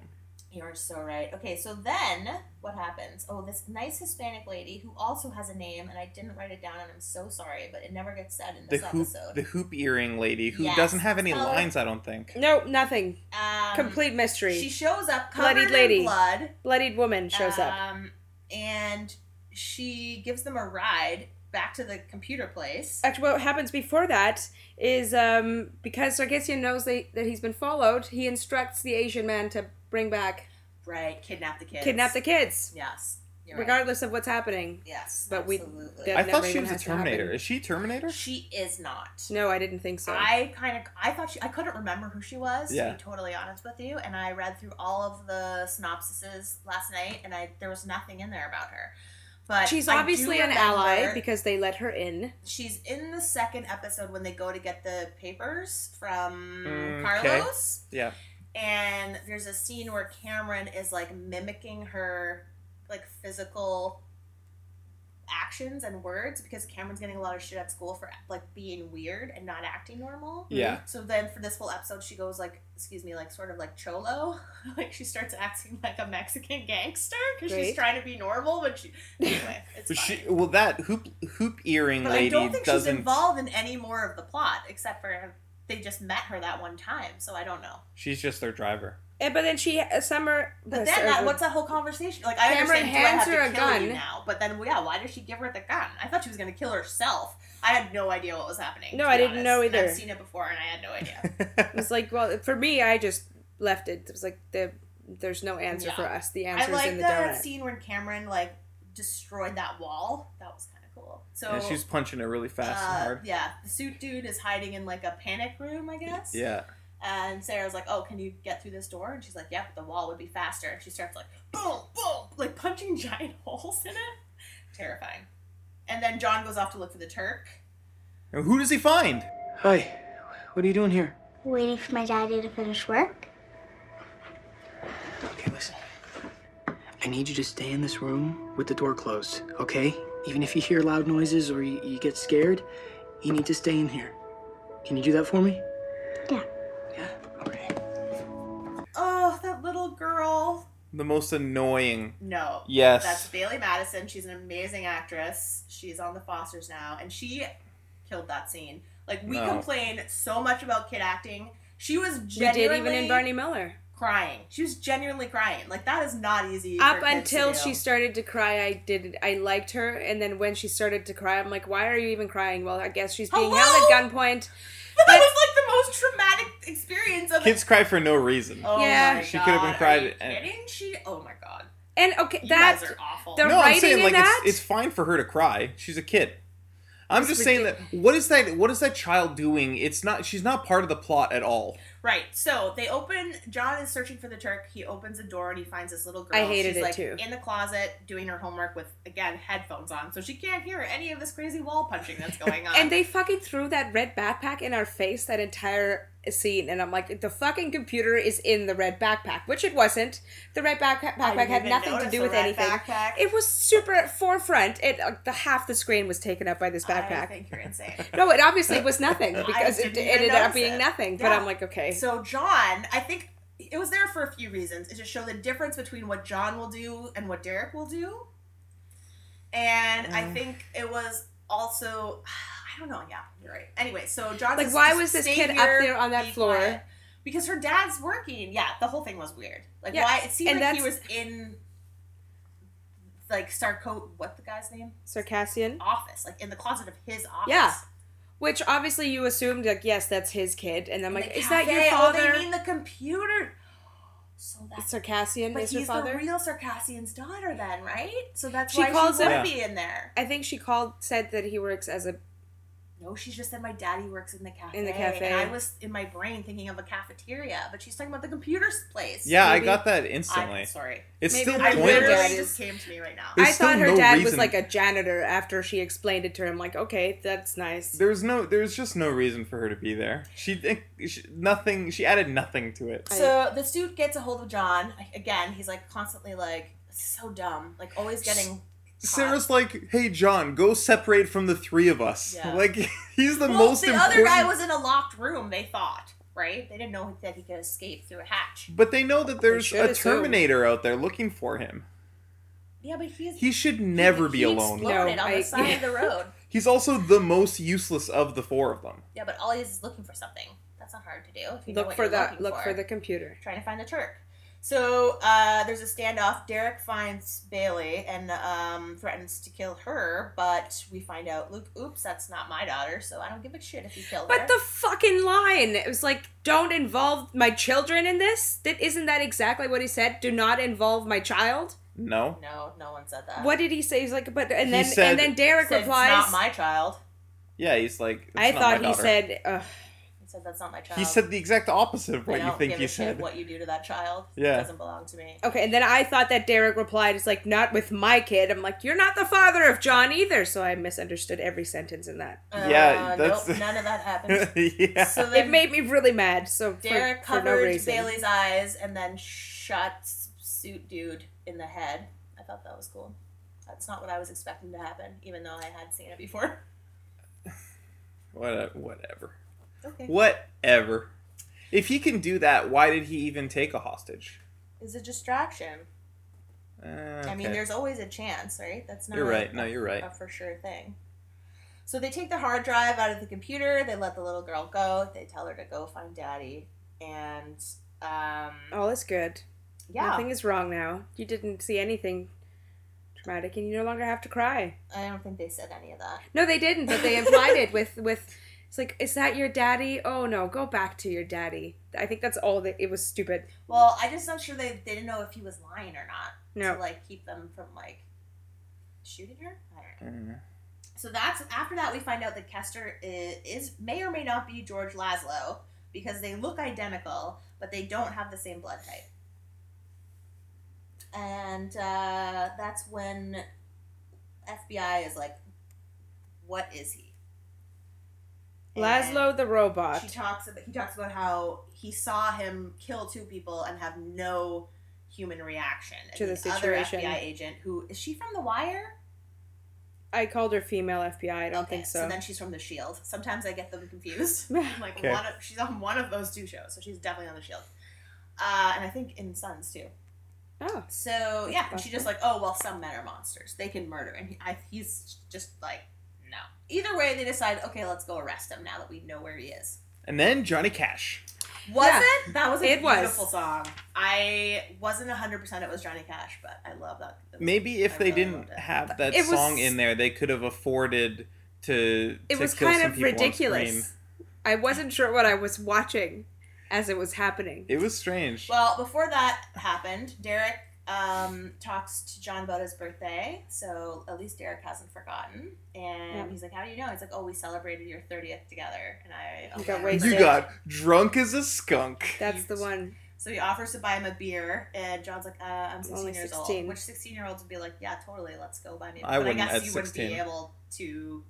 Speaker 2: You're so right. Okay, so then what happens? Oh, this nice Hispanic lady who also has a name, and I didn't write it down, and I'm so sorry, but it never gets said in
Speaker 4: The
Speaker 2: this
Speaker 4: hoop,
Speaker 2: episode.
Speaker 4: the hoop earring lady who
Speaker 2: Yes,
Speaker 4: doesn't have any
Speaker 2: tell her.
Speaker 4: lines. I don't think.
Speaker 3: no, nothing.
Speaker 2: um,
Speaker 3: Complete mystery.
Speaker 2: She shows up covered
Speaker 3: Bloodied
Speaker 2: in
Speaker 3: lady.
Speaker 2: blood.
Speaker 3: Bloodied woman shows up.
Speaker 2: Um, and she gives them a ride back to the computer place.
Speaker 3: Actually, what happens before that is um, because Sargassian knows they, that he's been followed, he instructs the Asian man to bring back,
Speaker 2: Right, kidnap the kids.
Speaker 3: kidnap the kids,
Speaker 2: Yes. You're right.
Speaker 3: regardless of what's happening.
Speaker 2: Yes.
Speaker 3: But we-
Speaker 2: absolutely.
Speaker 3: that
Speaker 4: I
Speaker 3: never
Speaker 4: thought she
Speaker 3: even
Speaker 4: was a
Speaker 3: has to happen.
Speaker 4: Terminator. Is she Terminator?
Speaker 2: she is not.
Speaker 3: No, I didn't think so.
Speaker 2: I kind of I thought she I couldn't remember who she was to
Speaker 4: Yeah.
Speaker 2: be totally honest with you and I read through all of the synopsises last night and I there was nothing in there about her. But
Speaker 3: She's
Speaker 2: I do
Speaker 3: obviously an
Speaker 2: remember-
Speaker 3: ally because they let her in.
Speaker 2: she's in the second episode when they go to get the papers from
Speaker 4: Mm, okay.
Speaker 2: Carlos.
Speaker 4: Yeah.
Speaker 2: And there's a scene where Cameron is like mimicking her like physical actions and words because Cameron's getting a lot of shit at school for like being weird and not acting normal.
Speaker 4: Yeah.
Speaker 2: So then for this whole episode she goes like excuse me like sort of like cholo (laughs) like she starts acting like a Mexican gangster cuz she's
Speaker 3: Great.
Speaker 2: trying to be normal but she
Speaker 4: (laughs)
Speaker 2: anyway it's
Speaker 4: But
Speaker 2: fine.
Speaker 4: she well that hoop hoop earring
Speaker 2: But
Speaker 4: lady
Speaker 2: I don't think she's
Speaker 4: doesn't.
Speaker 2: involved in any more of the plot, except for they just met her that one time, so I don't know.
Speaker 4: She's just their driver.
Speaker 3: And, but then she, uh, Summer.
Speaker 2: But
Speaker 3: uh,
Speaker 2: then, that,
Speaker 3: uh,
Speaker 2: what's that whole conversation? Like, I
Speaker 3: Cameron
Speaker 2: understand,
Speaker 3: hands
Speaker 2: do I
Speaker 3: her
Speaker 2: have
Speaker 3: a
Speaker 2: to kill you
Speaker 3: gun.
Speaker 2: now? But then, yeah, why did she give her the gun? I thought she was going to kill herself. I had no idea what was happening.
Speaker 3: No,
Speaker 2: to
Speaker 3: I
Speaker 2: be
Speaker 3: didn't know
Speaker 2: honest. And
Speaker 3: either.
Speaker 2: I've seen it before, and I had no
Speaker 3: (laughs)
Speaker 2: idea.
Speaker 3: It (laughs) was like, well, for me, I just left it. It was like the there's no answer
Speaker 2: Yeah.
Speaker 3: for us. The
Speaker 2: I
Speaker 3: answer is
Speaker 2: like
Speaker 3: in the
Speaker 2: that
Speaker 3: donut.
Speaker 2: scene when Cameron like destroyed that wall. That was kind of cool. So
Speaker 4: and she's punching it really fast and
Speaker 2: uh,
Speaker 4: hard.
Speaker 2: yeah, the suit dude is hiding in like a panic room, I guess.
Speaker 4: Yeah.
Speaker 2: And Sarah's like, "Oh, can you get through this door?" And she's like, "Yeah, but the wall would be faster." And she starts like, boom, boom, like punching (laughs) giant holes in it. Terrifying. And then John goes off to look for the Turk.
Speaker 4: And who does he find?
Speaker 8: Hi, what are you doing here?
Speaker 9: Waiting for my daddy to finish work?
Speaker 8: Okay, listen. I need you to stay in this room with the door closed, okay? Even if you hear loud noises or you, you get scared, you need to stay in here. Can you do that for me?
Speaker 9: Yeah.
Speaker 8: Yeah? Okay.
Speaker 2: Oh, that little girl.
Speaker 4: The most annoying.
Speaker 2: No.
Speaker 4: Yes.
Speaker 2: That's Bailey Madison. She's an amazing actress. She's on the Fosters now, and she killed that scene. Like we
Speaker 4: No.
Speaker 2: complain so much about kid acting. She was
Speaker 3: we did
Speaker 2: genuinely
Speaker 3: even in Barney Miller.
Speaker 2: crying. She was genuinely crying. Like that is not easy.
Speaker 3: Up
Speaker 2: for kids to
Speaker 3: until
Speaker 2: do.
Speaker 3: she started to cry, I did. I liked her, and then when she started to cry, I'm like, why are you even crying? Well, I guess she's being
Speaker 2: Hello?
Speaker 3: held at gunpoint.
Speaker 2: that
Speaker 3: But-
Speaker 2: was like the most traumatic experience of
Speaker 4: Kids cry for no reason.
Speaker 2: Oh
Speaker 3: Yeah.
Speaker 2: my
Speaker 4: She could have been
Speaker 2: God,
Speaker 4: cried
Speaker 2: Are you
Speaker 4: and-
Speaker 2: kidding? She. Oh my god.
Speaker 3: And okay,
Speaker 2: You
Speaker 3: that
Speaker 2: guys are awful.
Speaker 3: the-
Speaker 4: no, I'm
Speaker 3: writing
Speaker 4: saying
Speaker 3: in
Speaker 4: like
Speaker 3: that?
Speaker 4: it's it's fine for her to cry. She's a kid. I'm just saying that what is that what is that child doing? It's not she's not part of the plot at all.
Speaker 2: Right. So they open. John is searching for the Turk. He opens the door and he finds this little girl.
Speaker 3: I hated
Speaker 2: She's
Speaker 3: it
Speaker 2: like
Speaker 3: too.
Speaker 2: In the closet doing her homework with again headphones on, so she can't hear any of this crazy wall punching that's going on.
Speaker 3: (laughs) And they fucking threw that red backpack in our face that entire scene, and I'm like, the fucking computer is in the red backpack, which it wasn't. The red backpack, backpack
Speaker 2: didn't
Speaker 3: had
Speaker 2: even
Speaker 3: nothing to
Speaker 2: notice
Speaker 3: do
Speaker 2: the
Speaker 3: with
Speaker 2: red
Speaker 3: anything.
Speaker 2: backpack.
Speaker 3: It was super forefront. It like the half the screen was taken up by this
Speaker 2: I
Speaker 3: backpack.
Speaker 2: think you're insane.
Speaker 3: No, it obviously
Speaker 2: (laughs)
Speaker 3: was nothing because it
Speaker 2: didn't even
Speaker 3: ended up
Speaker 2: notice
Speaker 3: being
Speaker 2: it.
Speaker 3: nothing. But
Speaker 2: Yeah.
Speaker 3: I'm like, okay,
Speaker 2: So John, I think it was there for a few reasons. It to show the difference between what John will do and what Derek will do. And
Speaker 3: Mm.
Speaker 2: I think it was also (sighs) I don't know, yeah, you're right. Anyway, so John
Speaker 3: Like,
Speaker 2: says,
Speaker 3: why
Speaker 2: "Just
Speaker 3: was this
Speaker 2: stay
Speaker 3: kid up
Speaker 2: here,
Speaker 3: there on that
Speaker 2: be
Speaker 3: floor?"
Speaker 2: quiet." Because her dad's working. Yeah, the whole thing was weird. Like
Speaker 3: Yeah,
Speaker 2: why it seemed
Speaker 3: and
Speaker 2: like he was
Speaker 3: that's-
Speaker 2: in like Sarko what the guy's name?
Speaker 3: Circassian.
Speaker 2: Office. Like in the closet of his office.
Speaker 3: Yeah. Which obviously you assumed like, yes, that's his kid, and I'm
Speaker 2: In
Speaker 3: like,
Speaker 2: the
Speaker 3: is that your
Speaker 2: cafe.
Speaker 3: father?
Speaker 2: Oh, they mean the computer. So that's
Speaker 3: Circassian
Speaker 2: But
Speaker 3: is your
Speaker 2: he's the
Speaker 3: father.
Speaker 2: real Circassian's dauter, then, right? So that's
Speaker 3: She
Speaker 2: why
Speaker 3: calls
Speaker 2: she would
Speaker 4: him-
Speaker 2: be in there.
Speaker 3: I think she called said that he works as a
Speaker 2: No, she just said my daddy works in the cafe.
Speaker 3: In the cafe.
Speaker 2: And I was in my brain thinking of a cafeteria, but she's talking about the computer's place.
Speaker 4: Yeah,
Speaker 3: Maybe-
Speaker 4: I got that
Speaker 2: I'm
Speaker 4: instantly.
Speaker 2: sorry.
Speaker 4: It's
Speaker 3: Maybe
Speaker 4: still
Speaker 2: I
Speaker 3: Pointless.
Speaker 2: literally
Speaker 4: pointless.
Speaker 2: just came to me right now.
Speaker 4: There's
Speaker 3: I thought
Speaker 4: still
Speaker 3: her
Speaker 4: no
Speaker 3: dad was
Speaker 4: reason-
Speaker 3: like a janitor after she explained it to him. Like, okay, that's nice.
Speaker 4: There's no there's just no reason for her to be there. She, she nothing she added nothing to it.
Speaker 2: So the suit gets a hold of John. Again, he's like constantly like so dumb, like always getting.
Speaker 4: Sarah's like, "Hey John, go separate from the three of us."
Speaker 2: Yeah.
Speaker 4: (laughs) Like he's the
Speaker 2: Well,
Speaker 4: most
Speaker 2: the
Speaker 4: important.
Speaker 2: other guy was in a locked room. They thought, right? They didn't know that he could escape through a hatch.
Speaker 4: but they know that there's
Speaker 3: should
Speaker 4: a
Speaker 3: assume.
Speaker 4: Terminator out there looking for him.
Speaker 2: Yeah, but he's
Speaker 4: He should never be
Speaker 2: he
Speaker 4: alone.
Speaker 2: Exploded
Speaker 3: No,
Speaker 2: on
Speaker 3: I-
Speaker 2: the side
Speaker 3: (laughs)
Speaker 2: of the road.
Speaker 4: He's also the most useless of the four of them.
Speaker 2: Yeah, but all he is is looking for something. That's not hard to do. If you know
Speaker 3: Look
Speaker 2: what
Speaker 3: for
Speaker 2: you're
Speaker 3: the
Speaker 2: looking
Speaker 3: look for the computer.
Speaker 2: trying to find the Turk. So uh, there's a standoff. Derek finds Bailey and um, threatens to kill her, but we find out, Luke, oops, that's not my daughter, so I don't give a shit if you kill her.
Speaker 3: But the fucking line. It was like, don't involve my children in this. That isn't that exactly what he said? Do not involve my child.
Speaker 4: No.
Speaker 2: no, no one said that.
Speaker 3: What did he say? He's like, but and
Speaker 4: He
Speaker 3: then
Speaker 4: said-
Speaker 3: and then
Speaker 2: He
Speaker 3: Derek
Speaker 2: said,
Speaker 3: replies.
Speaker 2: It's not my child.
Speaker 4: Yeah, he's like. "It's
Speaker 3: I
Speaker 4: not
Speaker 3: thought
Speaker 4: my
Speaker 3: he
Speaker 4: daughter."
Speaker 3: said. Ugh.
Speaker 2: He said that's not my child.
Speaker 4: He said the exact opposite of
Speaker 2: I
Speaker 4: what you
Speaker 2: don't
Speaker 4: think
Speaker 2: give
Speaker 4: he
Speaker 2: a shit
Speaker 4: said. (laughs)
Speaker 2: what you do to that child.
Speaker 4: Yeah.
Speaker 2: It doesn't belong to me.
Speaker 3: Okay, and then I thought that Derek replied, "It's like not with my kid." I'm like, "You're not the father of John either," so I misunderstood every sentence in that.
Speaker 4: Yeah,
Speaker 2: Uh,
Speaker 4: that's-
Speaker 2: nope, none of that happened.
Speaker 4: (laughs) yeah.
Speaker 2: so
Speaker 3: It
Speaker 2: then
Speaker 3: made me really mad. So for-
Speaker 2: Derek
Speaker 3: for, no
Speaker 2: covered
Speaker 3: reason.
Speaker 2: Bailey's eyes and then shot suit dude in the head. I thought that was cool. That's not what I was expecting to happen, even though I had seen it
Speaker 3: (laughs)
Speaker 2: before.
Speaker 4: What, whatever.
Speaker 2: Okay.
Speaker 4: Whatever. If he can do that, why did he even take a hostage?
Speaker 2: It's a distraction.
Speaker 4: Uh,
Speaker 2: I mean,
Speaker 4: okay.
Speaker 2: there's always a chance, right? That's not
Speaker 4: You're right. No,
Speaker 2: a-
Speaker 4: you're right.
Speaker 2: a for sure thing. So they take the hard drive out of the computer. They let the little girl go. They tell her to go find daddy, and um,
Speaker 4: Oh,
Speaker 3: All is Oh, good.
Speaker 2: yeah,
Speaker 3: Nothing is wrong now. You didn't see anything traumatic, and you no longer have to cry.
Speaker 2: I don't think they said any of that.
Speaker 3: No, they didn't,
Speaker 2: (laughs)
Speaker 3: but they implied it with with. It's like, is that your daddy? Oh no, go back to your daddy. I think that's all that it was stupid.
Speaker 2: Well, I just not sure they, they didn't know if he was lying or not.
Speaker 3: No.
Speaker 2: To like keep them from like shooting her. I don't know.
Speaker 4: Uh,
Speaker 2: So that's after that we find out that Kester is, is may or may not be George Laszlo because they look identical, but they don't have the same blood type. And uh, that's when FBI is like, "What is he?" And-
Speaker 3: Laszlo the robot.
Speaker 2: she talks about he talks about how he saw him kill two people and have no human reaction And
Speaker 3: To the
Speaker 2: the
Speaker 3: situation.
Speaker 2: Other FBI agent who is she from The Wire?
Speaker 3: I called her female FBI. I don't
Speaker 2: Okay,
Speaker 3: think so.
Speaker 2: then she's from The Shield. Sometimes I get them
Speaker 3: (laughs)
Speaker 2: confused. I'm like
Speaker 4: Okay.
Speaker 2: one of, she's on one of those two shows, so she's definitely on The Shield. Uh, and I think in Sons too.
Speaker 3: oh,
Speaker 2: So yeah, and she
Speaker 3: possible.
Speaker 2: just like, oh well, some men are monsters. They can murder, and he, I, he's just like, no. Either way, they decide, okay, let's go arrest him now that we know where he is.
Speaker 4: and then Johnny Cash.
Speaker 2: Was
Speaker 3: Yeah.
Speaker 2: it? That was a
Speaker 3: It was.
Speaker 2: beautiful song. I wasn't 100% it was Johnny Cash, but I love that.
Speaker 4: Maybe if
Speaker 2: I
Speaker 4: they
Speaker 2: really
Speaker 4: didn't
Speaker 2: loved it.
Speaker 4: have that
Speaker 3: It was-
Speaker 4: song in there, they could have afforded to.
Speaker 3: it
Speaker 4: to
Speaker 3: was
Speaker 4: kill
Speaker 3: kind
Speaker 4: some
Speaker 3: of
Speaker 4: people on screen.
Speaker 3: ridiculous. I wasn't sure what I was watching as it was happening.
Speaker 4: It was strange.
Speaker 2: Well, before that happened, Derek um, talks to John about his birthday. So at least Derek hasn't forgotten. And
Speaker 3: Yeah.
Speaker 2: he's like, How do you know? He's like, Oh, we celebrated your 30th together. And I.
Speaker 3: You got
Speaker 2: okay.
Speaker 3: wasted.
Speaker 4: You got drunk as a skunk.
Speaker 3: That's the one.
Speaker 2: So he offers to buy him a beer. And John's like, uh, I'm 16
Speaker 3: Only
Speaker 2: years
Speaker 3: 16.
Speaker 2: old. Which 16 year olds would be like, Yeah, totally. Let's go buy me a beer.
Speaker 4: I
Speaker 2: but I
Speaker 4: wouldn't
Speaker 2: guess
Speaker 4: at
Speaker 2: you
Speaker 4: 16.
Speaker 2: wouldn't be able to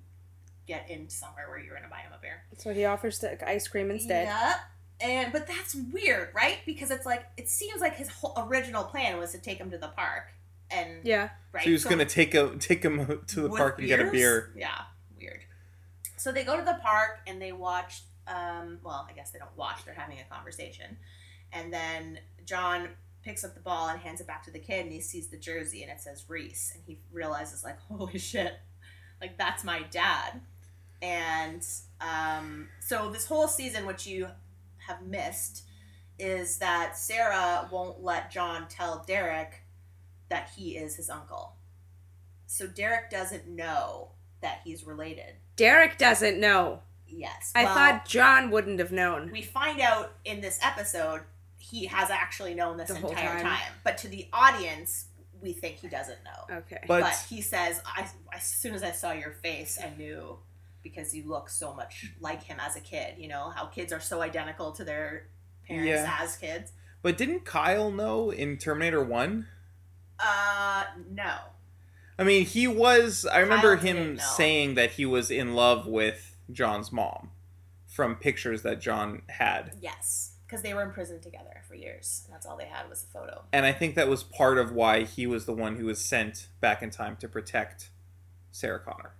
Speaker 2: get in somewhere where you were going to buy him a beer.
Speaker 3: So he offers the ice cream instead.
Speaker 2: Yep. And but that's weird, right? Because it's like it seems like his whole original plan was to take him to the park and
Speaker 3: Yeah.
Speaker 2: right.
Speaker 4: So he was gonna take a take him (laughs) to the
Speaker 2: with
Speaker 4: park and get a
Speaker 2: beers?
Speaker 4: beer.
Speaker 2: Yeah, weird. So they go to the park and they watch. Um, well, I guess they don't watch. They're having a conversation, and then John picks up the ball and hands it back to the kid, and he sees the jersey and it says Reese, and he realizes like, (laughs) holy shit, like that's my dad. And um, so this whole season, which you have missed, is that Sarah won't let John tell Derek that he is his uncle. So Derek doesn't know that he's related.
Speaker 3: Derek doesn't know.
Speaker 2: Yes.
Speaker 3: I
Speaker 2: Well,
Speaker 3: thought John wouldn't have known.
Speaker 2: we find out in this episode he has actually known this
Speaker 3: The whole
Speaker 2: entire
Speaker 3: time.
Speaker 2: time. but to the audience, we think he doesn't know.
Speaker 3: Okay.
Speaker 4: But,
Speaker 2: But, he says, I, as soon as I saw your face, I knew because you look so much like him as a kid. You know how kids are so identical to their parents
Speaker 4: Yeah.
Speaker 2: as kids.
Speaker 4: but didn't Kyle know in Terminator One?
Speaker 2: Uh, no.
Speaker 4: I mean, he was. I remember
Speaker 2: Kyle didn't
Speaker 4: him
Speaker 2: know.
Speaker 4: saying that he was in love with John's mom from pictures that John had,
Speaker 2: Yes, because they were in prison together for years, and that's all they had was a photo.
Speaker 4: and I think that was part of why he was the one who was sent back in time to protect Sarah Connor.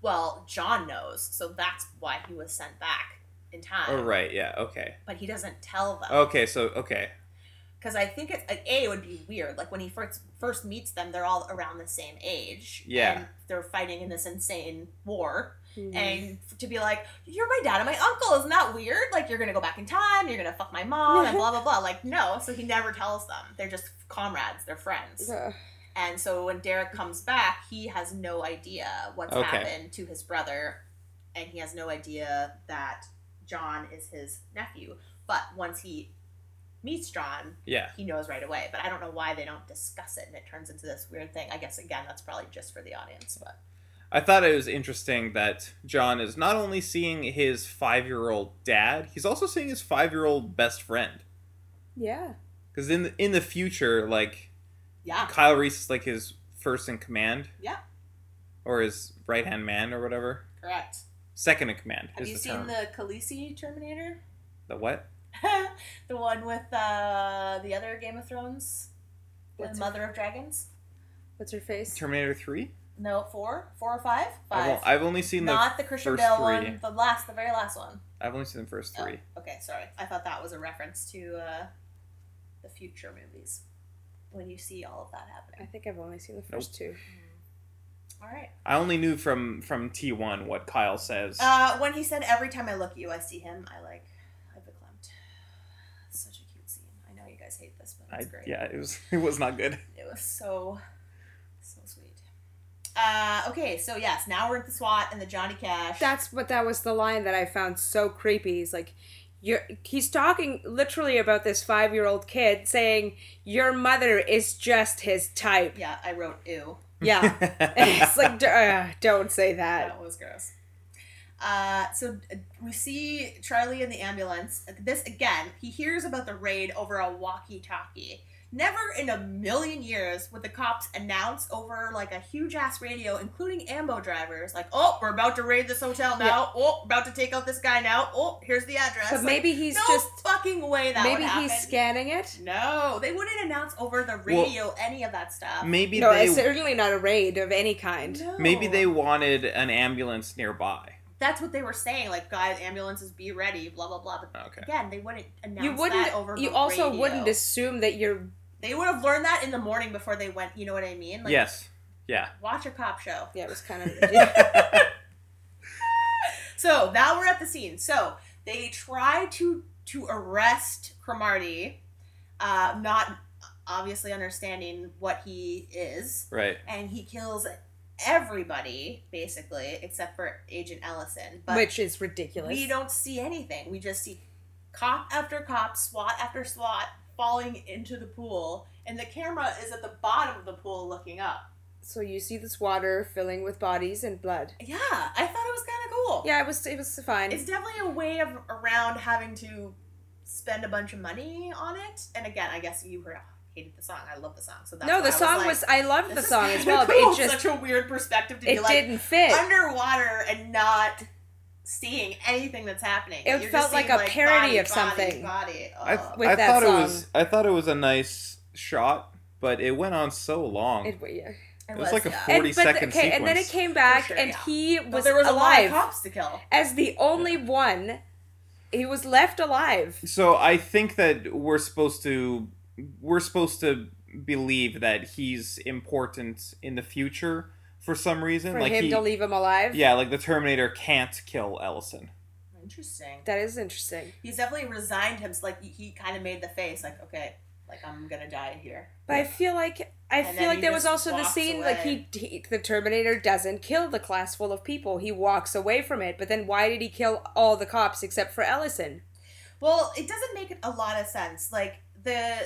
Speaker 2: Well, John knows, so that's why he was sent back in time.
Speaker 4: Oh right, Oh. yeah, okay,
Speaker 2: But he doesn't tell them
Speaker 4: okay, so okay,
Speaker 2: because I think it's like, a it would be weird. Like when he first first meets them, they're all around the same age.
Speaker 4: Yeah.
Speaker 2: and they're fighting in this insane war,
Speaker 3: Mhm.
Speaker 2: and to be like, "You're my dad and my uncle," isn't that weird? Like you're gonna go back in time, you're gonna fuck my mom, and blah blah blah. Like no, so he never tells them. They're just comrades. They're friends.
Speaker 3: Ugh.
Speaker 2: And so when Derek comes back, he has no idea what's
Speaker 4: Okay.
Speaker 2: happened to his brother, and he has no idea that John is his nephew. But once he meets John,
Speaker 4: yeah,
Speaker 2: he knows right away. But I don't know why they don't discuss it, and it turns into this weird thing. I guess again, that's probably just for the audience. But
Speaker 4: I thought it was interesting that John is not only seeing his five year old dad, he's also seeing his five year old best friend.
Speaker 3: Yeah.
Speaker 4: Because in the, in the future, like
Speaker 2: yeah,
Speaker 4: Kyle Reese is like his first in command
Speaker 2: yeah,
Speaker 4: or his right hand man or whatever.
Speaker 2: correct.
Speaker 4: Second in command
Speaker 2: Have
Speaker 4: is
Speaker 2: you
Speaker 4: the
Speaker 2: seen
Speaker 4: term.
Speaker 2: the Khaleesi Terminator? (laughs)
Speaker 4: The what?
Speaker 2: the one with uh, the other Game of Thrones, the
Speaker 3: What's her-
Speaker 2: Mother of Dragons.
Speaker 3: What's her face?
Speaker 4: Terminator Three.
Speaker 2: No, four, four or five,
Speaker 4: I've,
Speaker 2: five.
Speaker 4: on- I've only seen
Speaker 2: Not
Speaker 4: the
Speaker 2: the Christian
Speaker 4: first
Speaker 2: Bale
Speaker 4: three.
Speaker 2: one, the last, the very last one.
Speaker 4: I've only seen the first
Speaker 2: Oh,
Speaker 4: three.
Speaker 2: okay, sorry. I thought that was a reference to uh, the future movies when you see all of that
Speaker 3: I
Speaker 2: happening.
Speaker 3: think I've only seen the first two.
Speaker 2: All right.
Speaker 4: I only knew from from T one what Kyle says.
Speaker 3: Oh,
Speaker 2: Uh, when he said, "Every time I look at you, I see him," I like, I beclamped. It's such a cute scene. I know you guys hate this, but
Speaker 4: I,
Speaker 2: it's great.
Speaker 4: yeah, it was (laughs) it was not good.
Speaker 2: It was so, so sweet. Uh, okay, so yes, now we're at the SWAT and the Johnny Cash.
Speaker 3: That's what that was the line that I found so creepy. He's like, you're, he's talking literally about this five year old kid saying, Your mother is just his type.
Speaker 2: yeah, I wrote ew.
Speaker 4: (laughs)
Speaker 3: Yeah. it's like, d- uh, don't say that.
Speaker 2: That was gross. Uh, so uh, we see Charlie in the ambulance. This again, he hears about the raid over a walkie-talkie. Never in a million years would the cops announce over like a huge ass radio, including ambo drivers, like, "Oh, we're about to raid this hotel now. Oh, about to take out this guy now. Oh, here's the address."
Speaker 3: But
Speaker 2: Like,
Speaker 3: maybe he's
Speaker 2: no
Speaker 3: just,
Speaker 2: fucking way that
Speaker 3: maybe
Speaker 2: would
Speaker 3: he's
Speaker 2: happen.
Speaker 3: scanning it.
Speaker 2: No, they wouldn't announce over the
Speaker 4: Well,
Speaker 2: radio any of that stuff.
Speaker 4: Maybe
Speaker 3: No, Oh. it's
Speaker 4: they
Speaker 3: certainly not a raid of any kind.
Speaker 2: No.
Speaker 4: maybe they wanted an ambulance nearby.
Speaker 2: that's what they were saying. Like, guys, ambulances, be ready. Blah blah blah. But
Speaker 4: Okay.
Speaker 2: again, they wouldn't announce
Speaker 3: You wouldn't.
Speaker 2: that over.
Speaker 3: You
Speaker 2: the
Speaker 3: also
Speaker 2: radio.
Speaker 3: wouldn't assume that you're.
Speaker 2: they would have learned that in the morning before they went. You know what I mean? Like,
Speaker 4: yes. Yeah.
Speaker 2: Watch a cop show.
Speaker 3: Yeah, it was
Speaker 4: (laughs)
Speaker 3: kind of.
Speaker 2: So now we're at the scene. So they try to to arrest Cromarty, uh, not obviously understanding what he is.
Speaker 4: Right.
Speaker 2: and he kills everybody basically except for Agent Ellison. But
Speaker 3: which is ridiculous.
Speaker 2: we don't see anything. We just see cop after cop, SWAT after SWAT falling into the pool, and the camera is at the bottom of the pool looking up.
Speaker 3: So you see this water filling with bodies and blood.
Speaker 2: Yeah, I thought it was kind of cool.
Speaker 3: Yeah, it was it was fine.
Speaker 2: It's definitely a way of around having to spend a bunch of money on it. And again, I guess you heard hated the song. I love the song. So that's
Speaker 3: no,
Speaker 2: why I
Speaker 3: the song
Speaker 2: like,
Speaker 3: was, I loved
Speaker 2: "This
Speaker 3: the
Speaker 2: is
Speaker 3: song as
Speaker 2: kinda
Speaker 3: well, but
Speaker 2: cool."
Speaker 3: it just
Speaker 2: such a weird perspective to
Speaker 3: it
Speaker 2: be like
Speaker 3: didn't fit.
Speaker 2: underwater and not seeing anything that's happening.
Speaker 3: It
Speaker 2: just
Speaker 3: felt like
Speaker 2: seeing,
Speaker 3: a parody
Speaker 2: body,
Speaker 3: of something.
Speaker 2: Body, Oh, body.
Speaker 4: I,
Speaker 2: Ugh.
Speaker 3: Uh, with
Speaker 4: I
Speaker 3: that
Speaker 4: thought
Speaker 3: song.
Speaker 4: it was I thought it was a nice shot, but it went on so long.
Speaker 3: it, yeah.
Speaker 2: It
Speaker 4: was like a
Speaker 2: yeah.
Speaker 4: four- 40
Speaker 3: but the-
Speaker 4: second
Speaker 3: okay, and then it
Speaker 4: sequence.
Speaker 3: came back,
Speaker 2: sure,
Speaker 3: and
Speaker 2: yeah.
Speaker 3: he
Speaker 2: But
Speaker 3: was
Speaker 2: there was
Speaker 3: alive
Speaker 2: a lot of cops to kill.
Speaker 3: as the only one. He was left alive.
Speaker 4: so I think that we're supposed to we're supposed to believe that he's important in the future for some reason.
Speaker 3: For
Speaker 4: like
Speaker 3: him
Speaker 4: he,
Speaker 3: to leave him alive.
Speaker 4: yeah, like the Terminator can't kill Ellison.
Speaker 2: Interesting.
Speaker 3: That is interesting.
Speaker 2: He's definitely resigned himself. Like he- he kind of made the face, like okay, like I'm gonna die here.
Speaker 3: But I feel like I
Speaker 2: And
Speaker 3: feel
Speaker 2: then
Speaker 3: like
Speaker 2: he
Speaker 3: there was
Speaker 2: just
Speaker 3: also the
Speaker 2: walks
Speaker 3: scene like he,
Speaker 2: away.
Speaker 3: he the Terminator doesn't kill the class full of people. He walks away from it. But then why did he kill all the cops except for Ellison?
Speaker 2: Well, it doesn't make a lot of sense. Like the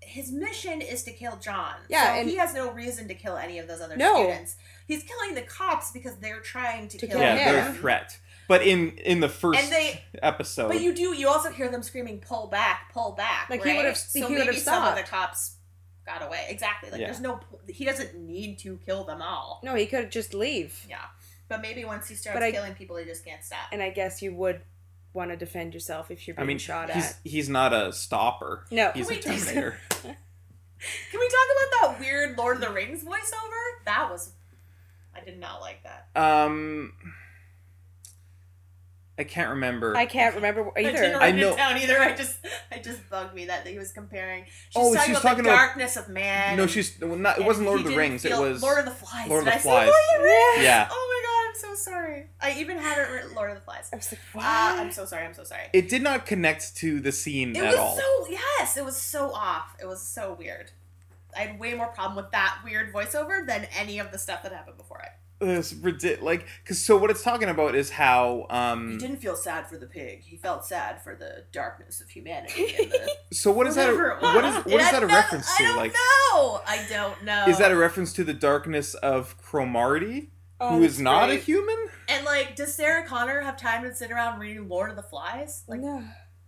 Speaker 2: his mission is to kill John.
Speaker 3: Yeah,
Speaker 2: so
Speaker 3: and-
Speaker 2: he has no reason to kill any of those other
Speaker 3: No.
Speaker 2: students. He's killing the cops because they're trying to,
Speaker 3: To
Speaker 2: kill
Speaker 3: kill
Speaker 4: yeah,
Speaker 2: him.
Speaker 3: him.
Speaker 4: they're a threat. But in in the first
Speaker 2: And they-
Speaker 4: episode,
Speaker 2: But you do you also hear them screaming, "Pull back, pull back!"
Speaker 3: Like, he
Speaker 2: right?
Speaker 3: would've-
Speaker 2: So
Speaker 3: he
Speaker 2: maybe
Speaker 3: would've
Speaker 2: some of the
Speaker 3: stopped.
Speaker 2: cops got away. Exactly. Like
Speaker 4: Yeah.
Speaker 2: there's no. po- He doesn't need to kill them all.
Speaker 3: No, he could just leave.
Speaker 2: Yeah. But maybe once he starts
Speaker 3: But I-
Speaker 2: killing people, he just can't stop.
Speaker 3: And I guess you would want to defend yourself if you're
Speaker 4: I
Speaker 3: being
Speaker 4: mean,
Speaker 3: shot
Speaker 4: he's
Speaker 3: at.
Speaker 4: he's not a stopper.
Speaker 3: No.
Speaker 4: he's a
Speaker 2: Wait, he's-
Speaker 4: Terminator.
Speaker 2: Can we talk about that weird Lord of the Rings voiceover? That was. I did not like that.
Speaker 4: um, I can't remember.
Speaker 3: I can't remember
Speaker 2: I didn't
Speaker 3: either.
Speaker 2: write
Speaker 4: I know-
Speaker 2: it down either. I just, I just bugged me that he was comparing. She's
Speaker 4: Oh,
Speaker 2: talking
Speaker 4: she's
Speaker 2: about
Speaker 4: talking
Speaker 2: the
Speaker 4: about-
Speaker 2: darkness of man.
Speaker 4: no,
Speaker 2: and-
Speaker 4: she's well, not. It
Speaker 2: and
Speaker 4: wasn't Lord
Speaker 2: he
Speaker 4: of the
Speaker 2: didn't
Speaker 4: Rings. It
Speaker 2: feel-
Speaker 4: was
Speaker 2: Lord of the Flies.
Speaker 4: Lord of
Speaker 2: Did
Speaker 4: the
Speaker 2: I say Lord of
Speaker 4: Flies.
Speaker 2: the Rings?
Speaker 4: Yeah.
Speaker 2: Oh my god, I'm so sorry. I even had it written Lord of the Flies.
Speaker 3: I was like,
Speaker 2: Uh,
Speaker 3: what?
Speaker 2: I'm so sorry. I'm so sorry.
Speaker 4: It did not connect to the scene
Speaker 2: It
Speaker 4: at
Speaker 2: was
Speaker 4: all.
Speaker 2: so yes, it was so off. It was so weird. I had way more problem with that weird voiceover than any of the stuff that happened before it.
Speaker 4: It's ridi- like, cause so what it's talking about is how
Speaker 2: He
Speaker 4: um.
Speaker 2: didn't feel sad for the pig. He felt sad for the darkness of humanity. And the,
Speaker 4: So (laughs) what is that? A,
Speaker 2: whatever it was. (laughs)
Speaker 4: what is what
Speaker 2: And
Speaker 4: is
Speaker 2: I
Speaker 4: that a
Speaker 2: don't-
Speaker 4: reference to?
Speaker 2: I don't
Speaker 4: Like,
Speaker 2: know. I don't know.
Speaker 4: is that a reference to the darkness of Cromarty,
Speaker 3: Oh,
Speaker 4: who is
Speaker 3: that's
Speaker 4: not a
Speaker 3: great.
Speaker 4: human?
Speaker 2: and like, does Sarah Connor have time to sit around reading Lord of the Flies? Like,
Speaker 3: no.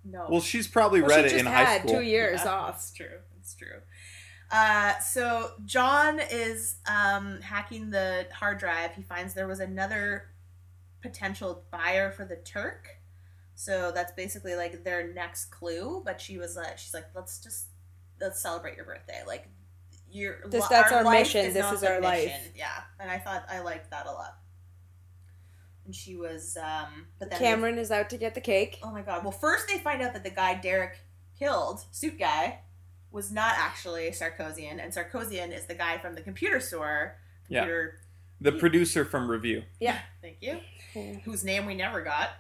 Speaker 2: no.
Speaker 4: Well, she's probably
Speaker 3: Well,
Speaker 4: read
Speaker 3: she
Speaker 4: it
Speaker 3: just
Speaker 4: in
Speaker 3: had
Speaker 4: high school.
Speaker 3: two years
Speaker 2: Yeah,
Speaker 3: off.
Speaker 2: It's true. It's true. Uh, so John is um, hacking the hard drive. He finds there was another potential buyer for the Turk. So that's basically like their next clue. But she was like, she's like, let's just let's celebrate your birthday. Like your
Speaker 3: This-
Speaker 2: li-
Speaker 3: that's our
Speaker 2: life
Speaker 3: mission. This
Speaker 2: not
Speaker 3: is
Speaker 2: the
Speaker 3: our life.
Speaker 2: mission. Yeah, and I thought I liked that a lot. And she was, um, but then they-
Speaker 3: Cameron is out to get the cake.
Speaker 2: Oh my god. Well, first they find out that the guy Derek killed, suit guy, was not actually Sarkozian, and Sarkozian is the guy from the computer store.
Speaker 4: Yeah.
Speaker 2: Computer,
Speaker 4: The producer from Review.
Speaker 2: thank you. Whose name we never got.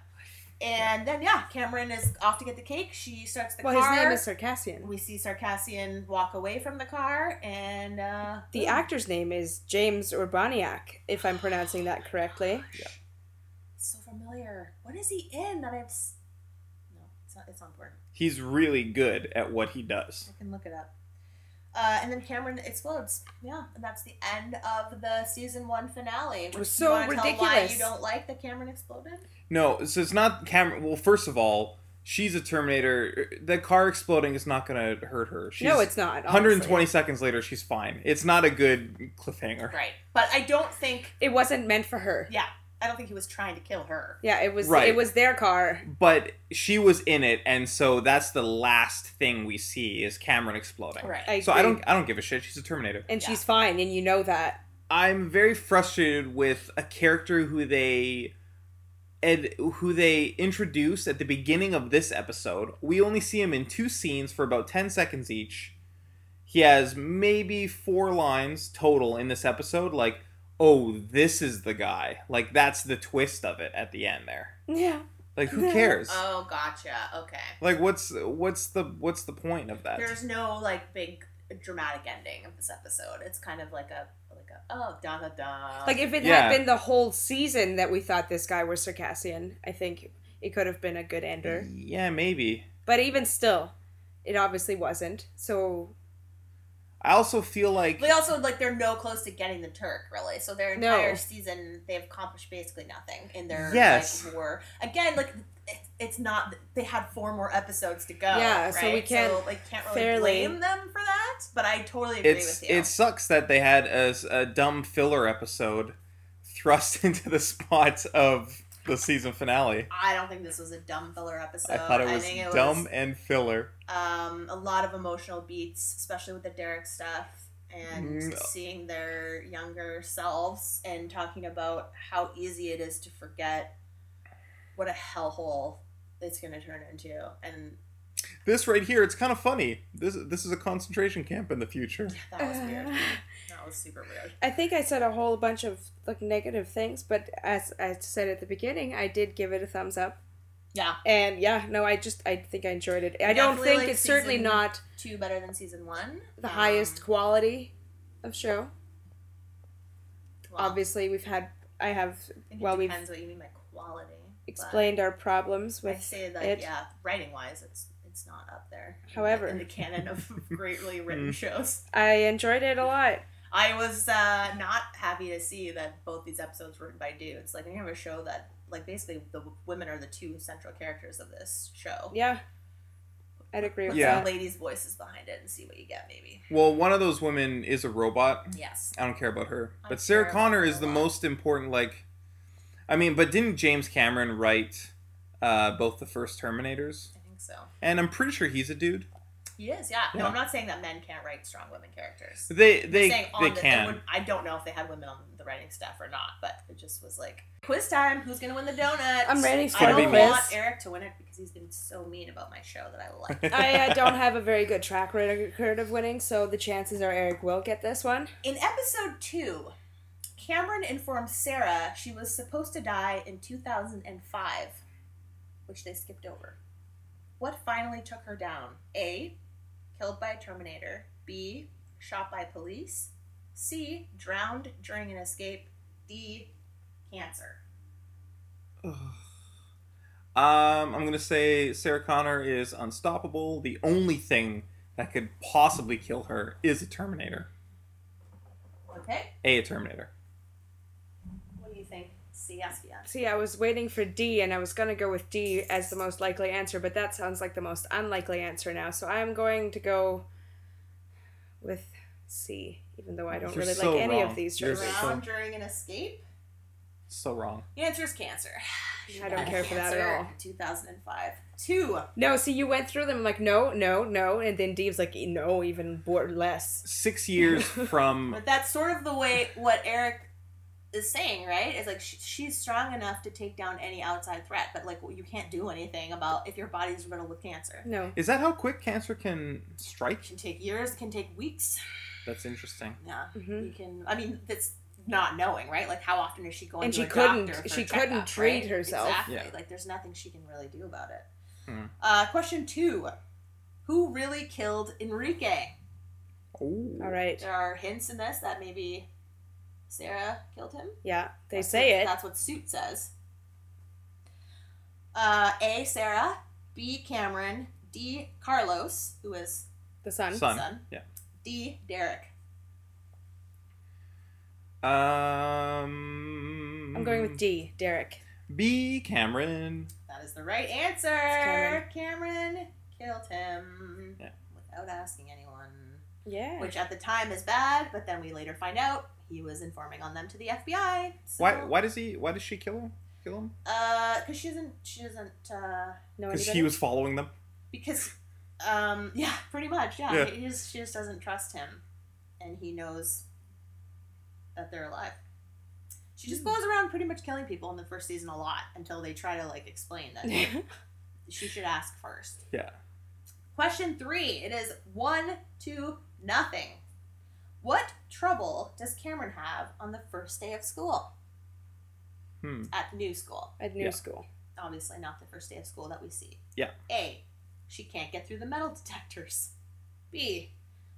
Speaker 2: And then yeah, Cameron is off to get the cake. She starts the
Speaker 3: Well,
Speaker 2: car.
Speaker 3: his name is Circassian.
Speaker 2: We see Sarkassian walk away from the car, and uh,
Speaker 3: The actor's name is James Urbaniak, if I'm pronouncing that correctly.
Speaker 2: Oh, so familiar. What is he in that I've? s- No, it's not. It's not important.
Speaker 4: He's really good at what he does.
Speaker 2: I can look it up. Uh, and then Cameron explodes. Yeah, and that's the end of the season one finale. Which
Speaker 3: was
Speaker 2: do
Speaker 3: so
Speaker 2: you wanna Tell why
Speaker 3: ridiculous.
Speaker 2: you don't like that Cameron exploded?
Speaker 4: No, so it's not Cameron. Well, first of all, she's a Terminator. The car exploding is not going to hurt her. She's,
Speaker 3: no, it's not. obviously.
Speaker 4: 120 seconds later, she's fine. It's not a good cliffhanger.
Speaker 2: Right, but I don't think.
Speaker 3: It wasn't meant for her.
Speaker 2: Yeah, I don't think he was trying to kill her.
Speaker 3: Yeah, it was.
Speaker 4: Right.
Speaker 3: It was their car.
Speaker 4: But she was in it, and so that's the last thing we see is Cameron exploding.
Speaker 2: Right.
Speaker 3: I
Speaker 4: So I
Speaker 3: agree.
Speaker 4: don't, I don't give a shit. She's a Terminator.
Speaker 3: And she's fine, and you know that.
Speaker 4: I'm very frustrated with a character who they ed, who they introduced at the beginning of this episode. We only see him in two scenes for about 10 seconds each. He has maybe four lines total in this episode like oh this is the guy. Like that's the twist of it at the end there.
Speaker 3: Yeah.
Speaker 4: Like
Speaker 2: (laughs)
Speaker 4: who cares?
Speaker 2: Oh, gotcha. Okay.
Speaker 4: Like what's what's the what's the point of that?
Speaker 2: There's no like big dramatic ending of this episode. It's kind of like a like a oh da da da.
Speaker 3: Like if it
Speaker 4: Yeah.
Speaker 3: had been the whole season that we thought this guy was Circassian, I think it could have been a good ender.
Speaker 2: Mm.
Speaker 4: Yeah, maybe.
Speaker 3: But even still, it obviously wasn't. So
Speaker 4: I also feel like
Speaker 2: But also, like they're no close to getting the Turk, really. So their
Speaker 3: No.
Speaker 2: entire season, they've accomplished basically nothing in their
Speaker 4: Yes.
Speaker 2: like, war. Again, like it- it's not they had four more episodes to go.
Speaker 3: Yeah, so
Speaker 2: right?
Speaker 3: we can't
Speaker 2: so, like can't really
Speaker 3: fairly-
Speaker 2: blame them for that. But I totally agree
Speaker 4: it's
Speaker 2: with you.
Speaker 4: it sucks that they had a, s- a dumb filler episode thrust (laughs) into the spot of the season finale.
Speaker 2: I don't think this was a dumb filler episode.
Speaker 4: I thought it was
Speaker 2: think
Speaker 4: dumb and filler.
Speaker 2: um, a lot of emotional beats, especially with the Derek stuff and
Speaker 3: Mm-hmm.
Speaker 4: Mm.
Speaker 2: seeing their younger selves and talking about how easy it is to forget what a hellhole it's going to turn into. And
Speaker 4: This right here, it's kind of funny. This this is a concentration camp in the future.
Speaker 2: that was
Speaker 3: (sighs)
Speaker 2: weird.
Speaker 3: Uh.
Speaker 2: That was super weird.
Speaker 3: I think I said a whole bunch of like negative things, but as I said at the beginning, I did give it a thumbs up.
Speaker 2: Yeah,
Speaker 3: And yeah, no, I just I think I enjoyed it. I don't
Speaker 2: Definitely
Speaker 3: think
Speaker 2: like
Speaker 3: it's certainly
Speaker 2: season-
Speaker 3: not
Speaker 2: two better than season one.
Speaker 3: the
Speaker 2: Um,
Speaker 3: highest quality of show.
Speaker 2: well,
Speaker 3: Obviously, we've had I have
Speaker 2: I think
Speaker 3: well
Speaker 2: it
Speaker 3: we've
Speaker 2: depends what you mean by quality. but
Speaker 3: explained our problems with
Speaker 2: I say that
Speaker 3: it.
Speaker 2: yeah, writing wise, it's it's not up there.
Speaker 3: However-
Speaker 2: in the canon of (laughs) greatly written shows.
Speaker 3: I enjoyed it a lot.
Speaker 2: I was uh, not happy to see that both these episodes were written by dudes. Like, I have a show that, like, basically the women are the two central characters of this show.
Speaker 3: Yeah, I'd agree
Speaker 2: Put
Speaker 3: with
Speaker 4: Yeah.
Speaker 2: some ladies' voices behind it and see what you get, maybe.
Speaker 4: Well, one of those women is a robot.
Speaker 2: Yes.
Speaker 4: I don't care about her.
Speaker 2: I
Speaker 4: But Sarah
Speaker 2: care
Speaker 4: Connor
Speaker 2: about
Speaker 4: is
Speaker 2: her
Speaker 4: the
Speaker 2: a lot.
Speaker 4: most important. Like, I mean, but didn't James Cameron write uh, both the first Terminators?
Speaker 2: I think so.
Speaker 4: And I'm pretty sure he's a dude.
Speaker 2: He is, yeah. No,
Speaker 4: Yeah.
Speaker 2: I'm not saying that men can't write strong women characters.
Speaker 4: They
Speaker 2: I'm
Speaker 4: they
Speaker 2: saying on
Speaker 4: they
Speaker 2: the-
Speaker 4: can.
Speaker 2: would- I don't know if they had women on the writing staff or not, but it just was like quiz time. Who's gonna win the donut?
Speaker 3: I'm ready for
Speaker 2: I
Speaker 4: the
Speaker 2: don't
Speaker 4: quiz.
Speaker 2: want Eric to win it because he's been so mean about my show that I
Speaker 4: (laughs)
Speaker 2: like.
Speaker 3: it. I uh, don't have a very good track record of winning, so the chances are Eric will get this one.
Speaker 2: In episode two, Cameron informed Sarah she was supposed to die in 2005, which they skipped over. What finally took her down? A. Killed by a Terminator. B. Shot by police. C. Drowned during an escape. D. Cancer.
Speaker 4: Um, I'm gonna say Sarah Connor is unstoppable. The only thing that could possibly kill her is a Terminator.
Speaker 2: Okay,
Speaker 4: A Terminator.
Speaker 2: what do you think? C. Yes, yes.
Speaker 3: See, I was waiting for D, and I was gonna go with D as the most likely answer, but that sounds like the most unlikely answer now. So I'm going to go with C, even though I don't
Speaker 4: You're
Speaker 3: really
Speaker 4: so
Speaker 3: like any
Speaker 4: wrong.
Speaker 3: of these
Speaker 4: You're
Speaker 3: choices.
Speaker 4: so-
Speaker 2: Drowned during an escape?
Speaker 4: So wrong.
Speaker 2: The answer is cancer. (laughs)
Speaker 3: I don't care for that at
Speaker 2: Cancer,
Speaker 3: all.
Speaker 2: 2005. Two.
Speaker 3: No, see, you went through them. I'm like, no, no, no, and then D was like, "E, no, even more less. (laughs)
Speaker 4: Six years from
Speaker 2: But that's sort of the way what Eric is saying, right? It's like she, she's strong enough to take down any outside threat, but like you can't do anything about if your body's riddled with cancer.
Speaker 3: No,
Speaker 4: Is that how quick cancer can strike?
Speaker 2: It can take years, it can take weeks.
Speaker 4: That's interesting.
Speaker 2: Yeah,
Speaker 3: Mhm.
Speaker 2: you can. I mean, that's not knowing, right? Like how often is she going?
Speaker 3: And
Speaker 2: to
Speaker 3: she
Speaker 2: a doctor
Speaker 3: couldn't-
Speaker 2: for a
Speaker 3: she
Speaker 2: checkup,
Speaker 3: couldn't treat
Speaker 2: right?
Speaker 3: herself.
Speaker 2: Exactly.
Speaker 4: Yeah.
Speaker 2: Like there's nothing she can really do about it.
Speaker 4: Hmm.
Speaker 2: Uh, question two: Who really killed Enrique?
Speaker 4: Ooh.
Speaker 3: all right,
Speaker 2: There are hints in this that maybe Sarah killed him.
Speaker 3: yeah, they
Speaker 2: That's
Speaker 3: say
Speaker 2: what-
Speaker 3: it.
Speaker 2: That's what suit says. Uh, A. Sarah. B. Cameron. D. Carlos, who is
Speaker 3: The sun.
Speaker 4: Son.
Speaker 2: Son.
Speaker 4: Yeah.
Speaker 2: D. Derek.
Speaker 4: Um.
Speaker 3: I'm going with D, Derek.
Speaker 4: B Cameron.
Speaker 2: That is the right answer.
Speaker 3: Cameron.
Speaker 2: Cameron killed him
Speaker 4: Yeah.
Speaker 2: without asking anyone,
Speaker 3: Yeah.
Speaker 2: which at the time is bad. But then we later find out he was informing on them to the FBI. So,
Speaker 4: Why? Why does he? Why does she kill him? Kill him?
Speaker 2: Uh, because she doesn't. She doesn't. Uh,
Speaker 3: no,
Speaker 4: Because
Speaker 3: anybody?
Speaker 4: he was following them.
Speaker 2: because um (laughs) yeah pretty much yeah,
Speaker 4: Yeah.
Speaker 2: He just, she just doesn't trust him and he knows that they're alive she just goes around pretty much killing people in the first season a lot until they try to like explain that (laughs) she should ask first
Speaker 4: Yeah.
Speaker 2: question three it is one to nothing what trouble does cameron have on the first day of school
Speaker 4: Hmm.
Speaker 2: at the new school
Speaker 3: (laughs) at new
Speaker 4: Yeah.
Speaker 3: school.
Speaker 2: obviously not the first day of school that we see.
Speaker 4: Yeah.
Speaker 2: A. She can't get through the metal detectors. B.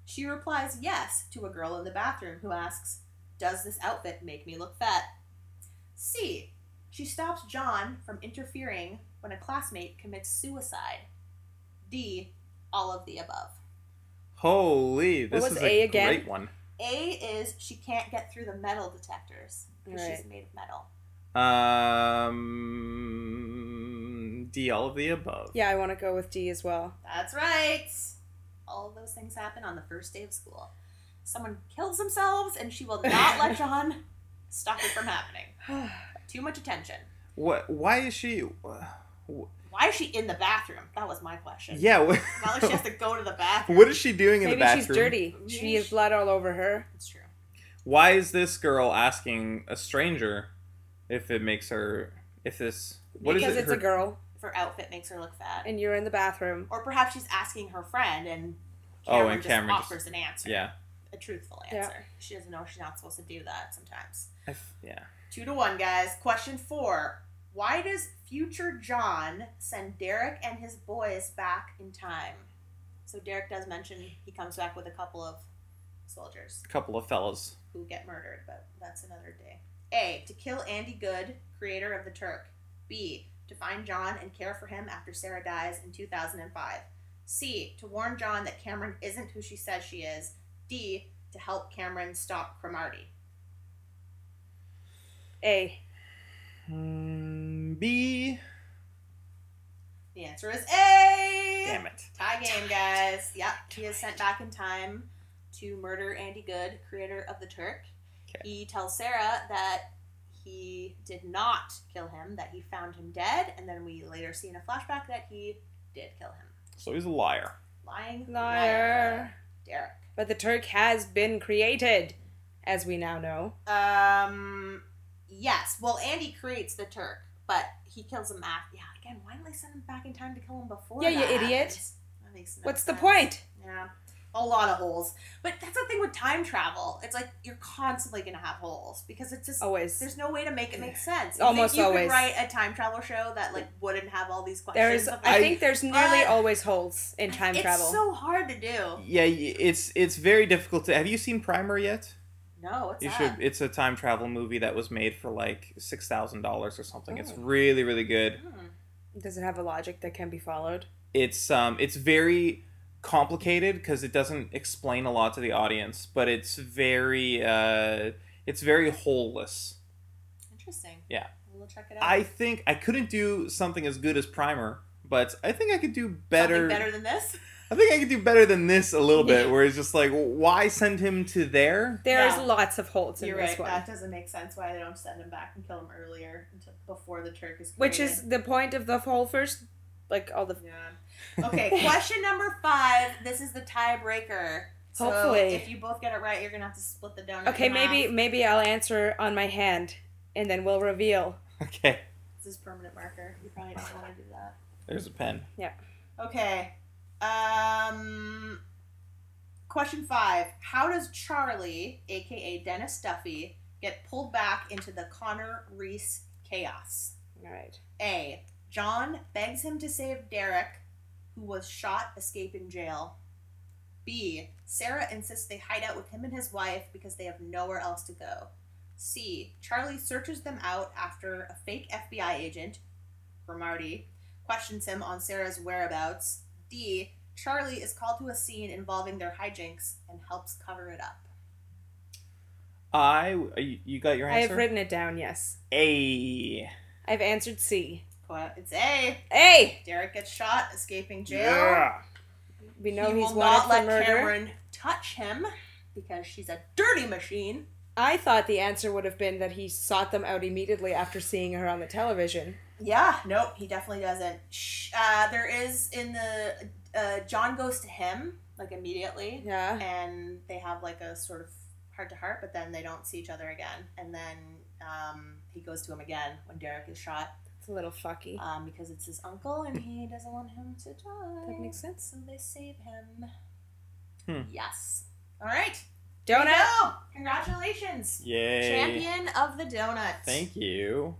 Speaker 2: She replies yes to a girl in the bathroom who asks, Does this outfit make me look fat? C. She stops John from interfering when a classmate commits suicide. D. All of the above.
Speaker 4: Holy, this
Speaker 3: was
Speaker 4: is
Speaker 3: A
Speaker 4: a
Speaker 3: again?
Speaker 4: great one.
Speaker 2: A is she can't get through the metal detectors because she's
Speaker 3: Right.
Speaker 2: made of metal.
Speaker 4: Um, D, all of the above.
Speaker 3: Yeah, I want to go with D as well.
Speaker 2: That's right. All of those things happen on the first day of school. Someone kills themselves, and she will not
Speaker 4: (laughs)
Speaker 2: let John stop it from happening.
Speaker 4: (sighs)
Speaker 2: Too much attention.
Speaker 4: What? Why is she?
Speaker 2: Why is she in the bathroom? That was my question.
Speaker 4: Yeah. What,
Speaker 2: Not
Speaker 4: (laughs)
Speaker 2: like she has to go to the bathroom.
Speaker 4: what is she doing in the
Speaker 3: Maybe
Speaker 4: bathroom?
Speaker 3: she's dirty. She has blood all over her.
Speaker 2: It's true.
Speaker 4: Why is this girl asking a stranger if it makes her? If this? What is
Speaker 3: because
Speaker 4: it?
Speaker 3: it's
Speaker 4: her-
Speaker 3: a girl
Speaker 2: If her outfit makes her look fat.
Speaker 3: and you're in the bathroom.
Speaker 2: Or perhaps she's asking her friend, and
Speaker 4: Oh,
Speaker 2: Cameron
Speaker 4: and
Speaker 2: just
Speaker 4: Cameron just-
Speaker 2: offers an answer.
Speaker 4: Yeah.
Speaker 2: A truthful
Speaker 3: Yeah.
Speaker 2: answer. She doesn't know she's not supposed to do that sometimes.
Speaker 4: I f- yeah.
Speaker 2: Two to one, guys. Question four. Why does future John send Derek and his boys back in time? So Derek does mention he comes back with a couple of soldiers
Speaker 4: A couple of fellas.
Speaker 2: who get murdered, but that's another day. A. To kill Andy Good, creator of the Turk. B. To find John and care for him after Sarah dies in 2005. C. To warn John that Cameron isn't who she says she is. D. To help Cameron stop Cromartie.
Speaker 3: A.
Speaker 4: Mm, B.
Speaker 2: The answer is A.
Speaker 4: Damn it.
Speaker 2: Tie game, guys. Yep. He is sent back in time to murder Andy Good, creator of the Turk. He tells Sarah that he did not kill him, that he found him dead, and then we later see in a flashback that he did kill him.
Speaker 4: So he's a liar.
Speaker 2: Lying
Speaker 3: Liar.
Speaker 2: Derek.
Speaker 3: But the Turk has been created, as we now know.
Speaker 2: Um yes. Well Andy creates the Turk, but he kills him after yeah, again, why didn't they send him back in time to kill him before?
Speaker 3: Yeah, you
Speaker 2: that
Speaker 3: idiot.
Speaker 2: happens? That makes no
Speaker 3: What's the
Speaker 2: sense.
Speaker 3: point?
Speaker 2: Yeah. A lot of holes. But that's the thing with time travel. It's like you're constantly going to have holes because it's just
Speaker 3: Always.
Speaker 2: there's no way to make it make sense.
Speaker 3: Almost
Speaker 2: you could
Speaker 3: always.
Speaker 2: write a time travel show that like wouldn't have all these questions.
Speaker 3: There's,
Speaker 2: of,
Speaker 3: I
Speaker 2: like,
Speaker 3: think there's nearly
Speaker 2: uh,
Speaker 3: always holes in time
Speaker 2: it's
Speaker 3: travel.
Speaker 2: so hard to do.
Speaker 4: Yeah, y- it's it's very difficult to. Have you seen Primer yet?
Speaker 2: No, it's
Speaker 4: You
Speaker 2: not.
Speaker 4: should. It's a time travel movie that was made for like six thousand dollars or something. It's really really good.
Speaker 3: Does it have a logic that can be followed?
Speaker 4: It's um it's very complicated because it doesn't explain a lot to the audience, but it's very uh it's very holeless.
Speaker 2: Interesting.
Speaker 4: Yeah.
Speaker 2: We'll check it out.
Speaker 4: I think I couldn't do something as good as Primer, but I think I could do
Speaker 2: Something
Speaker 4: better.
Speaker 2: better than
Speaker 3: (laughs)
Speaker 2: this?
Speaker 4: I think I could do better than this a little bit, where it's just like, why send him to there? (laughs)
Speaker 3: There's
Speaker 2: Yeah.
Speaker 3: lots of holes in
Speaker 2: You're
Speaker 3: this
Speaker 2: right.
Speaker 3: one.
Speaker 2: That doesn't make sense why they don't send him back and kill him earlier until before the Turk is
Speaker 3: Which
Speaker 2: created.
Speaker 3: is the point of the whole first, like all the.
Speaker 2: Yeah.
Speaker 3: (laughs)
Speaker 2: Okay, question number five. This is the tiebreaker. So
Speaker 3: Hopefully.
Speaker 2: if you both get it right, you're gonna have to split the donut.
Speaker 3: Okay,
Speaker 2: in half.
Speaker 3: maybe maybe I'll answer on my hand, and then we'll reveal.
Speaker 4: Okay,
Speaker 2: this is permanent marker. You probably don't want to do that.
Speaker 4: there's a pen.
Speaker 2: Okay. Um. Question five: How does Charlie, aka Dennis Duffy, get pulled back into the Connor Reese chaos?
Speaker 3: All right.
Speaker 2: A. John begs him to save Derek, who was shot escaping jail. B. Sarah insists they hide out with him and his wife because they have nowhere else to go. C. Charlie searches them out after a fake FBI agent, Cromartie, questions him on Sarah's whereabouts. D. Charlie is called to a scene involving their hijinks and helps cover it up.
Speaker 4: I you you got your
Speaker 3: I
Speaker 4: answer.
Speaker 3: have written it down. Yes,
Speaker 4: a.
Speaker 3: I've answered C.
Speaker 2: Qu- It's A.
Speaker 3: Hey,
Speaker 2: Derek gets shot escaping jail.
Speaker 3: we know
Speaker 2: he
Speaker 3: he's
Speaker 2: will
Speaker 3: wanted
Speaker 2: not
Speaker 3: for
Speaker 2: let
Speaker 3: murder.
Speaker 2: Cameron touch him because she's a dirty machine.
Speaker 3: I thought the answer would have been that he sought them out immediately after seeing her on the television.
Speaker 2: Yeah, nope, he definitely doesn't. Shh. Uh, there is in the uh, John goes to him like immediately,
Speaker 3: Yeah.
Speaker 2: and they have like a sort of heart to heart, but then they don't see each other again, and then um, he goes to him again when Derek is shot
Speaker 3: It's a little fucky.
Speaker 2: um, because it's his uncle and he doesn't want him to die.
Speaker 3: That makes sense.
Speaker 2: And they save him.
Speaker 4: Hmm.
Speaker 2: Yes. All right.
Speaker 3: Don't know.
Speaker 2: No. Congratulations.
Speaker 4: Yay!
Speaker 2: Champion of the donuts.
Speaker 4: Thank you.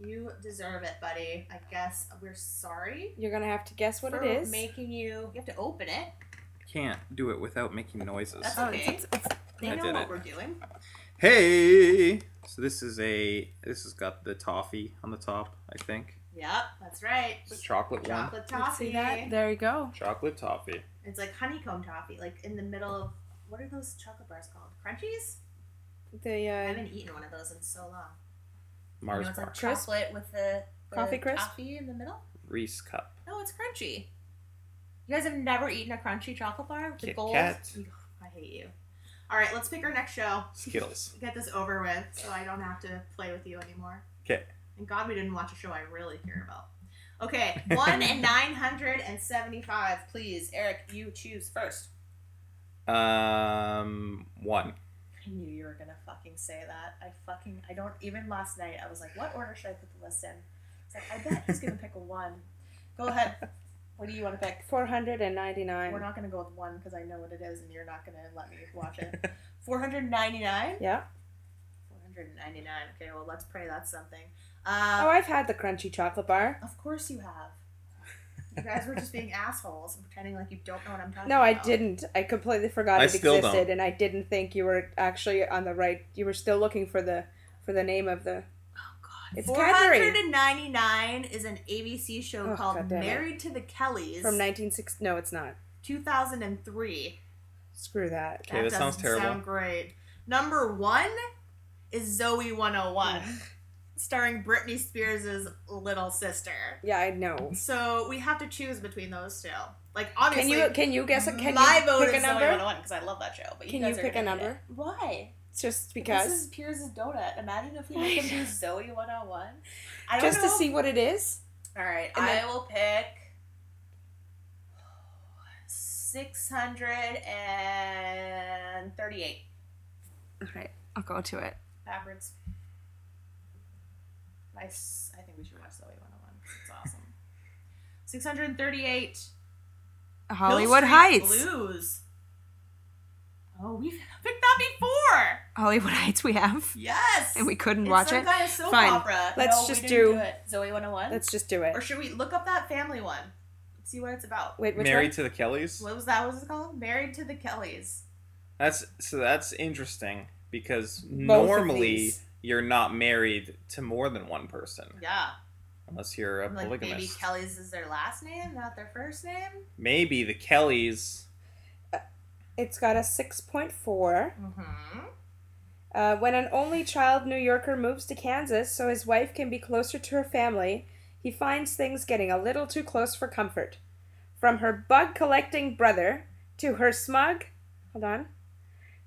Speaker 2: You deserve it, buddy. I guess we're sorry
Speaker 3: You're gonna have to guess what
Speaker 2: for
Speaker 3: it is.
Speaker 2: making you. You have to open it.
Speaker 4: Can't do it without making noises.
Speaker 2: That's
Speaker 3: Oh,
Speaker 2: okay. they
Speaker 4: I
Speaker 2: know
Speaker 4: did
Speaker 2: what
Speaker 4: it.
Speaker 2: we're doing.
Speaker 4: Hey! So this is a this has got the toffee on the top, I think.
Speaker 2: Yep, that's right.
Speaker 4: It's chocolate one.
Speaker 2: Chocolate toffee.
Speaker 3: See that? There you go.
Speaker 4: Chocolate toffee.
Speaker 2: It's like honeycomb toffee, like in the middle of what are those chocolate bars called? Crunchies?
Speaker 3: The
Speaker 2: I
Speaker 3: uh,
Speaker 2: haven't eaten one of those in so long. You
Speaker 4: Mars
Speaker 2: know, it's
Speaker 4: bar.
Speaker 2: like chocolate with the, the
Speaker 3: Coffee crisp?
Speaker 2: toffee in the middle.
Speaker 4: Reese cup.
Speaker 2: No, it's crunchy. You guys have never eaten a crunchy chocolate bar? The
Speaker 4: Kit
Speaker 2: gold.
Speaker 4: Kat.
Speaker 2: Ugh, I hate you. All right, let's pick our next show. (laughs)
Speaker 4: Skittles.
Speaker 2: Get this over with, so I don't have to play with you anymore.
Speaker 4: Okay.
Speaker 2: Thank God we didn't watch a show I really care about. Okay, one and nine hundred and seventy-five. Please, Eric, you choose first.
Speaker 4: Um, one.
Speaker 2: I knew you were gonna fucking say that. I fucking I don't even last night I was like, what order should I put the list in? It's like I bet he's gonna pick a one. Go ahead. What do you want to pick?
Speaker 3: four hundred and ninety
Speaker 2: We're
Speaker 3: nine.
Speaker 2: not gonna go with one because I know what it is, and you're not gonna let me watch it. Four hundred ninety nine.
Speaker 3: Yeah.
Speaker 2: Four hundred ninety nine. Okay, well let's pray that's something.
Speaker 3: Oh,
Speaker 2: Uh,
Speaker 3: I've had the crunchy chocolate bar.
Speaker 2: Of course you have. You guys were just being assholes and pretending like you don't know what I'm talking
Speaker 3: No,
Speaker 2: about.
Speaker 3: I didn't. I completely forgot
Speaker 4: I
Speaker 3: it
Speaker 4: still
Speaker 3: existed,
Speaker 4: don't.
Speaker 3: and I didn't think you were actually on the right. You were still looking for the for the name of the.
Speaker 2: Oh,
Speaker 3: It's
Speaker 2: Four hundred
Speaker 3: Cadbury
Speaker 2: and ninety nine is an ABC show
Speaker 3: Oh,
Speaker 2: called
Speaker 3: goddamn it.
Speaker 2: Married to the Kellys
Speaker 3: from 1960. No, it's not.
Speaker 2: 2003.
Speaker 3: Screw that.
Speaker 4: Okay, that sounds
Speaker 2: doesn't
Speaker 4: terrible.
Speaker 2: Sound great. Number one is Zoe 101, starring Britney Spears' little sister.
Speaker 3: Yeah, I know.
Speaker 2: So we have to choose between those two. Like honestly,
Speaker 3: Can you can you guess? a- Can
Speaker 2: my
Speaker 3: you
Speaker 2: vote
Speaker 3: pick
Speaker 2: is
Speaker 3: a
Speaker 2: Zoe
Speaker 3: number?
Speaker 2: 101 because I love that show. But you
Speaker 3: Can
Speaker 2: guys
Speaker 3: you
Speaker 2: are
Speaker 3: pick a
Speaker 2: gonna hate
Speaker 3: number?
Speaker 2: it. Why?
Speaker 3: Just
Speaker 2: this is
Speaker 3: because,
Speaker 2: Pierce's donut. Imagine
Speaker 3: (laughs)
Speaker 2: if you make him do Zoe 101. I don't
Speaker 3: just to
Speaker 2: know.
Speaker 3: see what it is.
Speaker 2: All right,
Speaker 3: And
Speaker 2: I
Speaker 3: then-
Speaker 2: will pick six hundred and thirty-eight.
Speaker 6: Okay, I'll go to it.
Speaker 2: backwards. I, s- I think we should watch Zoe 101. It's awesome. 638 Hill
Speaker 6: Hollywood
Speaker 2: Street
Speaker 6: Heights.
Speaker 2: Blues. Oh, we've (laughs) picked that before.
Speaker 6: Hollywood Heights. We have.
Speaker 2: Yes.
Speaker 6: And we couldn't
Speaker 2: It's
Speaker 6: watch
Speaker 2: some
Speaker 6: it.
Speaker 2: kind of soap
Speaker 6: Fine.
Speaker 2: opera.
Speaker 3: Let's
Speaker 2: No, we
Speaker 3: just
Speaker 2: didn't
Speaker 3: do-
Speaker 2: it. Zoe 101.
Speaker 3: Let's just do it.
Speaker 2: Or should we look up that family one? Let's see what it's about.
Speaker 3: Wait, which
Speaker 4: Married
Speaker 3: one?
Speaker 4: to the Kellys.
Speaker 2: What was that? What was it called? Married to the Kellys.
Speaker 4: That's so. That's interesting because
Speaker 3: Both of
Speaker 4: normally
Speaker 3: these.
Speaker 4: you're not married to more than one person
Speaker 2: Yeah.
Speaker 4: unless you're a
Speaker 2: I'm like maybe
Speaker 4: polygamist.
Speaker 2: Kellys is their last name, not their first name.
Speaker 4: Maybe the Kellys.
Speaker 3: It's got a six point four.
Speaker 2: Mm-hmm.
Speaker 3: Uh, when an only child New Yorker moves to Kansas so his wife can be closer to her family, he finds things getting a little too close for comfort. From her bug collecting brother to her smug, hold on,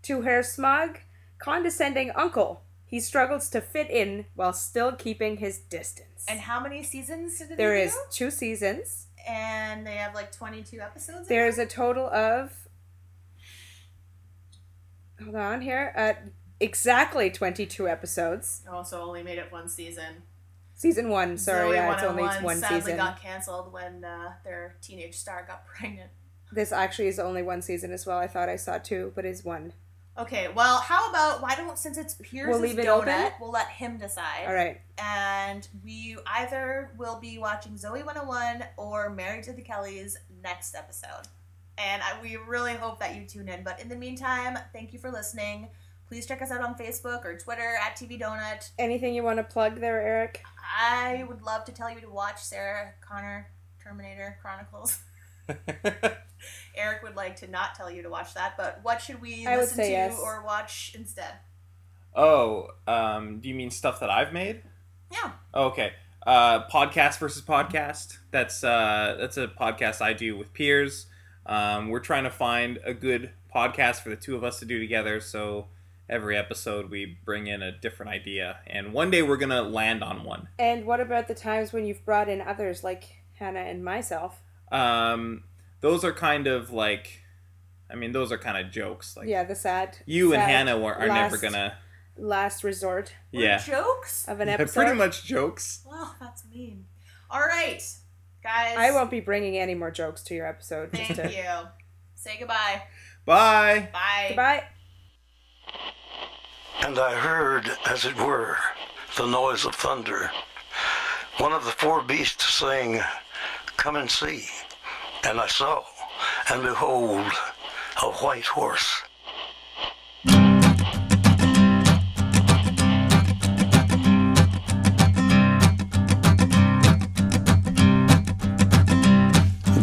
Speaker 3: to her smug, condescending uncle, he struggles to fit in while still keeping his distance.
Speaker 2: And how many seasons did it
Speaker 3: there is
Speaker 2: do?
Speaker 3: two seasons.
Speaker 2: And they have like 22 episodes. in
Speaker 3: There is a total of, hold on here, uh, exactly 22 episodes.
Speaker 2: it? Also, Oh, only made it one season.
Speaker 3: Season one, sorry,
Speaker 2: Zoe
Speaker 3: yeah, it's only
Speaker 2: 101
Speaker 3: one
Speaker 2: sadly
Speaker 3: season.
Speaker 2: got canceled when uh, their teenage star got pregnant.
Speaker 3: This actually is only one season as well. I thought I saw two, but is one.
Speaker 2: Okay, well, how about why don't since it's Pierce's
Speaker 3: leave it
Speaker 2: donut,
Speaker 3: open?
Speaker 2: we'll let him decide,
Speaker 3: All right,
Speaker 2: and we either will be watching Zoe 101 or Married to the Kellys next episode. And I, we really hope that you tune in. But in the meantime, thank you for listening. Please check us out on Facebook or Twitter at TV Donut.
Speaker 3: anything you want to plug there, Eric?
Speaker 2: I would love to tell you to watch Sarah Connor Terminator Chronicles. Eric would like to not tell you to watch that, but what should we
Speaker 3: I would
Speaker 2: listen
Speaker 3: say
Speaker 2: to
Speaker 3: yes.
Speaker 2: or watch instead?
Speaker 4: Oh, um, do you mean stuff that I've made?
Speaker 2: Yeah.
Speaker 4: Okay. Uh, podcast versus podcast. That's uh, that's a podcast I do with peers. Um, we're trying to find a good podcast for the two of us to do together. So every episode we bring in a different idea, and one day we're gonna land on one.
Speaker 3: And what about the times when you've brought in others like Hannah and myself?
Speaker 4: Um, those are kind of like, I mean, those are kind of jokes. Like
Speaker 3: yeah, the sad.
Speaker 4: you and
Speaker 3: sad
Speaker 4: Hannah were, are never
Speaker 3: last-
Speaker 4: gonna.
Speaker 3: Last resort
Speaker 2: Or
Speaker 4: yeah.
Speaker 2: Jokes?
Speaker 3: of an
Speaker 4: They're
Speaker 3: episode.
Speaker 4: (laughs) pretty much jokes.
Speaker 2: Well, that's mean. All right, guys.
Speaker 3: I won't be bringing any more jokes to your episode. Just
Speaker 2: Thank
Speaker 3: to
Speaker 2: you. Say goodbye.
Speaker 4: Bye.
Speaker 2: Bye.
Speaker 3: (laughs) goodbye.
Speaker 10: And I heard, as it were, the noise of thunder. One of the four beasts saying, Come and see. And I saw, and behold, a white horse.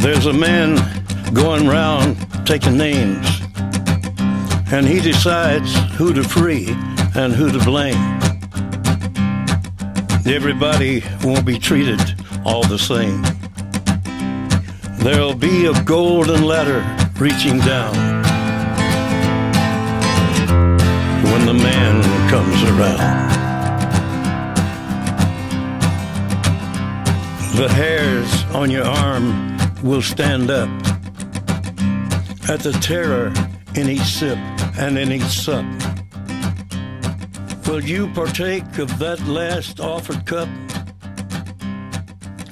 Speaker 10: There's a man going round taking names, and he decides who to free and who to blame. Everybody won't be treated all the same. There'll be a golden ladder reaching down when the man comes around. The hairs on your arm will stand up at the terror in each sip and in each sup. Will you partake of that last offered cup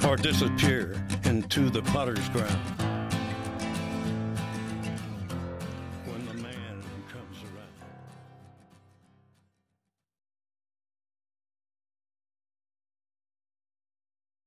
Speaker 10: or disappear into the potter's ground?